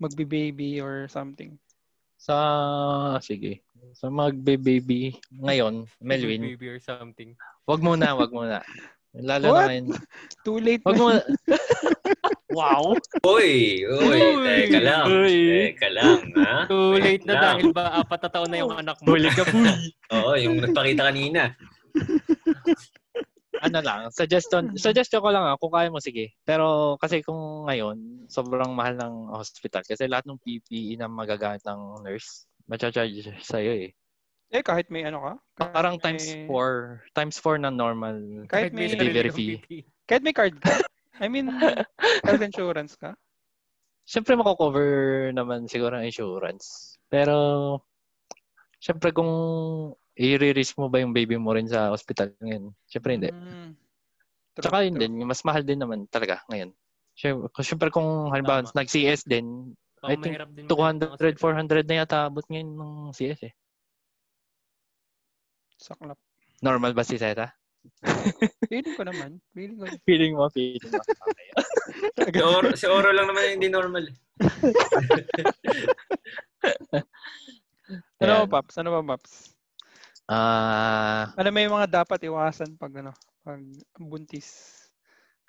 Speaker 1: magbi-baby or something.
Speaker 4: Sa, sige. Sa magbe-baby ngayon, Melvin,
Speaker 3: Baby or something.
Speaker 4: wag muna, wag muna. Lalo
Speaker 1: What?
Speaker 4: na ngayon.
Speaker 1: Too late
Speaker 4: Wag
Speaker 1: na.
Speaker 4: muna. wow!
Speaker 2: Uy, uy, teka lang.
Speaker 4: Uy.
Speaker 2: Teka lang, ha?
Speaker 3: Too
Speaker 2: Teka
Speaker 3: late na
Speaker 2: lang.
Speaker 3: dahil ba apat na taon na yung anak mo. *laughs*
Speaker 4: Huli ka po.
Speaker 2: Oo, yung nagpakita kanina.
Speaker 4: ano lang, suggestion, suggestion ko lang ah, kung kaya mo, sige. Pero kasi kung ngayon, sobrang mahal ng hospital. Kasi lahat ng PPE na magagamit ng nurse, macha-charge sa'yo eh.
Speaker 1: Eh, kahit may ano ka. Kahit
Speaker 4: Parang
Speaker 1: may-
Speaker 4: times 4, times 4 na normal.
Speaker 1: Kahit may,
Speaker 4: may delivery fee.
Speaker 1: kahit may card ka. I mean, health insurance ka.
Speaker 4: Siyempre makocover naman siguro ang insurance. Pero, siyempre kung i-risk mo ba yung baby mo rin sa hospital ngayon? Siyempre hindi.
Speaker 1: Mm. True,
Speaker 4: Tsaka
Speaker 1: true.
Speaker 4: yun din, mas mahal din naman talaga ngayon. Siyempre, siyempre kung halimbawa
Speaker 3: Tama.
Speaker 4: nag-CS din, I think 200, 400 na yata abot ngayon ng CS eh.
Speaker 1: Saklap.
Speaker 4: Normal ba si Zeta?
Speaker 1: Feeling ko naman. Feeling ko.
Speaker 4: Feeling mo, feeling mo. Okay.
Speaker 2: Si Oro, si Oro lang naman yung hindi normal.
Speaker 1: Ano ba,
Speaker 4: *laughs* Ayan.
Speaker 1: Paps? Ano ba, Paps?
Speaker 4: Ah,
Speaker 1: Ano may mga dapat iwasan pag ano? Pag buntis.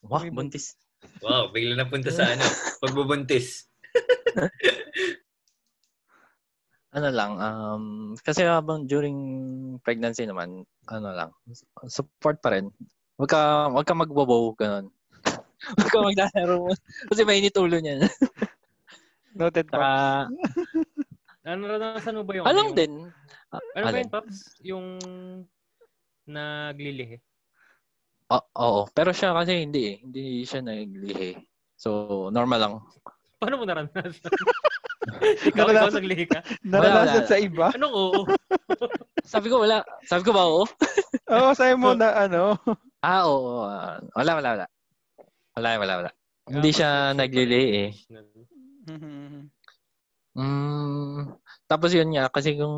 Speaker 4: wah,
Speaker 1: May
Speaker 4: buntis.
Speaker 2: Wow, bigla napunta sa ano, pagbubuntis.
Speaker 4: ano lang, um, kasi habang during pregnancy naman, ano lang, support pa rin. Huwag ka, huwag ka magbobow, ganun. *laughs* huwag ka maglalaro mo. Kasi mainit ulo niyan.
Speaker 1: Noted, Paps.
Speaker 4: Saka,
Speaker 3: Ano naranasan mo ba yung...
Speaker 4: alam
Speaker 3: yung-
Speaker 4: din. Ah,
Speaker 3: Ano ba
Speaker 4: alin?
Speaker 3: yun, Paps? Yung naglilihi.
Speaker 4: O- Ah, oo, pero siya kasi hindi eh. Hindi siya naglihi. So, normal lang.
Speaker 3: Paano mo
Speaker 4: *laughs*
Speaker 3: naranasan? Ikaw, ikaw
Speaker 1: Naranasan-
Speaker 3: naglihi ka?
Speaker 1: Naranasan
Speaker 4: wala.
Speaker 1: sa iba?
Speaker 3: Anong oo?
Speaker 4: Sabi ko wala. Sabi ko ba oo?
Speaker 1: Oo, sabi mo na
Speaker 4: *laughs*
Speaker 1: ano.
Speaker 4: Ah, oo. ah, wala, wala, wala. Wala, wala, wala. Hindi siya naglilihi eh.
Speaker 1: Mhm.
Speaker 4: Mm, tapos yun nga, kasi kung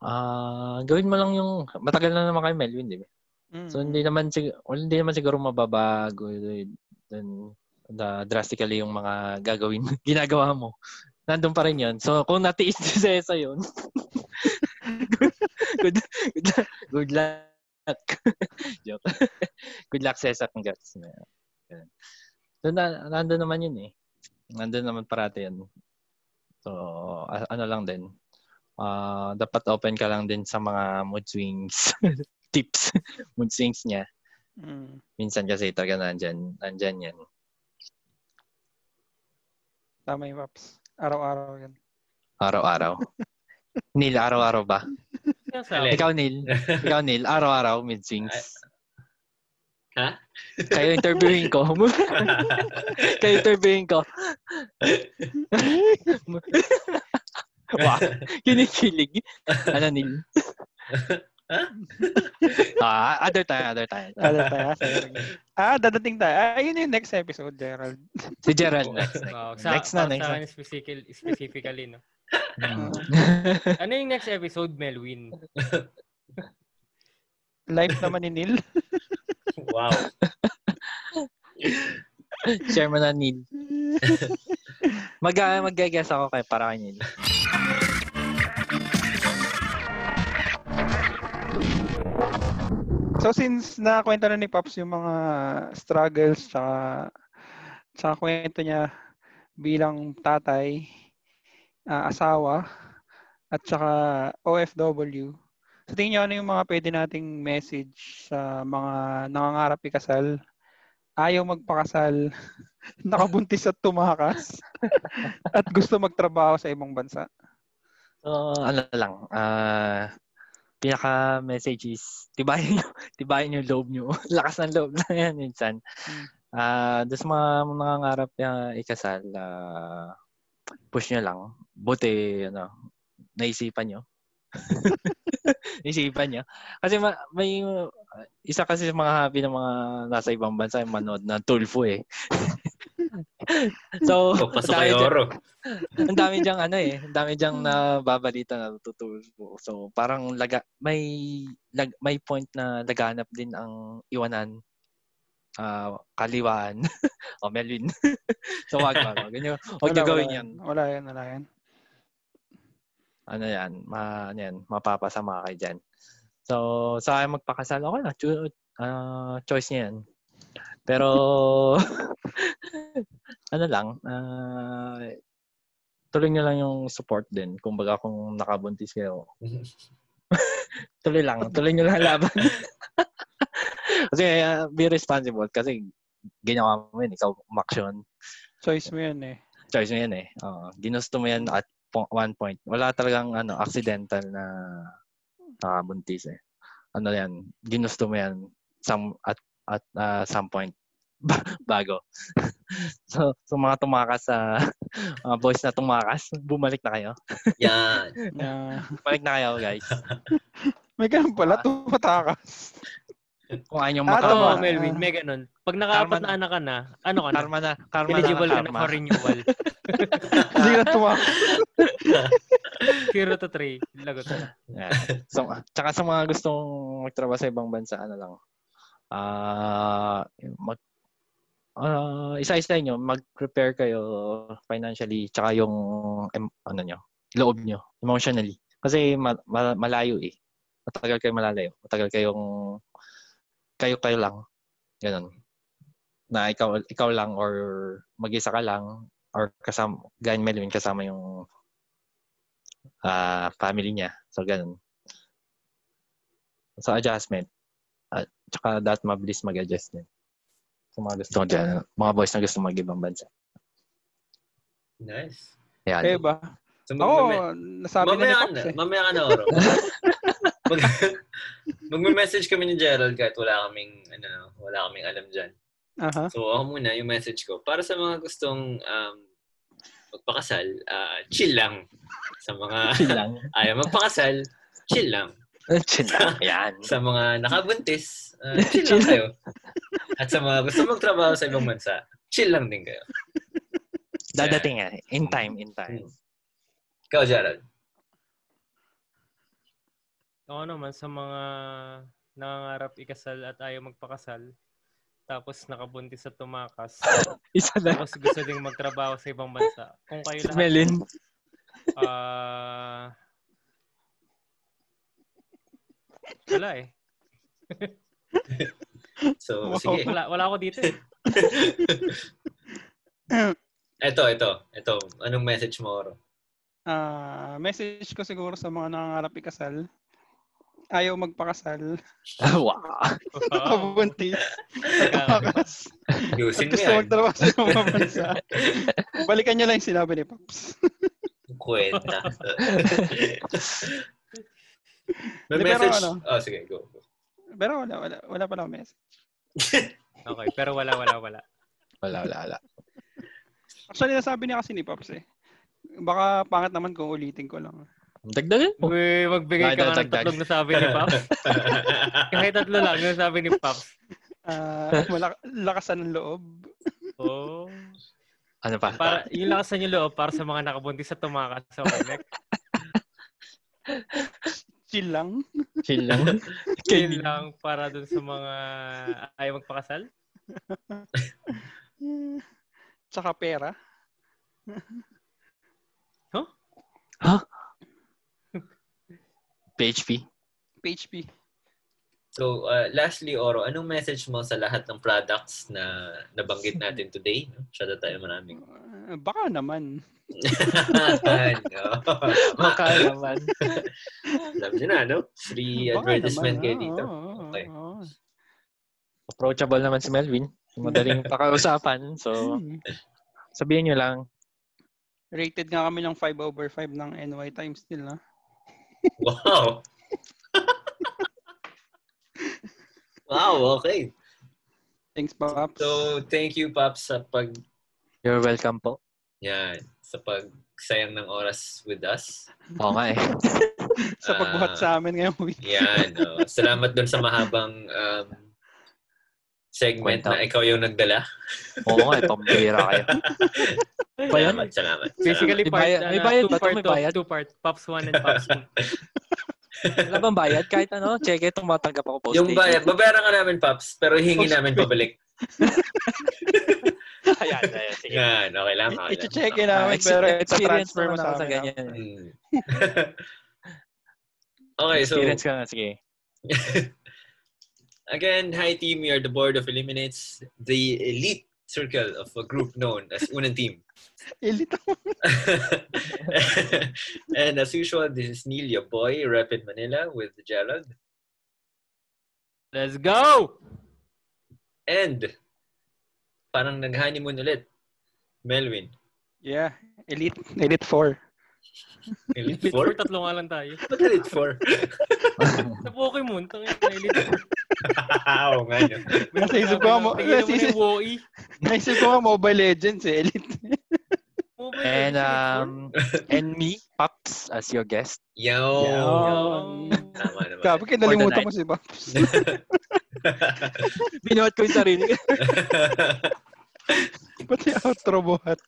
Speaker 4: ah gawin mo lang yung matagal na naman kay Melvin, di ba?
Speaker 1: Mm.
Speaker 4: So hindi naman sig- well, hindi naman siguro mababago then drastically yung mga gagawin *laughs* ginagawa mo. Nandun pa rin yun. So, kung natiis si Cesa yun, *laughs* good, good, good luck. *laughs* Joke. good luck, Cesa. Congrats. Ganun. So, na, nandun naman yun eh. Nandun naman parati yun. So, a- ano lang din. Ah, dapat open ka lang din sa mga mood swings. *laughs* tips, mood swings niya.
Speaker 1: Mm.
Speaker 4: Minsan kasi talaga nandyan, nandyan yan.
Speaker 1: Tama yung Paps. Araw-araw
Speaker 4: *laughs*
Speaker 1: yan.
Speaker 4: Araw-araw. *laughs* Neil, araw-araw ba?
Speaker 3: Yan sa
Speaker 2: Alin?
Speaker 4: Ikaw, Neil. Ikaw, Neil. Araw-araw, mood swings.
Speaker 2: Ha?
Speaker 4: *laughs* Kayo interviewin ko. Kayo interviewin ko. wow. Kinikilig. Ano, Neil? ah, other time, other time.
Speaker 1: Ano tayo? ah, sorry. ah, dadating tayo. Ah, yun yung next episode, Gerald.
Speaker 4: Si Gerald next.
Speaker 3: Oh,
Speaker 4: next.
Speaker 3: sa,
Speaker 4: Next na,
Speaker 3: para
Speaker 4: next
Speaker 3: sa
Speaker 4: na.
Speaker 3: akin specific- specifically, no?
Speaker 4: Mm.
Speaker 3: Ano yung next episode, Melwin?
Speaker 1: Live naman ni Neil.
Speaker 4: *laughs*
Speaker 2: wow.
Speaker 4: Share mo na, Neil. Mag, mag-guess ako kay para kay Neil.
Speaker 1: So since nakakwento na ni Pops yung mga struggles tsaka tsaka kwento niya bilang tatay, ah, asawa, at tsaka OFW, sa tingin niyo ano yung mga pwede nating message sa mga nangangarap ikasal? Ayaw magpakasal, *laughs* nakabuntis at tumakas, *laughs* at gusto magtrabaho sa ibang bansa.
Speaker 4: So, ano lang. Ah, pinaka-message is, tibayin nyo, *laughs* tibayin yung loob nyo. *laughs* Lakas ng loob na yan minsan.
Speaker 1: Mm.
Speaker 4: Ah, doon sa mga nangangarap na ikasal, ah, push nyo lang. Buti, ano, naisipan nyo. *laughs* naisipan nyo. Kasi ma- may, isa kasi sa mga hobby ng mga nasa ibang bansa, yung manood na tulfo eh. *laughs* so,
Speaker 2: Oh, pasok kay
Speaker 4: dahil dyan-
Speaker 2: Oro.
Speaker 4: *laughs* ang dami diyang ano eh, ang dami diyang
Speaker 1: Mm.
Speaker 4: nababalita na tutulpo. So parang laga may lag, may point na laganap din ang iwanan ah, kaliwaan *laughs* o Melvin. *laughs* so wag wag wag. Ganyo, wag niyo
Speaker 1: Wala,
Speaker 4: gawin
Speaker 1: wala
Speaker 4: 'yan.
Speaker 1: Wala yan, wala yan.
Speaker 4: Ano 'yan? Ma ano 'yan, mapapasama kayo diyan. So sa akin magpakasal okay na. Cho- ah, choice niya 'yan. Pero *laughs* ano lang, ah, tuloy niyo lang yung support din. Kumbaga kung nakabuntis kayo, *laughs* tuloy lang. Tuloy nyo lang laban. *laughs* kasi uh, be responsible. Kasi ginawa mo yun. Ikaw umaksyon.
Speaker 1: Choice mo yun eh.
Speaker 4: Choice mo yan eh. Oo. ginusto mo yan at po- one point. Wala talagang ano, accidental na nakabuntis eh. Ano yan? Ginusto mo yan some, at, at uh, some point *laughs* ba- bago. *laughs* so, so, mga tumakas sa *laughs* mga boys na tumakas, bumalik na kayo.
Speaker 2: Yan.
Speaker 1: Na, *laughs*
Speaker 4: Bumalik na kayo,
Speaker 3: *laughs*
Speaker 4: guys.
Speaker 1: may ganun pala,
Speaker 4: Ah.
Speaker 1: tumatakas.
Speaker 4: Kung ayaw
Speaker 1: Ah, tama.
Speaker 3: Oo,
Speaker 4: makawa.
Speaker 3: Melwin, may ganun. Pag nakaapat
Speaker 4: Ano Karma-
Speaker 3: na anak ka na, ano ka na?
Speaker 4: karma na. Karma na.
Speaker 3: Eligible ka
Speaker 4: ang
Speaker 3: na
Speaker 4: karma.
Speaker 3: for
Speaker 4: *laughs*
Speaker 3: renewal.
Speaker 1: Hindi na tumakas.
Speaker 3: 0 to 3. Lagot na.
Speaker 4: Yeah. So, tsaka sa mga gustong magtrabaho sa ibang bansa, ano lang, ah mag, ah, isa-isa nyo, mag-prepare kayo financially, tsaka yung, em- ano nyo, loob nyo, emotionally. Kasi ma- ma- malayo eh. Matagal kayo malalayo. Matagal kayong, kayo-kayo lang. Ganun. Na ikaw, ikaw lang or mag-isa ka lang or kasama, ganyan Melvin, kasama yung ah family niya. So, ganun. So, adjustment. At tsaka that mabilis mag-adjust din. Sa mga gusto dyan, mga boys na gusto mag-ibang bansa.
Speaker 2: Nice.
Speaker 4: Yan.
Speaker 1: Eh ba?
Speaker 2: So, mag-
Speaker 1: Oo,
Speaker 2: mame-
Speaker 1: nasabi na ni
Speaker 2: mamaya, ka
Speaker 1: Pops
Speaker 2: na,
Speaker 1: eh.
Speaker 2: mamaya ka na,
Speaker 1: *laughs*
Speaker 2: Oro. Mag- Magme-message kami ni Gerald kahit wala kaming, ano, wala kaming alam dyan.
Speaker 1: eh. Aha.
Speaker 2: So, ako muna yung message ko. Para sa mga gustong um, magpakasal, ah, chill lang. Sa mga
Speaker 4: Chill lang.
Speaker 2: ayaw magpakasal, chill lang.
Speaker 4: *laughs* Chill lang. Yan.
Speaker 2: Sa mga nakabuntis, ah, chill lang kayo. At sa mga gusto magtrabaho sa ibang bansa, chill lang din kayo.
Speaker 4: Dadating yan. In time, in time.
Speaker 2: Ikaw, Gerald.
Speaker 3: Ako naman sa mga nangangarap ikasal at ayaw magpakasal, tapos nakabuntis at tumakas,
Speaker 4: Isa lang.
Speaker 3: tapos gusto ding magtrabaho sa ibang bansa. Kung kayo
Speaker 4: Si
Speaker 3: lahat
Speaker 4: Melin.
Speaker 3: Ah. wala eh.
Speaker 2: So,
Speaker 1: Wow.
Speaker 2: sige.
Speaker 3: Wala, wala ako dito
Speaker 4: *laughs*
Speaker 3: eh.
Speaker 2: Ito, ito, ito. Anong message mo, Oro?
Speaker 1: Ah, message ko siguro sa mga nangangarap ikasal. ayaw magpakasal.
Speaker 4: *laughs* wow.
Speaker 1: *laughs* Kabuntis. Nagkapakas. At
Speaker 2: Ayusin Ah. mo
Speaker 1: gusto
Speaker 2: yan.
Speaker 1: magtrabaho
Speaker 2: *laughs*
Speaker 1: sa mga bansa. Balikan nyo lang yung sinabi ni Pops.
Speaker 2: Kwenta.
Speaker 1: *laughs*
Speaker 2: May
Speaker 1: Hindi, pero
Speaker 2: message.
Speaker 1: ano?
Speaker 2: Oh, sige, go. go.
Speaker 1: Pero wala, wala, wala pala akong message.
Speaker 3: Okay, pero wala, wala, wala.
Speaker 4: Wala, wala, wala.
Speaker 1: Actually, nasabi niya kasi ni Pops eh. Baka pangat naman kung ulitin ko lang.
Speaker 4: Dagdagan mo.
Speaker 3: Uy, magbigay ka nga ng
Speaker 4: Nadadagdag.
Speaker 3: tatlong nasabi ni Pops.
Speaker 4: *laughs*
Speaker 3: Kahit tatlo lang yung sabi ni Pops.
Speaker 1: Ah, *laughs* malak- lakasan ng loob.
Speaker 3: Oh.
Speaker 4: Ano pa?
Speaker 3: Para, yung lakas na yung loob para sa mga nakabuntis at tumakas sa connect.
Speaker 1: Chill lang.
Speaker 4: Chill lang.
Speaker 3: Yun lang para dun sa mga ayaw magpakasal.
Speaker 1: Hmm, Tsaka pera.
Speaker 4: PHP.
Speaker 1: PHP.
Speaker 2: So, uh, lastly, Oro, anong message mo sa lahat ng products na nabanggit natin today? No? Shout out tayo
Speaker 1: *laughs*
Speaker 2: maraming.
Speaker 1: Ah, baka naman. *laughs*
Speaker 2: ano?
Speaker 4: Maka naman.
Speaker 2: Alam niyo na, no? Free
Speaker 1: Baka
Speaker 2: advertisement
Speaker 1: naman,
Speaker 2: kayo
Speaker 1: ah,
Speaker 2: dito.
Speaker 1: oo, oo,
Speaker 2: Okay.
Speaker 1: oo.
Speaker 4: Approachable naman si Melvin. Madaling pakausapan. So,
Speaker 1: Hmm.
Speaker 4: sabihin nyo lang.
Speaker 1: Rated nga kami ng 5 over 5 ng NY Times nila.
Speaker 2: *laughs* Wow! wow, okay.
Speaker 1: Thanks, Pops.
Speaker 2: So, thank you, Pops, sa pag...
Speaker 4: You're welcome po.
Speaker 2: Yan, sa pagsayang ng oras with us.
Speaker 4: Oo nga eh.
Speaker 1: *laughs* sa pagbuhat
Speaker 2: ah,
Speaker 1: sa amin ngayong week.
Speaker 2: Yan. Oh. Salamat doon sa mahabang um, segment
Speaker 4: Kwenta.
Speaker 2: na ikaw yung nagdala.
Speaker 4: Oo nga eh. Pambira kayo. Ano Ba yan?
Speaker 2: Salamat, salamat. salamat.
Speaker 3: Basically,
Speaker 4: May
Speaker 3: part,
Speaker 4: bayad-
Speaker 3: ano,
Speaker 4: may bayad
Speaker 3: two
Speaker 4: ba to?
Speaker 3: part,
Speaker 4: May
Speaker 3: to,
Speaker 4: bayad?
Speaker 3: two part. Pops 1 and
Speaker 4: *laughs*
Speaker 3: Pops 2.
Speaker 4: Wala bang bayad? Kahit ano, check it. Tumatanggap ako postage.
Speaker 2: Yung bayad, babayaran ka namin, Paps, pero hingi namin pabalik.
Speaker 4: *laughs* ayan, ayan. Sige.
Speaker 2: Yan, okay lang. Okay lang.
Speaker 1: I-check in
Speaker 4: Ah,
Speaker 1: namin,
Speaker 4: ex-
Speaker 1: pero ito
Speaker 4: experience
Speaker 1: transfer mo
Speaker 4: naman
Speaker 1: sa
Speaker 4: ako sa
Speaker 1: amin. ah.
Speaker 4: ganyan. eh.
Speaker 2: Mm. *laughs* okay, so
Speaker 4: Experience ka na,
Speaker 1: *laughs*
Speaker 4: sige.
Speaker 2: *laughs* again, hi team, you're the board of eliminates the elite circle of a group known as Unang Team. *laughs*
Speaker 1: ah. Elite ako.
Speaker 2: and as usual, this is Neil, your boy, Rapid Manila with Gerald.
Speaker 3: Let's go!
Speaker 2: And, parang nag-honeymoon ulit. Melvin.
Speaker 1: Yeah, Elite. Elite 4.
Speaker 2: Elite
Speaker 3: Elite Four,
Speaker 2: 4?
Speaker 3: tatlo nga lang tayo.
Speaker 2: Ba't Elite 4?
Speaker 3: Sa Pokemon, tangin na Elite Four.
Speaker 2: *laughs* Oo nga yun.
Speaker 1: Nasa isip ko, mo,
Speaker 3: Tingin
Speaker 1: nasa
Speaker 3: naman
Speaker 1: isip,
Speaker 3: yung Woi.
Speaker 1: naisip ko nga Mobile Legends eh, Elite.
Speaker 3: Mobile
Speaker 4: And,
Speaker 3: Legends, Elite Four.
Speaker 4: um, *laughs* and me, Pops, as your guest.
Speaker 2: Yo!
Speaker 1: Yo. Um,
Speaker 2: Tama naman.
Speaker 1: Grabe, kinalimutan ko si Pops.
Speaker 2: *laughs*
Speaker 4: Binuhat ko yung sarili.
Speaker 1: Pati outro buhat.